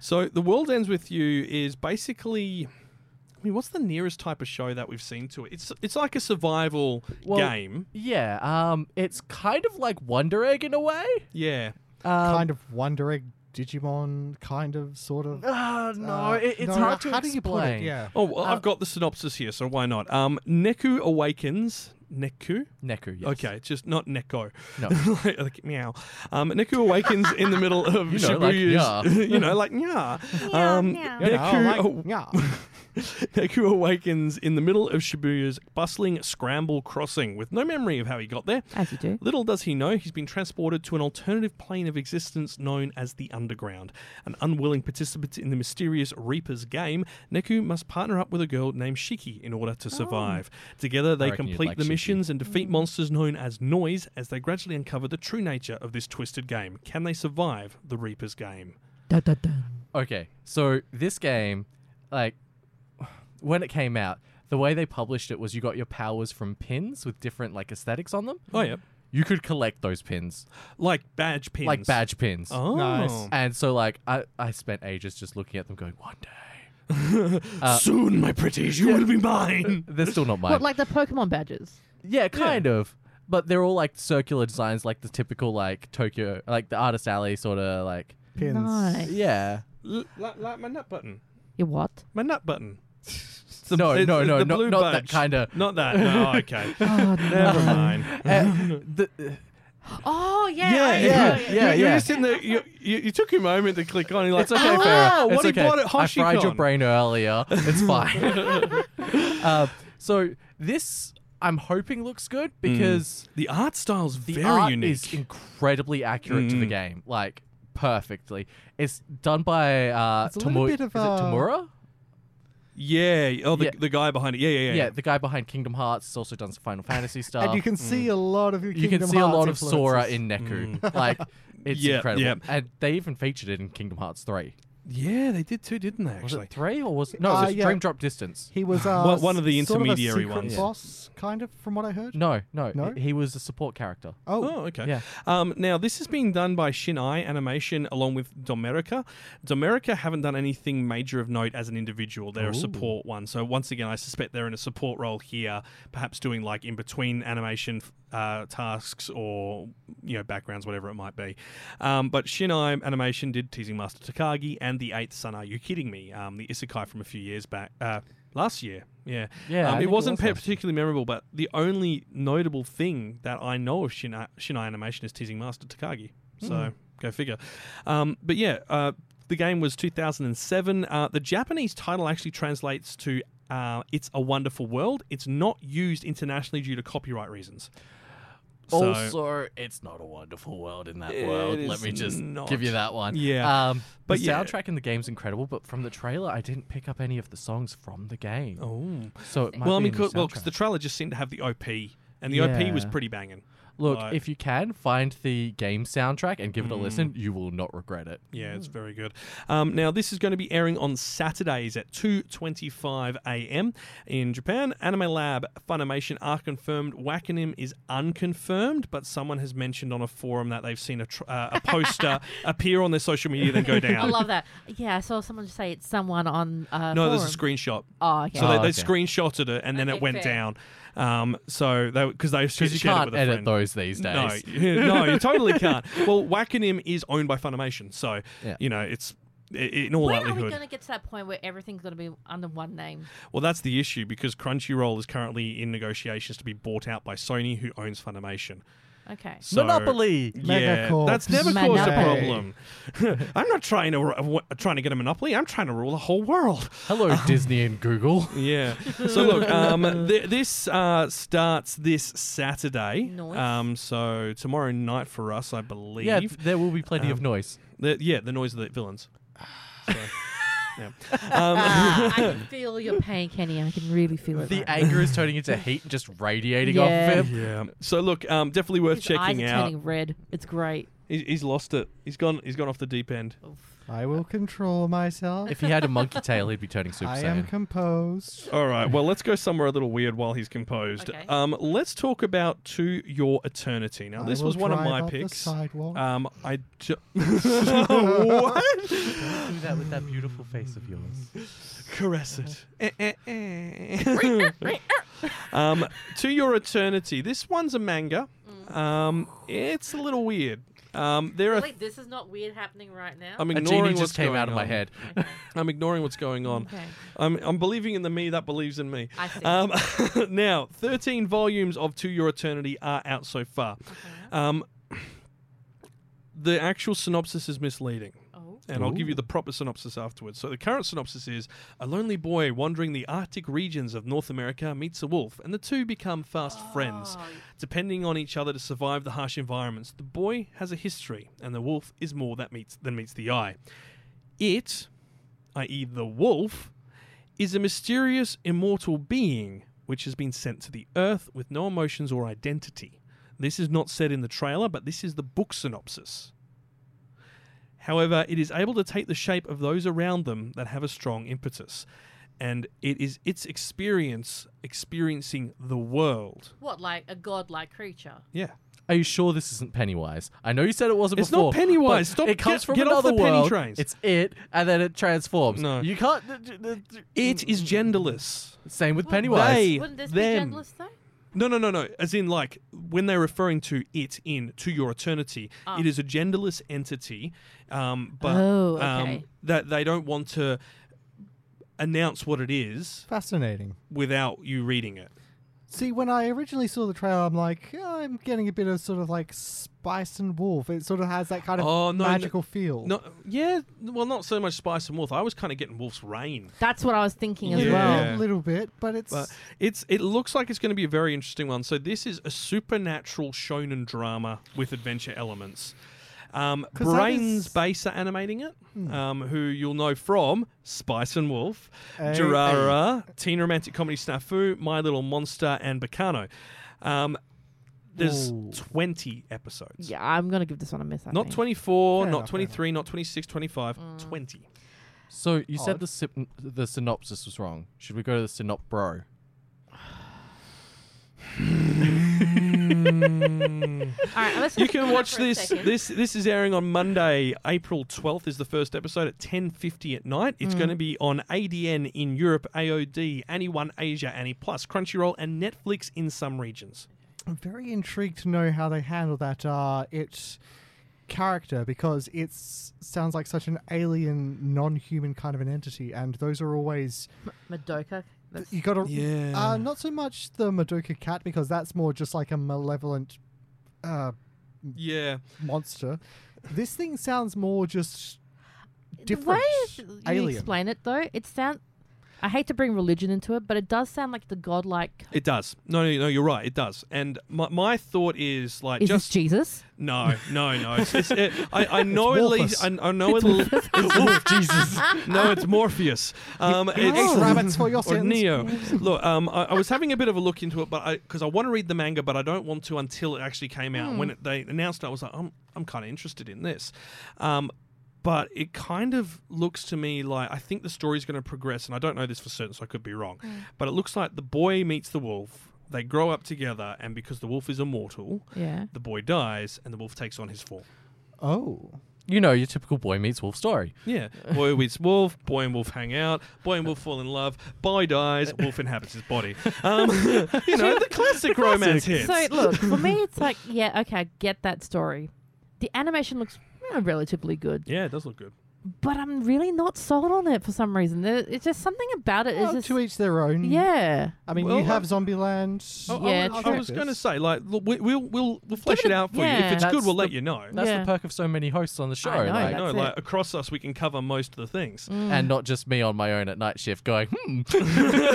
S2: So the world ends with you is basically. I mean, what's the nearest type of show that we've seen to it? It's it's like a survival
S4: Well-
S2: game.
S4: Yeah. Um, it's kind of like Wonder Egg in a way.
S2: Yeah.
S4: Um,
S5: kind of Wonder Egg Digimon, kind of, sort of.
S4: Uh, no,
S5: Uh,
S4: it, it's
S5: no,
S4: hard to
S5: how
S4: explain.
S5: do you put it? Yeah.
S2: Oh, well, I've got the synopsis here, so why not? Um, Neku awakens. Neku.
S4: Neku. Yes.
S2: Okay, just not Neko. *laughs*
S4: No. *laughs*
S2: like, like, meow. Um, Neku awakens in the middle of
S4: You know, like,
S2: Shibuya's.
S4: yeah.
S2: *laughs* you know, like yeah. Um,
S3: meow.
S2: Neku
S5: Yeah,
S2: aw-
S5: like,
S4: *laughs*
S5: yeah.
S2: Neku awakens in the middle of Shibuya's bustling scramble crossing with no memory of how he got there.
S3: As you do.
S2: Little does he know, he's been transported to an alternative plane of existence known as the Underground. An unwilling participant in the mysterious Reaper's game, Neku must partner up with a girl named Shiki in order to survive. Together, they
S4: Oh. reckon you'd
S2: complete
S4: like
S2: the
S4: Shiki. Mm.
S2: missions and defeat monsters known as Noise as they gradually uncover the true nature of this twisted game. Can they survive the Reaper's game?
S3: Dun, dun, dun.
S4: Okay, so this game, like, when it came out, the way they published it was you got your powers from pins with different like aesthetics on them.
S2: Oh, yeah.
S4: you could collect those pins.
S2: Like badge pins.
S4: Like badge pins.
S2: Oh. Nice.
S4: And so like I, I spent ages just looking at them going, one day. Uh,
S2: Soon, my pretties, you will be
S4: *laughs*
S2: mine.
S4: They're still not mine.
S3: What, like the Pokemon badges?
S4: yeah, kind of. But they're all like circular designs, like the typical like Tokyo like the artist alley sort of like
S5: Pins.
S3: Nice.
S2: *laughs*
S4: Yeah.
S2: L- like, like my nut button.
S3: You what?
S2: My nut button. The-
S4: No,
S2: it's-
S4: no,
S2: it's
S4: no,
S2: the
S4: no,
S2: blue
S4: not that
S2: badge.
S4: kinda-
S2: Not that.
S4: *laughs*
S2: No, okay.
S3: Oh,
S2: Never
S3: no.
S2: mind.
S4: Uh, the,
S3: Oh, yeah. I know, yeah.
S4: yeah, yeah,
S2: You- You're
S4: yeah.
S2: just in the. You, you, you took your moment to click on. You're like,
S4: It's
S5: Oh,
S4: okay,
S2: ah,
S4: Farah.
S2: What
S4: it's
S2: he
S4: okay.
S2: bought at
S4: I
S2: Hoshicon.
S4: fried your brain earlier.
S5: *laughs*
S4: It's fine. uh, so this, I'm hoping, looks good
S5: Mm.
S4: because
S2: The art style's
S4: the
S2: very
S4: art
S2: unique.
S4: is incredibly accurate to the
S2: Mm.
S4: game, like perfectly. It's done by uh,
S5: It's a little
S4: Tamu-
S5: bit of
S4: is it
S5: a-
S4: Tamura?
S2: yeah. Oh, the,
S4: Yeah.
S2: the guy behind it. Yeah, yeah,
S4: Yeah.
S2: yeah.
S4: the guy behind Kingdom Hearts has also done some
S5: *laughs*
S4: Final Fantasy stuff.
S5: and you can see a lot of your
S4: Mm. You can
S5: Kingdom
S4: see a
S5: Hearts
S4: lot of
S5: influences. Mm.
S4: Sora in Neku. *laughs* Like, it's
S2: Yeah,
S4: incredible.
S2: yeah.
S4: And they even featured it in Kingdom Hearts 3.
S2: Yeah, they did too, didn't they?
S4: Was
S2: Actually,
S4: it 3 or was it? No, it
S5: Uh,
S4: was
S5: yeah.
S4: Frame Drop Distance.
S5: He was uh,
S2: One- one of the
S5: sort
S2: intermediary
S5: a secret
S2: ones.
S5: boss, kind of, from what I heard.
S4: No, no,
S5: No?
S4: h- He was a support character.
S5: Oh,
S2: Oh, okay.
S4: Yeah.
S2: Um, now this has been done by Shinai Animation along with Domerica. Domerica haven't done anything major of note as an individual. They're a support one. So once again, I suspect they're in a support role here, perhaps doing like in between animation uh, tasks or you know backgrounds, whatever it might be. Um, but Shinai Animation did Teasing Master Takagi and The Eighth Son. Are you kidding me? Um, the isekai from a few years back. Uh, Last year, yeah,
S4: Yeah,
S2: Um,
S4: I think
S2: it
S4: it
S2: wasn't
S4: was last
S2: pe- particularly memorable, but the only notable thing that I know of Shinai, Shinai Animation is teasing Master Takagi. So
S4: Hmm.
S2: go figure. Um, but yeah, uh, the game was 2007. Uh, the Japanese title actually translates to uh, "It's a Wonderful World." It's not used internationally due to copyright reasons. So-
S4: also, it's not a wonderful world in that
S2: It
S4: world. Let
S2: is
S4: me just
S2: not.
S4: give you that one.
S2: Yeah.
S4: Um,
S2: But
S4: the
S2: yeah.
S4: soundtrack in the game's incredible, but from the trailer, I didn't pick up any of the songs from the game.
S2: oh,
S4: So it might
S2: well, I
S4: be
S2: mean,
S4: in the
S2: 'cause- well, because the
S4: soundtrack.
S2: trailer just seemed to have the OP, and the OP was
S4: Yeah.
S2: pretty banging.
S4: Look,
S2: like-
S4: if you can find the game soundtrack and give it a listen, you will not regret it.
S2: Mm. Yeah, it's very good. Um, now this is going to be airing on Saturdays at 2:25 a.m. in Japan. Anime Lab, Funimation are confirmed. Wakanim is unconfirmed, but someone has mentioned on a forum that they've seen a, tr- uh, a
S4: *laughs*
S2: poster appear on their social media then go down.
S3: I love that. Yeah, I saw someone just say it's someone on. Uh,
S2: no, there's
S3: forum.
S2: a screenshot.
S3: Oh, okay.
S2: So they,
S4: Oh,
S2: they
S4: okay.
S2: screenshotted it and then
S3: Okay,
S2: it went
S3: fair.
S2: down. Um, so they because they
S4: Because you
S2: shared it
S4: can't
S2: with a
S4: edit
S2: friend.
S4: those
S2: *laughs*
S4: these days.
S2: No, no, you
S4: *laughs*
S2: totally can't. Well, Wakanim is owned by Funimation, so
S4: Yeah.
S2: you know it's i- in all
S3: when are we
S2: likelihood.
S3: going to get to that point where everything's going to be under one name?
S2: Well, that's the issue because Crunchyroll is currently in negotiations to be bought out by Sony, who owns Funimation. *laughs*
S3: Okay.
S2: So,
S4: Monopoly.
S2: Yeah,
S5: Megacorp.
S2: that's never caused a problem. *laughs*
S5: Monopoly.
S2: I'm not trying to ru- w- trying to get a monopoly. I'm trying to rule the whole world. *laughs*
S4: Hello, Disney and Google.
S2: Yeah. So look, um, th- this uh, starts this Saturday.
S3: Nice.
S2: Um, so tomorrow night for us, I believe.
S4: Yeah, there will be plenty of
S2: Um,
S4: noise.
S2: The- yeah, the noise of the villains.
S3: *laughs*
S2: So, yeah. Um,
S3: Ah, I can feel your pain, Kenny. I can really feel it.
S4: The
S3: right now.
S4: anger
S2: *laughs*
S4: is turning into heat and just radiating off
S3: Yeah.
S4: of him.
S2: *laughs* Yeah. So look, um, definitely worth
S3: His eyes
S2: checking
S3: are
S2: out.
S3: turning red. It's great.
S2: He's, he's lost it. He's gone. He's gone off the deep end.
S5: I will control myself.
S4: If he had a monkey tail, he'd be turning Super
S5: I
S4: Saiyan.
S5: am composed.
S2: All right. Well, let's go somewhere a little weird while he's composed.
S3: Okay.
S2: Um, let's talk about To Your Eternity. Now,
S5: I
S2: this
S5: will
S2: was one of
S5: drive
S2: my
S5: up the
S2: picks.
S5: sidewalk.
S4: Uh,
S2: Um, I ju- *laughs* what?
S4: do that with that beautiful face of yours.
S2: Caress it. Eh, eh, eh. *laughs* um, to Your Eternity. This one's a manga.
S3: Mm.
S2: Um, it's a little weird. Um, there are.
S3: Wait, this is not weird happening right now.
S2: I'm
S4: A
S2: ignoring
S4: genie
S2: what's
S4: just came
S2: going
S4: out of my
S2: on.
S4: head. *laughs*
S2: I'm ignoring what's going on.
S3: Okay.
S2: I'm, I'm believing in the me that believes in me.
S3: I see.
S2: Um, *laughs* now, 13 volumes of To Your Eternity are out so far. Um, *clears throat* the actual synopsis is misleading.
S3: oh.
S2: And I'll give you the proper synopsis afterwards. So, the current synopsis is a lonely boy wandering the Arctic regions of North America meets a wolf, and the two become fast friends, depending on each other to survive the harsh environments. The boy has a history, and the wolf is more that meets, than meets the eye. It, i.e., the wolf, is a mysterious immortal being which has been sent to the earth with no emotions or identity. This is not said in the trailer, but this is the book synopsis. However, it is able to take the shape of those around them that have a strong impetus. And it is its experience experiencing the world.
S3: What, like a godlike creature?
S2: Yeah.
S4: Are you sure this isn't Pennywise? I know you said it wasn't
S2: It's not
S4: before.
S2: Pennywise.
S4: but
S2: Stop-
S4: It comes
S2: get-
S4: from
S2: get off the
S4: another
S2: penny
S4: world.
S2: trains.
S4: It's it, and then it transforms.
S2: No.
S4: you can't.
S2: It is genderless.
S4: Same with
S2: Well,
S4: Pennywise.
S2: they-
S3: Wouldn't this
S2: them.
S3: be genderless though?
S2: No, no, no, no. As in, like, when they're referring to it in To Your Eternity,
S3: Ah.
S2: it is a genderless entity, um, but
S3: Oh, okay.
S2: um, that they don't want to announce what it is
S5: Fascinating.
S2: without you reading it.
S5: See, when I originally saw the trailer, I'm like, "Yeah, I'm getting a bit of sort of like Spice and Wolf. It sort of has that kind of
S2: Oh, no,
S5: magical feel.
S2: No, yeah, well, not so much Spice and Wolf. I was kind of getting Wolf's Rain.
S3: That's what I was thinking as
S2: Yeah.
S3: well.
S5: A little bit, but it's
S2: But it's it looks like it's going to be a very interesting one. So this is a supernatural shonen drama with adventure elements. Um,
S5: 'Cause that
S2: Brains
S5: is- Hmm.
S2: Base are animating it, um, who you'll know from Spice and Wolf,
S5: Hey,
S2: Durara, Teen Romantic Comedy Snafu, My Little Monster, and Bacano. Um, there's
S4: Ooh.
S2: 20 episodes.
S3: Yeah, I'm gonna give this one a miss. I
S2: Not
S3: think.
S2: 24,
S5: Fair
S2: not
S5: enough, fair
S2: 23, not 26, 25, 20.
S4: So you said
S5: Odd.
S4: the syn- the synopsis was wrong. Should we go to the synop bro?
S3: All right, let's
S2: you
S3: have a
S2: can
S3: look
S2: watch
S3: for a
S2: this.
S3: second.
S2: This this is airing on Monday, April twelfth is the first episode at ten fifty at night. It's
S3: Mm.
S2: going to be on ADN in Europe, AOD, AnyOne Asia, Any Plus, Crunchyroll, and Netflix in some regions.
S5: I'm very intrigued to know how they handle that uh, it character because it sounds like such an alien, non-human kind of an entity, and those are always
S3: Madoka. That's-
S5: you got to
S2: Yeah.
S5: uh, not so much the Madoka cat because that's more just like a malevolent uh,
S2: Yeah,
S5: monster. This thing sounds more just different.
S3: The way you
S5: alien.
S3: explain it, though, it sounds. I hate to bring religion into it, but it does sound like the godlike.
S2: it does. No, no, no, you're right. It does. And my, my thought is like
S3: Is
S2: Uh, just
S3: this Jesus?
S2: no, no, no. It's, it's,
S3: *laughs*
S2: it, I, I know at least I,
S5: Wolfus.
S2: I know at least Jesus.
S3: *laughs*
S2: No, it's Morpheus. Um, it's
S5: Thanks, rabbits, for your
S2: *laughs* or
S5: sins.
S2: Neo. Look, um, I, I was having a bit of a look into it, but because I, want to read the manga, but I don't want to until it actually came out. When it, they announced it, I was like, I'm, I'm kind of interested in this. Um, but it kind of looks to me like I think the story's going to progress, and I don't know this for certain, so I could be wrong. But it looks like the boy meets the wolf. They grow up together, and because the wolf is immortal,
S3: Yeah.
S2: the boy dies, and the wolf takes on his form.
S5: Oh,
S4: You know your typical boy meets wolf story.
S2: *laughs* Yeah. Boy meets wolf, boy and wolf hang out, boy and wolf fall in love, boy dies, wolf inhabits his *laughs* body. Um, you know, the classic romance hits.
S3: So look,
S2: *laughs*
S3: for me, it's like yeah, okay, I get that story. The animation looks eh, relatively good,
S2: yeah, it does look good.
S3: but I'm really not sold on it for some reason. There- It's just something about it is
S2: Oh,
S5: well,
S3: just
S5: to each their own.
S3: yeah.
S5: I mean,
S2: Well, uh,
S5: you have
S2: I-
S5: Zombieland.
S3: Oh, Yeah,
S2: I,
S3: true.
S2: was going to say, like, look, we, we'll we'll we'll flesh
S3: it
S2: it,
S3: a-
S2: out for you.
S3: yeah.
S2: If it's
S4: That's
S2: good, we'll let
S4: the-
S2: you know.
S4: That's
S3: Yeah.
S4: the perk of so many hosts on the show.
S3: know,
S4: like,
S2: I know,
S3: That's
S2: like
S3: it. Mm.
S2: across us, we can cover most of the things.
S4: and not just me on my own at night shift going, *laughs* hmm.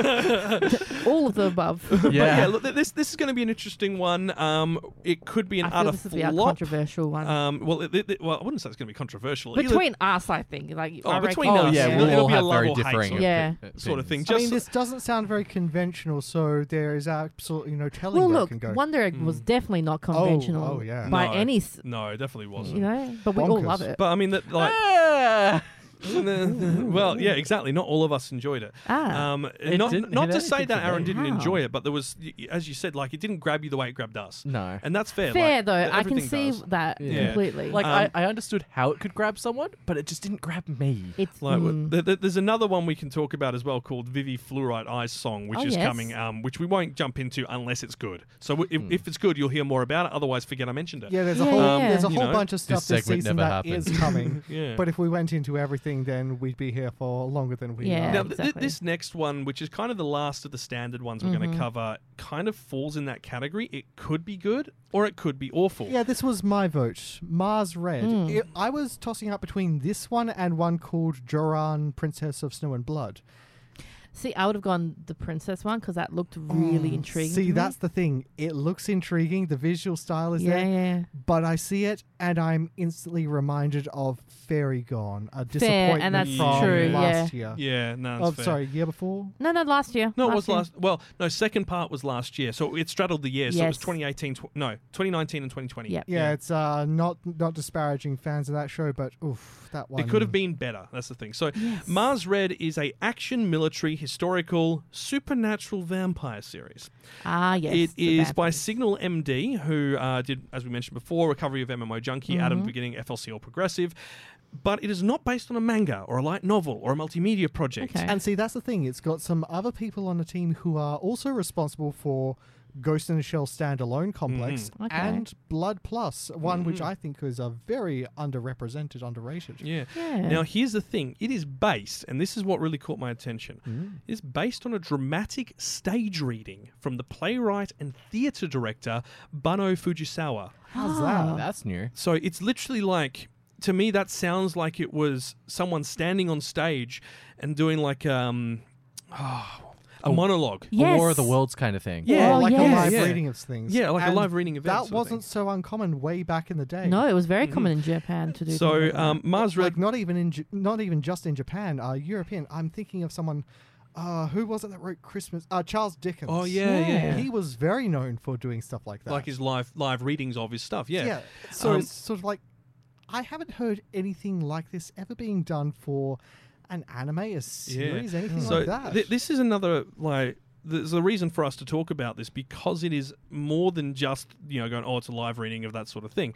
S3: All of
S2: *laughs*
S3: the above.
S2: But yeah, look, th- this this is going to be an interesting one. Um, it could be an
S3: I feel
S2: utter
S3: this is the
S2: flop.
S3: controversial one.
S2: Um, well, it, it, well, I wouldn't say it's going to be controversial. Either-
S3: between us, I think. Like
S2: Oh,
S3: I reckon-
S2: between
S4: Oh
S2: us,
S4: yeah,
S2: yeah.
S4: we'll
S2: It'll
S4: all
S2: be a
S4: have
S2: love
S4: very
S2: or hate
S4: differing
S2: sort
S4: opi-
S2: of-
S3: Yeah.
S2: sort of thing.
S5: I
S2: Just
S5: mean, this doesn't sound very conventional, so there is absolutely no telling
S3: Well,
S5: where
S3: look,
S5: it can go.
S3: Wonder Egg was definitely not conventional.
S5: oh, yeah.
S3: By
S2: Hmm. No.
S3: any, s-
S2: no, it definitely wasn't.
S3: you know, but we all
S5: Bonkers.
S3: love it.
S2: But I mean, that like,
S4: Ah.
S2: *laughs* well, yeah, exactly. Not all of us enjoyed it.
S3: Ah.
S2: Um,
S4: It
S2: not
S4: didn't
S2: not
S4: hit
S2: to say
S4: anything
S2: that
S4: for
S2: Aaron
S4: me.
S2: didn't
S3: Wow.
S2: enjoy it, but there was, y- y- as you said, like it didn't grab you the way it grabbed us.
S4: No.
S2: and that's fair.
S3: Fair
S2: like,
S3: though,
S2: th-
S3: I can
S2: everything
S3: see
S2: does.
S3: that
S2: Yeah.
S3: completely.
S4: Like
S3: Like
S4: I, I understood how it could grab someone, but it just didn't grab me.
S3: it's
S2: Like, w-
S3: mm,
S2: th- th- there's another one we can talk about as well called Vivi Fluorite Eyes Song, which
S3: Oh,
S2: is
S3: yes.
S2: coming, um, which we won't jump into unless it's good. So w-
S3: Hmm.
S2: if, if it's good, you'll hear more about it. Otherwise, forget I mentioned it.
S5: yeah, there's a
S3: Yeah,
S5: whole
S3: yeah.
S5: there's a
S2: You
S5: whole
S2: know,
S5: bunch of stuff this,
S4: segment
S5: season
S4: never
S5: that is
S4: happened.
S5: coming. *laughs*
S2: Yeah.
S5: But if we went into everything, then we'd be here for longer than we
S3: Yeah.
S2: Now,
S5: are.
S2: th-
S3: No,
S2: th-
S3: exactly. Mm-hmm.
S2: this next one, which is kind of the last of the standard ones we're going to cover, kind of falls in that category. It could be good or it could be awful.
S5: yeah, this was my vote. Mars Red.
S3: Hmm.
S5: It- I was tossing up between this one and one called Joran, Princess of Snow and Blood.
S3: see, I would have gone the princess one because that looked really intriguing. to
S5: Mm. See,
S3: me.
S5: that's the thing. It looks intriguing. The visual style is
S3: yeah,
S5: there.
S3: yeah.
S5: But I see it and I'm instantly reminded of Fairy Gone,
S3: Fair,
S5: a disappointment
S3: and that's
S5: from
S3: true,
S5: last year.
S2: Yeah, no,
S5: Oh,
S2: that's fair.
S5: sorry, year before?
S3: No, no, last year.
S2: No, it was
S3: year.
S2: last. Well, no, second part was last year, so it straddled the years. So it was
S3: Yes.
S2: 2018, tw- no, 2019 and 2020.
S3: Yep.
S5: Yeah, it's uh, not not disparaging fans of that show, but oof, that one.
S2: It could have been better. That's the thing. So, Mars Red is a action military historical supernatural vampire series.
S3: Ah, yes.
S2: It
S3: the
S2: is
S3: bad
S2: by
S3: ones.
S2: Signal MD, who uh, did, as we mentioned before, Recovery of MMO Junkie, Adam
S3: Mhm.
S2: Beginning, FLC All Progressive. But it is not based on a manga or a light novel or a multimedia project.
S5: And see, that's the thing. It's got some other people on the team who are also responsible for Ghost in the Shell Standalone Complex
S2: Mhm. Okay.
S5: and Blood Plus, one which
S2: Mhm.
S5: I think is a very underrepresented, underrated.
S2: Yeah.
S3: Yeah.
S2: Now here's the thing. It is based, and this is what really caught my attention. It's based on a dramatic stage reading from the playwright and theatre director Bano Fujisawa.
S5: How's
S3: Ah.
S5: that?
S4: That's new.
S2: So it's literally like to me that sounds like it was someone standing on stage and doing like um *sighs* a monologue.
S4: A War of the
S3: Yes.
S4: Worlds kind of thing.
S2: Yeah,
S5: or like
S2: Oh, yeah,
S5: a live
S2: Oh. yeah.
S5: reading of things.
S2: Yeah, like a
S5: And
S2: live reading of that sort of
S5: That wasn't so uncommon way back in the day.
S3: No, it was very common in Japan to do.
S2: Mm-hmm.
S3: something
S2: So
S3: like that.
S2: um, Mars Red
S5: like not even in, J- not even just in Japan. Uh, European. I'm thinking of someone. Uh, who was it that wrote Christmas? Uh, Charles Dickens.
S2: Oh, yeah, yeah, Yeah. yeah.
S5: He was very known for doing stuff like that.
S2: like his live live readings of his stuff. Yeah.
S5: So
S2: Um,
S5: it's sort of like I haven't heard anything like this ever being done for an anime, a series, anything
S2: so
S5: like that.
S2: thi- this is another like. There's a reason for us to talk about this because it is more than just you know going oh it's a live reading of that sort of thing.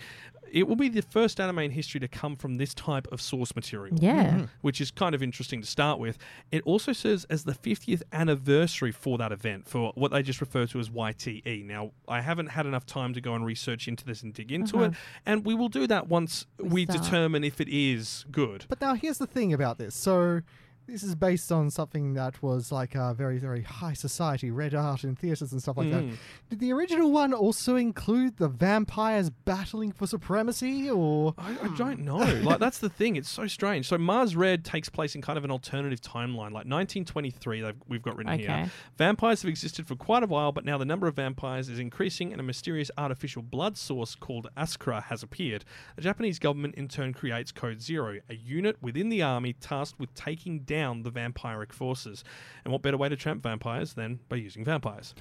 S2: It will be the first anime in history to come from this type of source material.
S3: Yeah.
S5: Mm-hmm.
S3: Mhm.
S2: which is kind of interesting to start with. It also serves as the 50th anniversary for that event for what they just refer to as YTE. Now I haven't had enough time to go and research into this and dig into it, and we will do that once we
S3: start.
S2: determine if it is good.
S5: But now here's the thing about this. So this is based on something that was like a very, very high society, red art and theatres and stuff like that. Did the original one also include the vampires battling for supremacy or
S2: I, I don't know. Like that's the thing. It's so strange. So Mars Red takes place in kind of an alternative timeline, like 1923. They've, we've got written
S3: Okay.
S2: here. Vampires have existed for quite a while, but now the number of vampires is increasing, and a mysterious artificial blood source called Askra has appeared. The Japanese government in turn creates Code Zero, a unit within the army tasked with taking down the vampiric forces. And what better way to tramp vampires than by using vampires?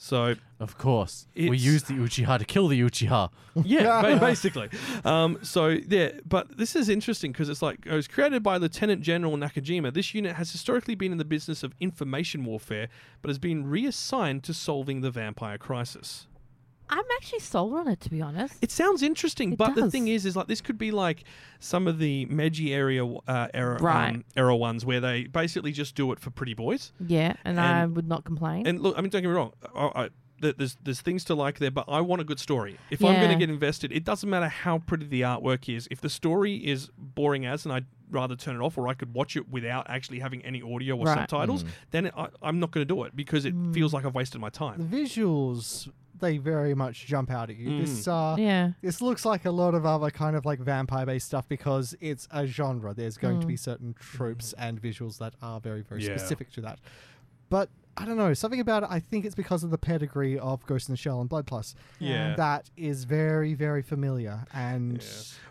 S2: So
S4: Of course. we
S2: It's-
S4: use the Uchiha to kill the Uchiha.
S2: yeah, ba- basically. Um, so yeah, but this is interesting because it's like it was created by Lieutenant General Nakajima. This unit has historically been in the business of information warfare, but has been reassigned to solving the vampire crisis.
S3: I'm actually sold on it to be honest.
S2: It sounds interesting,
S3: It
S2: but the
S3: does.
S2: thing is, is like this could be like some of the Meiji area uh, era
S3: Right.
S2: um, era ones where they basically just do it for pretty boys.
S3: yeah, and, I
S2: and-
S3: would not complain.
S2: And look, I mean, don't get me wrong. I, I, th- there's there's things to like there, but I want a good story. If I'm going to
S3: Yeah.
S2: get invested, it doesn't matter how pretty the artwork is. If the story is boring as, and I'd rather turn it off, or I could watch it without actually having any audio or
S3: Right. Mm.
S2: subtitles, then I, I'm not going to do it because it feels like I've wasted my
S5: the
S2: time.
S5: visuals they very much jump out at you. This uh
S3: yeah.
S5: This looks like a lot of other kind of like vampire based stuff because it's a genre. There's going to be certain tropes and visuals that are very, very
S2: Yeah.
S5: specific to that. But I don't know, something about it, I think it's because of the pedigree of Ghost in the Shell and Blood Plus.
S2: Yeah.
S5: That is very, very familiar. And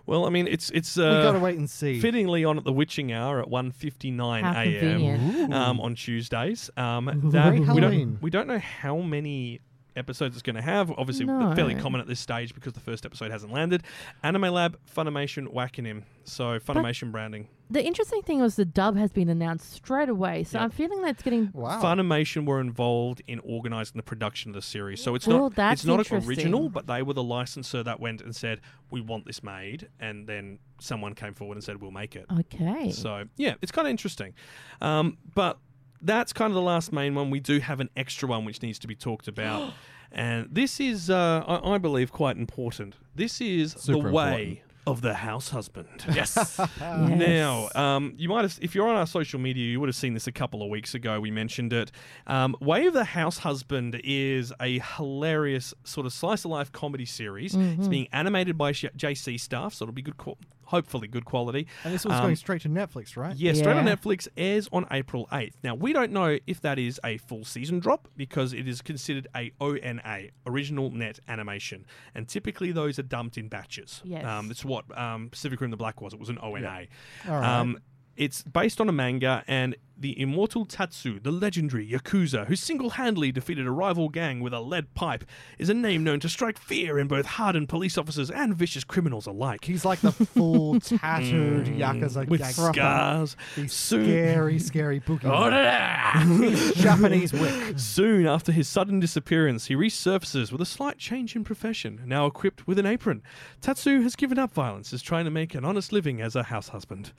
S2: Well, I mean, it's it's
S5: we got to
S2: uh,
S5: wait and see.
S2: fittingly on at the witching hour at 1.59
S3: How
S2: a.m.
S3: convenient.
S2: Um, on Tuesdays. Um,
S5: Ooh.
S2: that,
S5: Great
S2: we, don't,
S5: Halloween.
S2: we don't know how many episodes it's going to have. Obviously,
S3: No.
S2: fairly common at this stage because the first episode hasn't landed. Anime Lab, Funimation, whacking him. So Funimation branding.
S3: The interesting thing was the dub has been announced straight away, so
S2: Yep.
S3: I'm feeling that's getting
S5: wow.
S2: Funimation were involved in organising the production of the series, so it's
S3: Well,
S2: not
S3: that's
S2: it's not
S3: interesting.
S2: original, but they were the licensor that went and said we want this made, and then someone came forward and said we'll make it.
S3: okay.
S2: So yeah, it's kind of interesting. Um, but that's kind of the last main one. We do have an extra one which needs to be talked about, and this is, uh, I, I believe, quite important. This is
S4: Super
S2: the way.
S4: important.
S2: Of the house husband.
S4: Yes.
S3: Yes.
S2: *laughs* Now, um, you might have, if you're on our social media, you would have seen this a couple of weeks ago. We mentioned it. Um, Way of the House Husband is a hilarious sort of slice of life comedy series. It's being animated by Sh- JC staff, so it'll be good, qu- hopefully good quality.
S5: and this one's
S2: um,
S5: going straight to Netflix, right?
S2: Yeah, straight on
S3: Yeah.
S2: Netflix airs on April 8th. Now, we don't know if that is a full season drop because it is considered a ONA, Original Net Animation. And typically those are dumped in batches.
S3: Yes.
S2: Um, that's what um, Pacific Rim the Black was. It was an ONA.
S5: All right.
S2: Um, It's based on a manga and the immortal Tatsu, the legendary Yakuza, who single handedly defeated a rival gang with a lead pipe, is a name known to strike fear in both hardened police officers and vicious criminals alike.
S5: He's like
S2: *laughs*
S5: the full tattooed
S2: Mm.
S5: yakuza
S2: With Oh,
S5: gang.
S2: scars.
S5: He's
S2: Soon-
S5: scary,
S2: *laughs*
S5: scary bookie.
S2: Order!
S5: He's Japanese
S2: *laughs*
S5: wick.
S2: Soon after his sudden disappearance, he resurfaces with a slight change in profession, now equipped with an apron. Tatsu has given up violence, is trying to make an honest living as a house husband.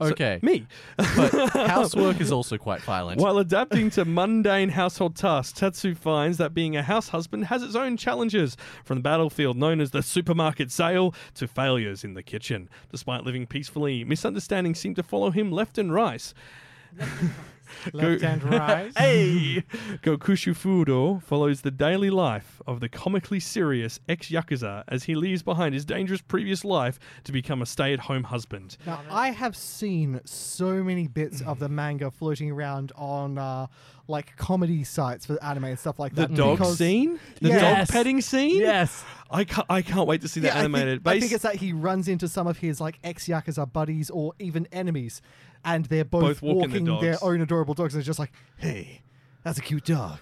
S2: So-
S4: Okay.
S2: me.
S4: But *laughs* housework is also quite violent.
S2: While adapting to mundane household tasks, Tatsu finds that being a house husband has its own challenges, from the battlefield known as the supermarket sale to failures in the kitchen. Despite living peacefully, misunderstandings seem to follow him left and right.
S5: Left and right.
S2: hey! *laughs* Gokushu Fudo follows the daily life of the comically serious ex Yakuza as he leaves behind his dangerous previous life to become a stay at home husband.
S5: Now, I have seen so many bits of the manga floating around on uh, like comedy sites for anime and stuff like
S2: The
S5: that.
S2: dog
S5: Mm. because-
S2: scene? The
S5: Yes.
S2: dog petting scene? *laughs*
S4: Yes.
S2: I can't, I can't wait to see that
S5: Yeah, I think-
S2: animated.
S5: I think,
S2: Bas-
S5: it's that he runs into some of his like ex yakuza buddies or even enemies, and they're both,
S2: Both walking their
S5: walking their,
S2: dogs.
S5: own adorable dogs, and it's just like, "Hey, that's a cute dog.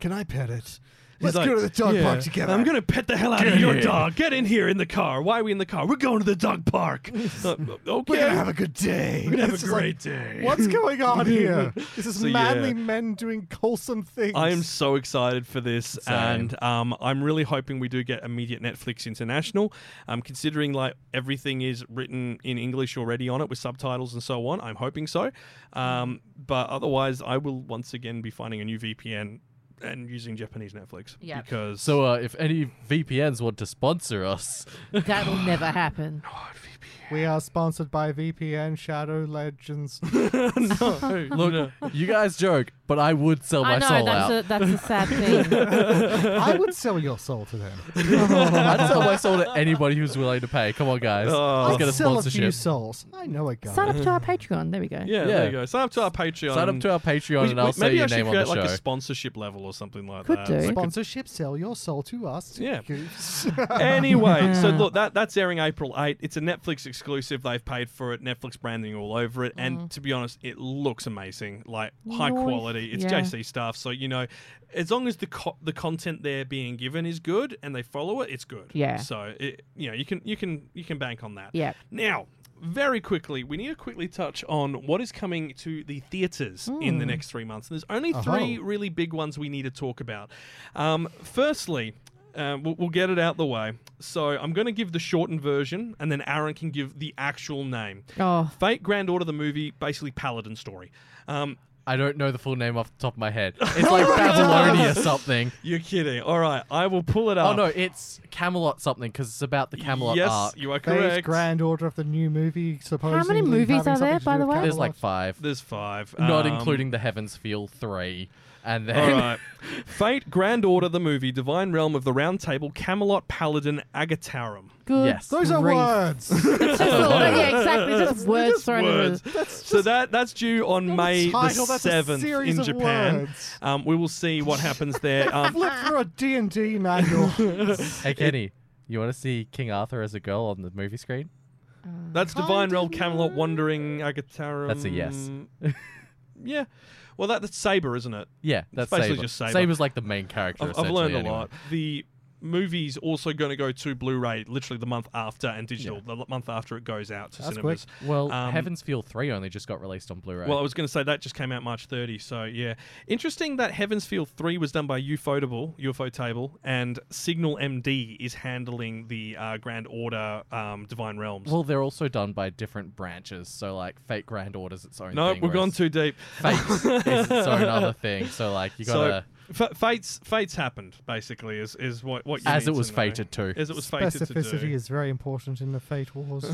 S5: Can I pet it? Let's
S2: He's
S5: go to the
S2: like,
S5: dog
S2: "Yeah,
S5: park together."
S2: I'm gonna pet the hell out
S5: Get
S2: of
S5: in
S2: your
S5: here."
S2: dog. Get in here in the car. Why are we in the car? We're going to the dog
S5: *laughs*
S2: park. Uh, okay.
S5: We're gonna have a good day.
S2: We're gonna have
S5: It's
S2: a
S5: just like,
S2: great day.
S5: *laughs* What's
S2: *laughs*
S5: going on here? This is
S2: So, yeah.
S5: manly men doing wholesome things.
S2: I am so excited for this,
S4: Same.
S2: and um, I'm really hoping we do get immediate Netflix international. Um, considering like everything is written in English already on it with subtitles and so on, I'm hoping so. Um, but otherwise, I will once again be finding a new VPN and using Japanese Netflix
S3: Yeah.
S2: because
S4: So, uh, if any VPNs want to sponsor us,
S3: *laughs* That'll
S2: *laughs*
S3: never happen.
S5: We are sponsored by VPN Shadow Legends.
S2: no,
S4: look, you guys joke, but Oh, I would sell my
S3: I know
S4: soul
S3: that's
S4: out.
S3: a, that's a
S2: *laughs*
S3: sad thing.
S5: I would sell your soul to them.
S4: *laughs* I'd sell my
S3: *laughs*
S4: soul to anybody who's willing to pay. Come on, guys,
S2: Oh.
S4: let's
S5: I'd
S4: get a
S5: sell a few
S4: sponsorship.
S5: souls. I know a guy.
S3: Sign up to our Patreon. There we go.
S2: yeah,
S4: Yeah.
S2: there you go. Sign up to our Patreon.
S4: Sign up to our Patreon,
S2: We-
S4: and
S2: we-
S4: I'll say
S2: maybe
S4: your
S2: I should
S4: name on
S2: create
S4: the
S2: like
S4: show.
S2: a sponsorship level or something like
S3: Could
S2: that.
S3: do.
S2: Like a-
S5: Sponsorship, sell your soul to us. to
S2: Yeah. *laughs*
S5: Goofs.
S2: anyway,
S3: *laughs*
S2: so look, that that's airing April 8. It's a Netflix exclusive. They've paid for it. Netflix branding all over it.
S3: Mm.
S2: And to be honest, it looks amazing. Like high
S3: Nice.
S2: quality. It's
S3: Yeah.
S2: JC stuff. So, you know, as long as the co- the content they're being given is good and they follow it, it's good.
S3: Yeah.
S2: So, it, you know, you can you can you can bank on that.
S3: Yeah.
S2: Now, very quickly, we need to quickly touch on what is coming to the theatres in the
S4: Hmm.
S2: next three months. And there's only
S4: Uh-huh.
S2: three
S5: Oh.
S2: really big ones we need to talk about. Um, firstly, uh, we'll, we'll get it out the way. So I'm going to give the shortened version, and then Aaron can give the actual name.
S3: Oh,
S2: Fate Grand Order, the movie, basically Paladin story. Um,
S4: I don't know the full name off the top of
S2: *laughs*
S4: my head. It's like Babylonia something.
S2: you're kidding. All right, I will pull it
S4: Oh
S2: up.
S4: no, it's Camelot something because it's about the Camelot
S2: yes,
S4: arc.
S2: you are
S5: Phase
S2: correct.
S5: Grand Order of the new movie. Supposedly,
S3: movies
S5: having
S3: are
S5: something
S3: there,
S5: to
S3: by
S5: do
S3: the
S5: with
S3: way?
S4: There's like
S5: Camelot.
S4: five,
S2: There's five,
S4: not
S2: Um,
S4: including the Heaven's Feel three, and
S2: All
S4: then
S2: right. Fate, Grand Order, the movie, Divine Realm of the Round Table, Camelot, Paladin, Agatarum.
S3: good.
S4: Yes.
S5: Those are
S2: *laughs*
S3: grief.
S5: words.
S3: It's just a- yeah, exactly. It's Just words thrown in
S2: Words. so that that's due on May
S5: title,
S2: the
S5: that's a
S2: seventh
S5: series
S2: in
S5: of
S2: Japan.
S5: words.
S2: Um, we will see what happens
S5: *laughs*
S2: there. Um,
S5: Flip through a D&D
S2: *laughs*
S5: manual.
S4: *laughs* hey Kenny, you want to see King Arthur as a girl on the movie screen?
S2: that's Divine Realm, Camelot, Wandering Agatarum.
S4: That's a yes.
S2: *laughs* yeah. Well, that, that's Saber, isn't it?
S4: Yeah, that's
S2: basically
S4: Saber.
S2: just Saber.
S4: Saber's like the main character.
S2: I've, I've learned
S4: essentially, anyway.
S2: a lot. The movie's also going to go to Blu-ray, literally the month after, and digital the l- month after it goes out to
S5: That's
S2: cinemas.
S4: Well,
S2: Um,
S4: Heaven's Feel three only just got released on Blu-ray.
S2: Well, I was going to say that just came out March 30, so yeah. Interesting that Heaven's Field 3 was done by Ufotable, UFO Table, and Signal MD is handling the uh, Grand Order um, Divine Realms.
S4: Well, they're also done by different branches. So like Fate Grand Order's its own.
S2: no,
S4: thing,
S2: we've gone
S4: whereas
S2: too deep.
S4: Fate is
S2: *laughs*
S4: its own other thing. So like you
S2: So
S4: gotta
S2: fa fates fates happened basically is is what what you
S4: as
S2: need
S4: it was
S2: to know.
S4: fated to.
S2: as it was fated to do.
S5: Specificity is very important in the Fate Wars.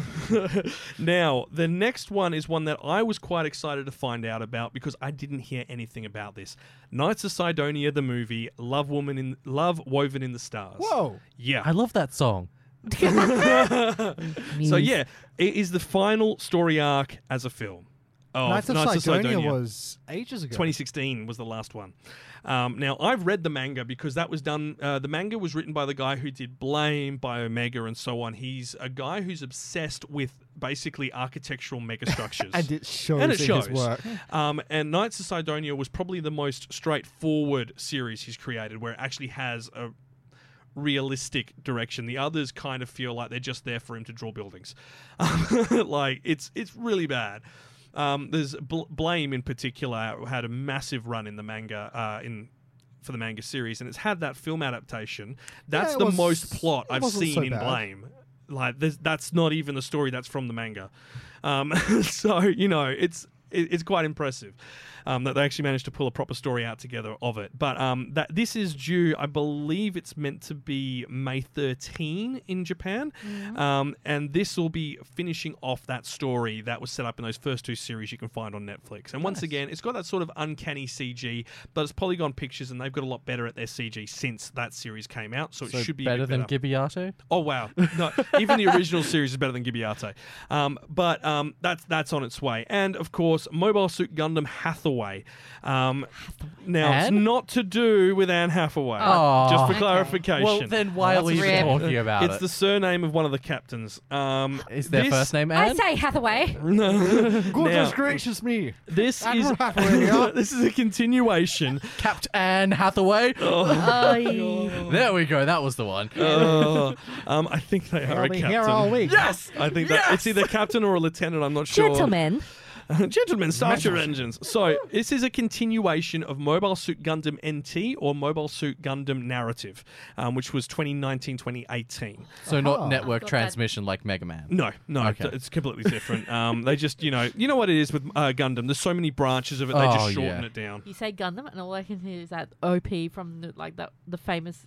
S2: *laughs* now, the next one is one that I was quite excited to find out about because I didn't hear anything about this. Knights of Sidonia, the movie, Love Woman in Love Woven in the Stars.
S5: Whoa!
S2: Yeah.
S4: I love that song.
S3: *laughs*
S2: *laughs* so yeah, it is the final story arc as a film. Oh,
S5: Knights of
S2: Knights of
S5: Sidonia,
S2: Sidonia.
S5: was ages ago.
S2: 2016 was the last one. Um, now I've read the manga because that was done. Uh, the manga was written by the guy who did Blame, by Omega, and so on. He's a guy who's obsessed with basically architectural megastructures,
S5: *laughs* And it shows
S2: And it
S5: in
S2: shows.
S5: his work.
S2: Um, and Knights of Sidonia was probably the most straightforward series he's created, where it actually has a realistic direction. The others kind of feel like they're just there for him to draw buildings. *laughs* like it's it's really bad. Um, there's Bl- Blame in particular had a massive run in the manga uh, in for the manga series, and it's had that film adaptation. That's
S5: Yeah, it
S2: the
S5: was-
S2: most plot
S5: it
S2: I've
S5: wasn't
S2: seen
S5: so
S2: in
S5: bad.
S2: Blame. Like there's- that's not even the story. That's from the manga. Um, *laughs* so you know it's it, it's quite impressive um, that they actually managed to pull a proper story out together of it. But um, that this is due, I believe it's meant to be May 13 in Japan,
S4: Mm-hmm.
S2: um, and this will be finishing off that story that was set up in those first two series you can find on Netflix. And once again, it's got that sort of uncanny CG, but it's Polygon Pictures, and they've got a lot better at their CG since that series came out, so,
S4: So
S2: it should be a
S4: better
S2: bit
S4: than Gibiato.
S2: Oh wow! No, even the original series is better than Gibiate. Um, but um, that's that's on its way, and of course, Mobile Suit Gundam Hathaway. Um, now it's
S4: Anne?
S2: not to do with Anne Hathaway,
S4: Oh.
S2: just for
S4: Okay.
S2: clarification. Uh,
S4: Well, then why are we even
S3: rip.
S4: talking about
S2: It's
S4: it?
S2: the surname of one of the captains. Um,
S4: Is their
S2: this-
S4: first name
S3: I
S4: Anne?
S3: say Hathaway.
S2: *laughs* No. Now,
S5: Goodness gracious me!
S2: this is
S5: Admiral
S2: *laughs*
S5: Hathaway here.
S2: this is a
S4: *laughs*
S2: continuation.
S4: Capt Anne Hathaway.
S2: *laughs*
S3: Aye.
S4: There we go. That was the one.
S2: Oh Uh, um, I think they are
S5: I'll
S2: a
S5: be
S2: captain.
S5: here all week.
S2: Yes, I think that it's either captain or a lieutenant. I'm not sure.
S3: Gentlemen.
S2: *laughs* Gentlemen, start your engines. So, this is a continuation of Mobile Suit Gundam NT or Mobile Suit Gundam Narrative, um, which was 2019 2018.
S4: So
S5: Oh.
S4: not
S3: I've
S4: network
S3: got that.
S4: transmission like Mega Man.
S2: No, no,
S4: Okay.
S2: th- it's completely different. um, they just, you know, you know what it is with uh, Gundam? There's so many branches of it, they
S4: Oh,
S2: just shorten
S4: yeah.
S2: it down.
S3: You say Gundam, and all I can hear is that OP from the, like that the famous.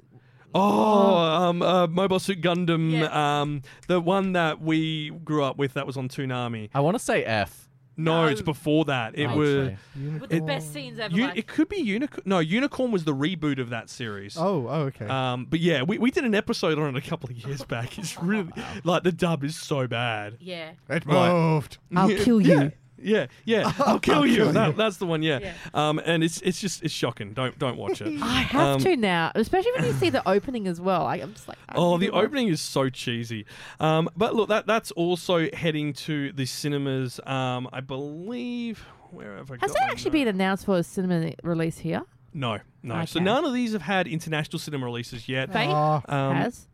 S2: Oh, um, uh, Mobile Suit Gundam,
S3: Yeah.
S2: um, the one that we grew up with that was on Toonami.
S4: I want to say F.
S2: No,
S3: No.
S2: it's before that. It
S4: Oh,
S2: was.
S4: sorry.
S3: With the best scenes ever.
S2: U-
S3: like-
S2: it could be Unicorn. No, Unicorn was the reboot of that series.
S5: Oh, oh,
S2: *laughs*
S5: okay.
S2: Um, but yeah, we, we did an episode on it a couple of years back. It's really like the dub is so bad.
S3: yeah.
S5: it
S2: right.
S5: moved.
S2: *laughs*
S3: I'll
S2: Yeah,
S3: kill
S2: yeah,
S3: you.
S2: Yeah, yeah. I'll kill you.
S5: kill
S2: That, that's the one. Yeah.
S3: Yeah.
S2: Um, and it's it's just it's shocking. Don't don't watch
S3: *laughs*
S2: it.
S3: I have
S2: Um,
S3: to now, especially when you see the opening as well. I, I'm just like, I
S2: Oh, the
S3: need to watch-
S2: opening is so cheesy. Um, but look, that that's also heading to the cinemas. Um, I believe. Where have I
S3: Has
S2: got
S3: that
S2: my
S3: actually
S2: notes?
S3: been announced for a cinema release here?
S2: No, no. So
S3: Okay.
S2: none of these have had international cinema releases yet.
S3: Fate
S5: Ah.
S2: Um,
S3: has.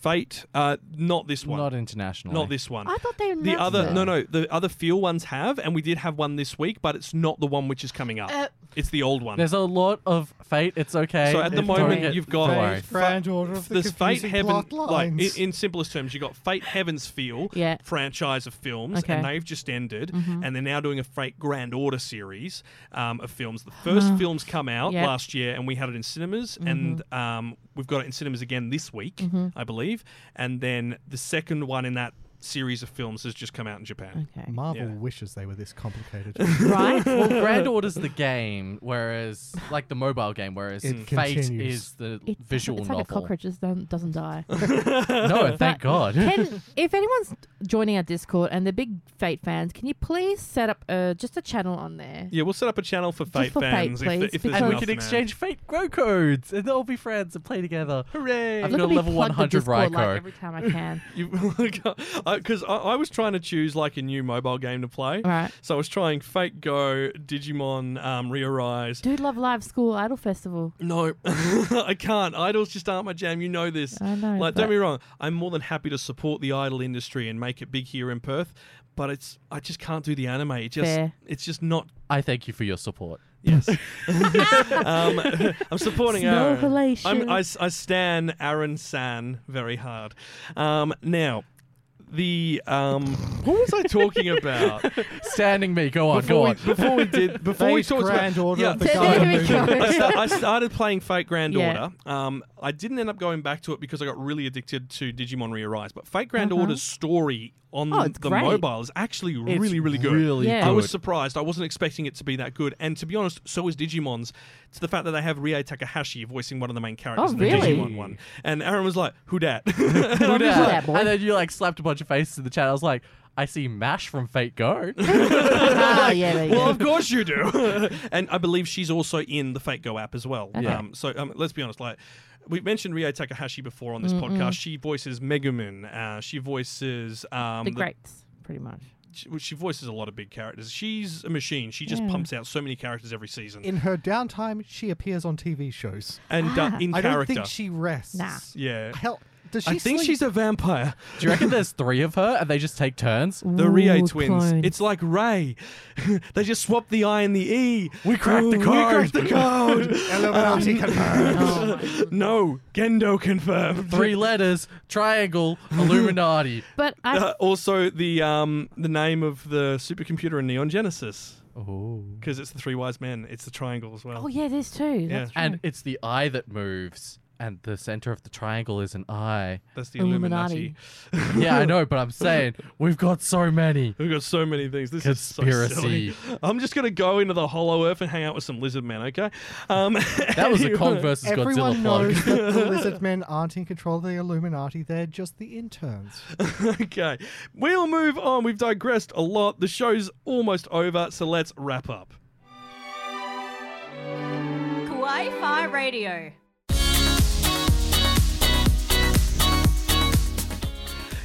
S2: Fate, uh, not this one.
S4: Not international.
S2: not this one.
S3: I thought they announced
S2: The other
S3: it.
S2: no no the other feel ones have and we did have one this week but it's not the one which is coming up.
S3: Uh,
S2: it's the old one.
S4: There's a lot of fate. It's okay.
S2: So at the
S4: It's-
S2: moment
S4: don't get-
S2: you've got
S4: don't worry.
S2: Fa-
S5: Grand Order of the
S2: there's Fate
S5: Confusing
S2: Heaven
S5: Plot
S2: like in,
S5: Lines.
S2: in simplest terms you got Fate Heaven's Feel
S3: Yeah.
S2: franchise of films
S3: Okay. Mm-hmm.
S2: and they've just ended and they're now doing a Fate Grand Order series um, of films. The first films come out
S3: Yeah. Mm-hmm.
S2: last year and we had it in cinemas and um, we've got it in cinemas again this week I believe and then the second one in that series of films has just come out in Japan.
S3: Okay.
S5: Marvel
S2: Yeah.
S5: wishes they were
S2: *laughs*
S5: this complicated.
S3: right.
S4: well, Grand Order's the game, whereas like the mobile game, whereas
S5: It
S4: Fate
S5: continues.
S4: is the
S3: It's,
S4: visual
S3: it's like
S4: novel.
S3: a cockroach just don't,
S2: *laughs*
S3: doesn't die.
S4: No,
S3: *laughs*
S4: thank God.
S3: Can, if anyone's joining our Discord and they're big Fate fans, can you please set up uh, just a channel on there?
S2: Yeah, we'll set up a channel for Fate
S3: for Fate,
S2: fans.
S3: please,
S2: if, if there's
S3: because-
S4: and we
S2: enough
S4: can
S2: demand.
S4: exchange Fate grow codes, and they'll be friends and play together.
S2: Hooray!
S4: I've
S3: Look
S4: got
S3: at
S4: a
S3: me
S4: level
S3: plug the
S4: 100
S3: Discord, like,
S4: Raikou.
S3: every time I
S4: *laughs*
S3: can.
S2: *laughs* Because I, I was trying to choose like a new mobile game to play.
S3: Right.
S2: So I was trying Fate Go, Digimon, um, Rearise.
S3: Dude Love Live School
S2: *laughs*
S3: Idol Festival.
S2: No, I can't. Idols just aren't my jam. You know this.
S3: I know,
S2: Like, don't
S3: but-
S2: be wrong. I'm more than happy to support the idol industry and make it big here in Perth. But it's I just can't do the anime. It just
S3: Fair.
S2: it's just not.
S4: I thank you for your support.
S2: Yes. um, *laughs* I'm supporting
S3: Smell
S2: Aaron.
S3: relation.
S2: I'm, I, s- I stan Aaron San very hard. Um, now, the um, what was I talking about?
S4: *laughs* Standing me, go on,
S2: before,
S4: go
S2: we,
S4: on.
S2: before we
S5: *laughs*
S2: did before we
S5: Fate
S2: talked
S5: Grand
S2: about
S5: Order
S2: yeah,
S5: of the
S3: There
S5: Gundam
S3: we
S5: movie.
S3: go.
S2: I, sta- I started playing Fate Grand
S3: Yeah.
S2: Order. Um, I didn't end up going back to it because I got really addicted to Digimon Rearise. But Fate Grand Order's story on
S3: Uh-huh. Oh,
S2: the
S3: it's great.
S2: mobile is actually really, really good.
S4: Really
S3: Yeah.
S2: I
S4: good.
S2: was surprised. I wasn't expecting it to be that good. And to be honest, so is Digimon's. To the fact that they have Rie Takahashi voicing one of the main characters
S3: Oh,
S2: in
S3: really?
S2: the Digimon one. And Aaron was like, who dat? And I'm just
S3: Yeah.
S2: like,
S3: that, boy.
S4: And then you like slapped a bunch of faces in the chat. I was like, I see Mash from Fate *laughs* Go.
S3: Ah,
S2: well, um, of course you do. *laughs* and I believe she's also in the Fake Go app as well.
S4: Okay.
S2: Um, so um, let's be honest, like. We mentioned Rie Takahashi before on this
S3: Mm,
S2: podcast.
S3: mm.
S2: She voices Megumin. Uh, she voices um,
S3: the greats, pretty much.
S2: She, well, she voices a lot of big characters. She's a machine. She just
S5: Yeah.
S2: pumps out so many characters every season.
S5: In her downtime, she appears on TV shows
S2: And, uh, Ah. in
S5: I don't
S2: character.
S5: think she rests.
S3: Nah.
S2: yeah.
S5: Hell, does she
S2: I think
S5: sleep?
S2: she's a vampire.
S4: Do you reckon there's three of her and they just take turns?
S2: The Rie twins. It's like Ray. *laughs* they just swap the I and the E. We
S4: cracked the
S2: We
S4: code.
S2: cracked the code.
S5: Illuminati
S2: Um, *laughs*
S5: confirmed.
S2: no, Gendo confirmed.
S4: Three letters, *laughs* triangle, Illuminati.
S3: But I
S2: Uh, also, the um, the name of the supercomputer in Neon Genesis.
S4: Oh.
S2: Because it's the three wise men. It's the triangle as well.
S3: Oh yeah, there's two. That's right.
S4: And it's the eye that moves, and the center of the triangle is an *laughs* eye.
S2: That's the
S3: Illuminati.
S2: Illuminati.
S4: yeah, I know, but I'm saying we've got so many.
S2: We've got so many things. This is so silly.
S4: Conspiracy.
S2: *laughs* I'm just gonna go into the Hollow Earth and hang out with some lizard men, okay? Um, *laughs*
S4: That was a Kong versus
S5: Everyone
S4: Godzilla *laughs*
S5: knows
S4: plug.
S5: that the lizard men aren't in control of the Illuminati. They're just the interns.
S2: okay, we'll move on. We've digressed a lot. The show's almost over, so let's wrap up.
S8: Uh.
S9: Kawaii Fi Radio.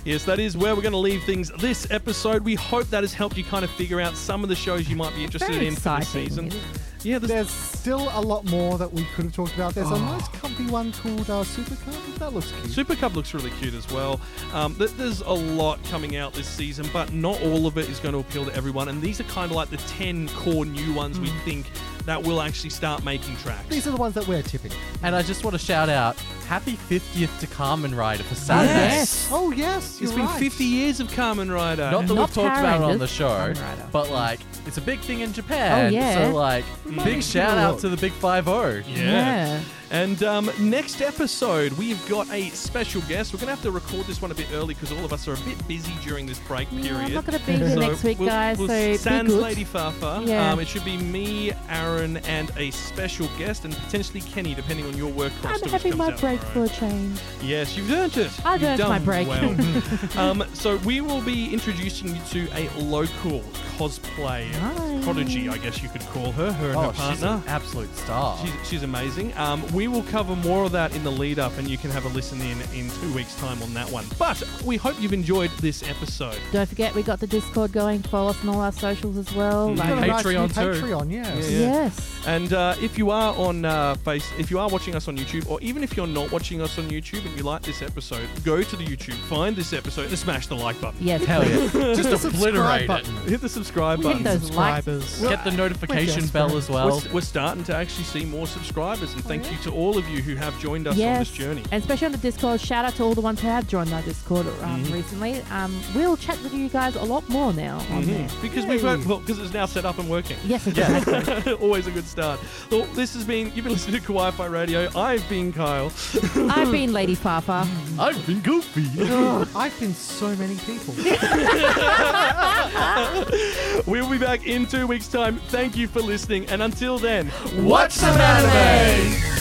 S2: Yes, that is where we're going to leave things this episode. We hope that has helped you kind of figure out some of the shows you might be interested
S3: Very
S2: in for
S3: exciting,
S2: this season.
S3: isn't
S2: Yeah, there's,
S5: There's still a lot more that we could have talked about.
S2: Oh.
S5: There's a nice comfy one called uh, Supercar. That looks cute.
S2: Super Cub looks really cute as well. Um, th- there's a lot coming out this season, but not all of it is going to appeal to everyone. And these are kind of like the 10 core new ones we think that will actually start making tracks.
S5: These are the ones that we're tipping.
S4: And I just want to shout out happy 50th to Carmen Rider for Saturday.
S2: Yes.
S5: Oh yes,
S2: It's
S5: you're
S2: been
S5: right.
S2: 50 years of Carmen Rider.
S4: Not that
S3: Not
S4: we've talked about it
S3: Power
S4: on the
S3: Rangers,
S4: show,
S3: Kamen Rider.
S4: but like it's a big thing in Japan.
S3: Oh, yeah.
S4: So like, big shout out to the Big Five O.
S2: Yeah. And um, next episode, we've got a special guest. We're going to have to record this one a bit early because all of us are a bit busy during this break
S3: Yeah,
S2: period.
S3: I'm not going to be here next week,
S2: we'll,
S3: guys.
S2: We'll
S3: so
S2: sans
S3: be good.
S2: Lady Fafa.
S3: Yeah.
S2: Um, it should be me, Aaron, and a special guest, and potentially Kenny, depending on your work.
S3: I'm
S2: roster, which
S3: having
S2: comes
S3: my
S2: out
S3: break
S2: tomorrow.
S3: for a change.
S2: Yes, you've earned it.
S3: I've
S2: You've
S3: earned my
S2: done
S3: break. *laughs*
S2: well. um, so we will be introducing you to a local cosplay
S3: Nice.
S2: prodigy, I guess you could call her. Her and
S4: Oh,
S2: her
S4: she's
S2: partner.
S4: an absolute star.
S2: She's, she's amazing. Um, we will cover more of that in the lead up, and you can have a listen in in two weeks' time on that one. But we hope you've enjoyed this episode.
S3: Don't forget, we got the Discord going. Follow us on all our socials as well.
S2: Mm.
S5: We've got
S3: Like,
S5: a nice new
S4: Patreon too.
S5: Patreon, yes.
S2: Yeah.
S3: Yes.
S2: And uh, if you are on uh, face, if you are watching us on YouTube, or even if you're not watching us on YouTube and you like this episode, go to the YouTube, find this episode, and smash the like button.
S3: *laughs* Yes.
S4: Hell yeah.
S5: Hit the
S4: just
S5: *laughs* subscribe
S4: obliterate it.
S5: button.
S2: Hit the subscribe
S3: We
S2: button.
S3: hit those likes.
S5: Subscribers.
S4: Get the notification
S5: Yes,
S4: bell
S5: bro.
S4: as
S2: We're,
S4: well.
S2: we're starting to actually see more subscribers,
S3: Oh,
S2: and thank you to all of you who have joined us on this journey.
S3: And especially on the Discord, shout out to all the ones who have joined our Discord um,
S2: Mm-hmm.
S3: recently. Um, we'll chat with you guys a lot more now on
S2: Mm-hmm.
S3: there.
S2: Because we've got, well, because it's now set up and working.
S3: Yes,
S2: *laughs*
S3: exactly.
S2: Always a good start. Well, this has been you've been listening to Kawaii Fi Radio. I've been Kyle. *laughs*
S3: I've been Lady Fafa.
S4: I've been goofy.
S5: I've been so many
S3: *laughs*
S5: people.
S2: we'll be back in two weeks' time. Thank you for listening, and until then,
S4: Watch some anime!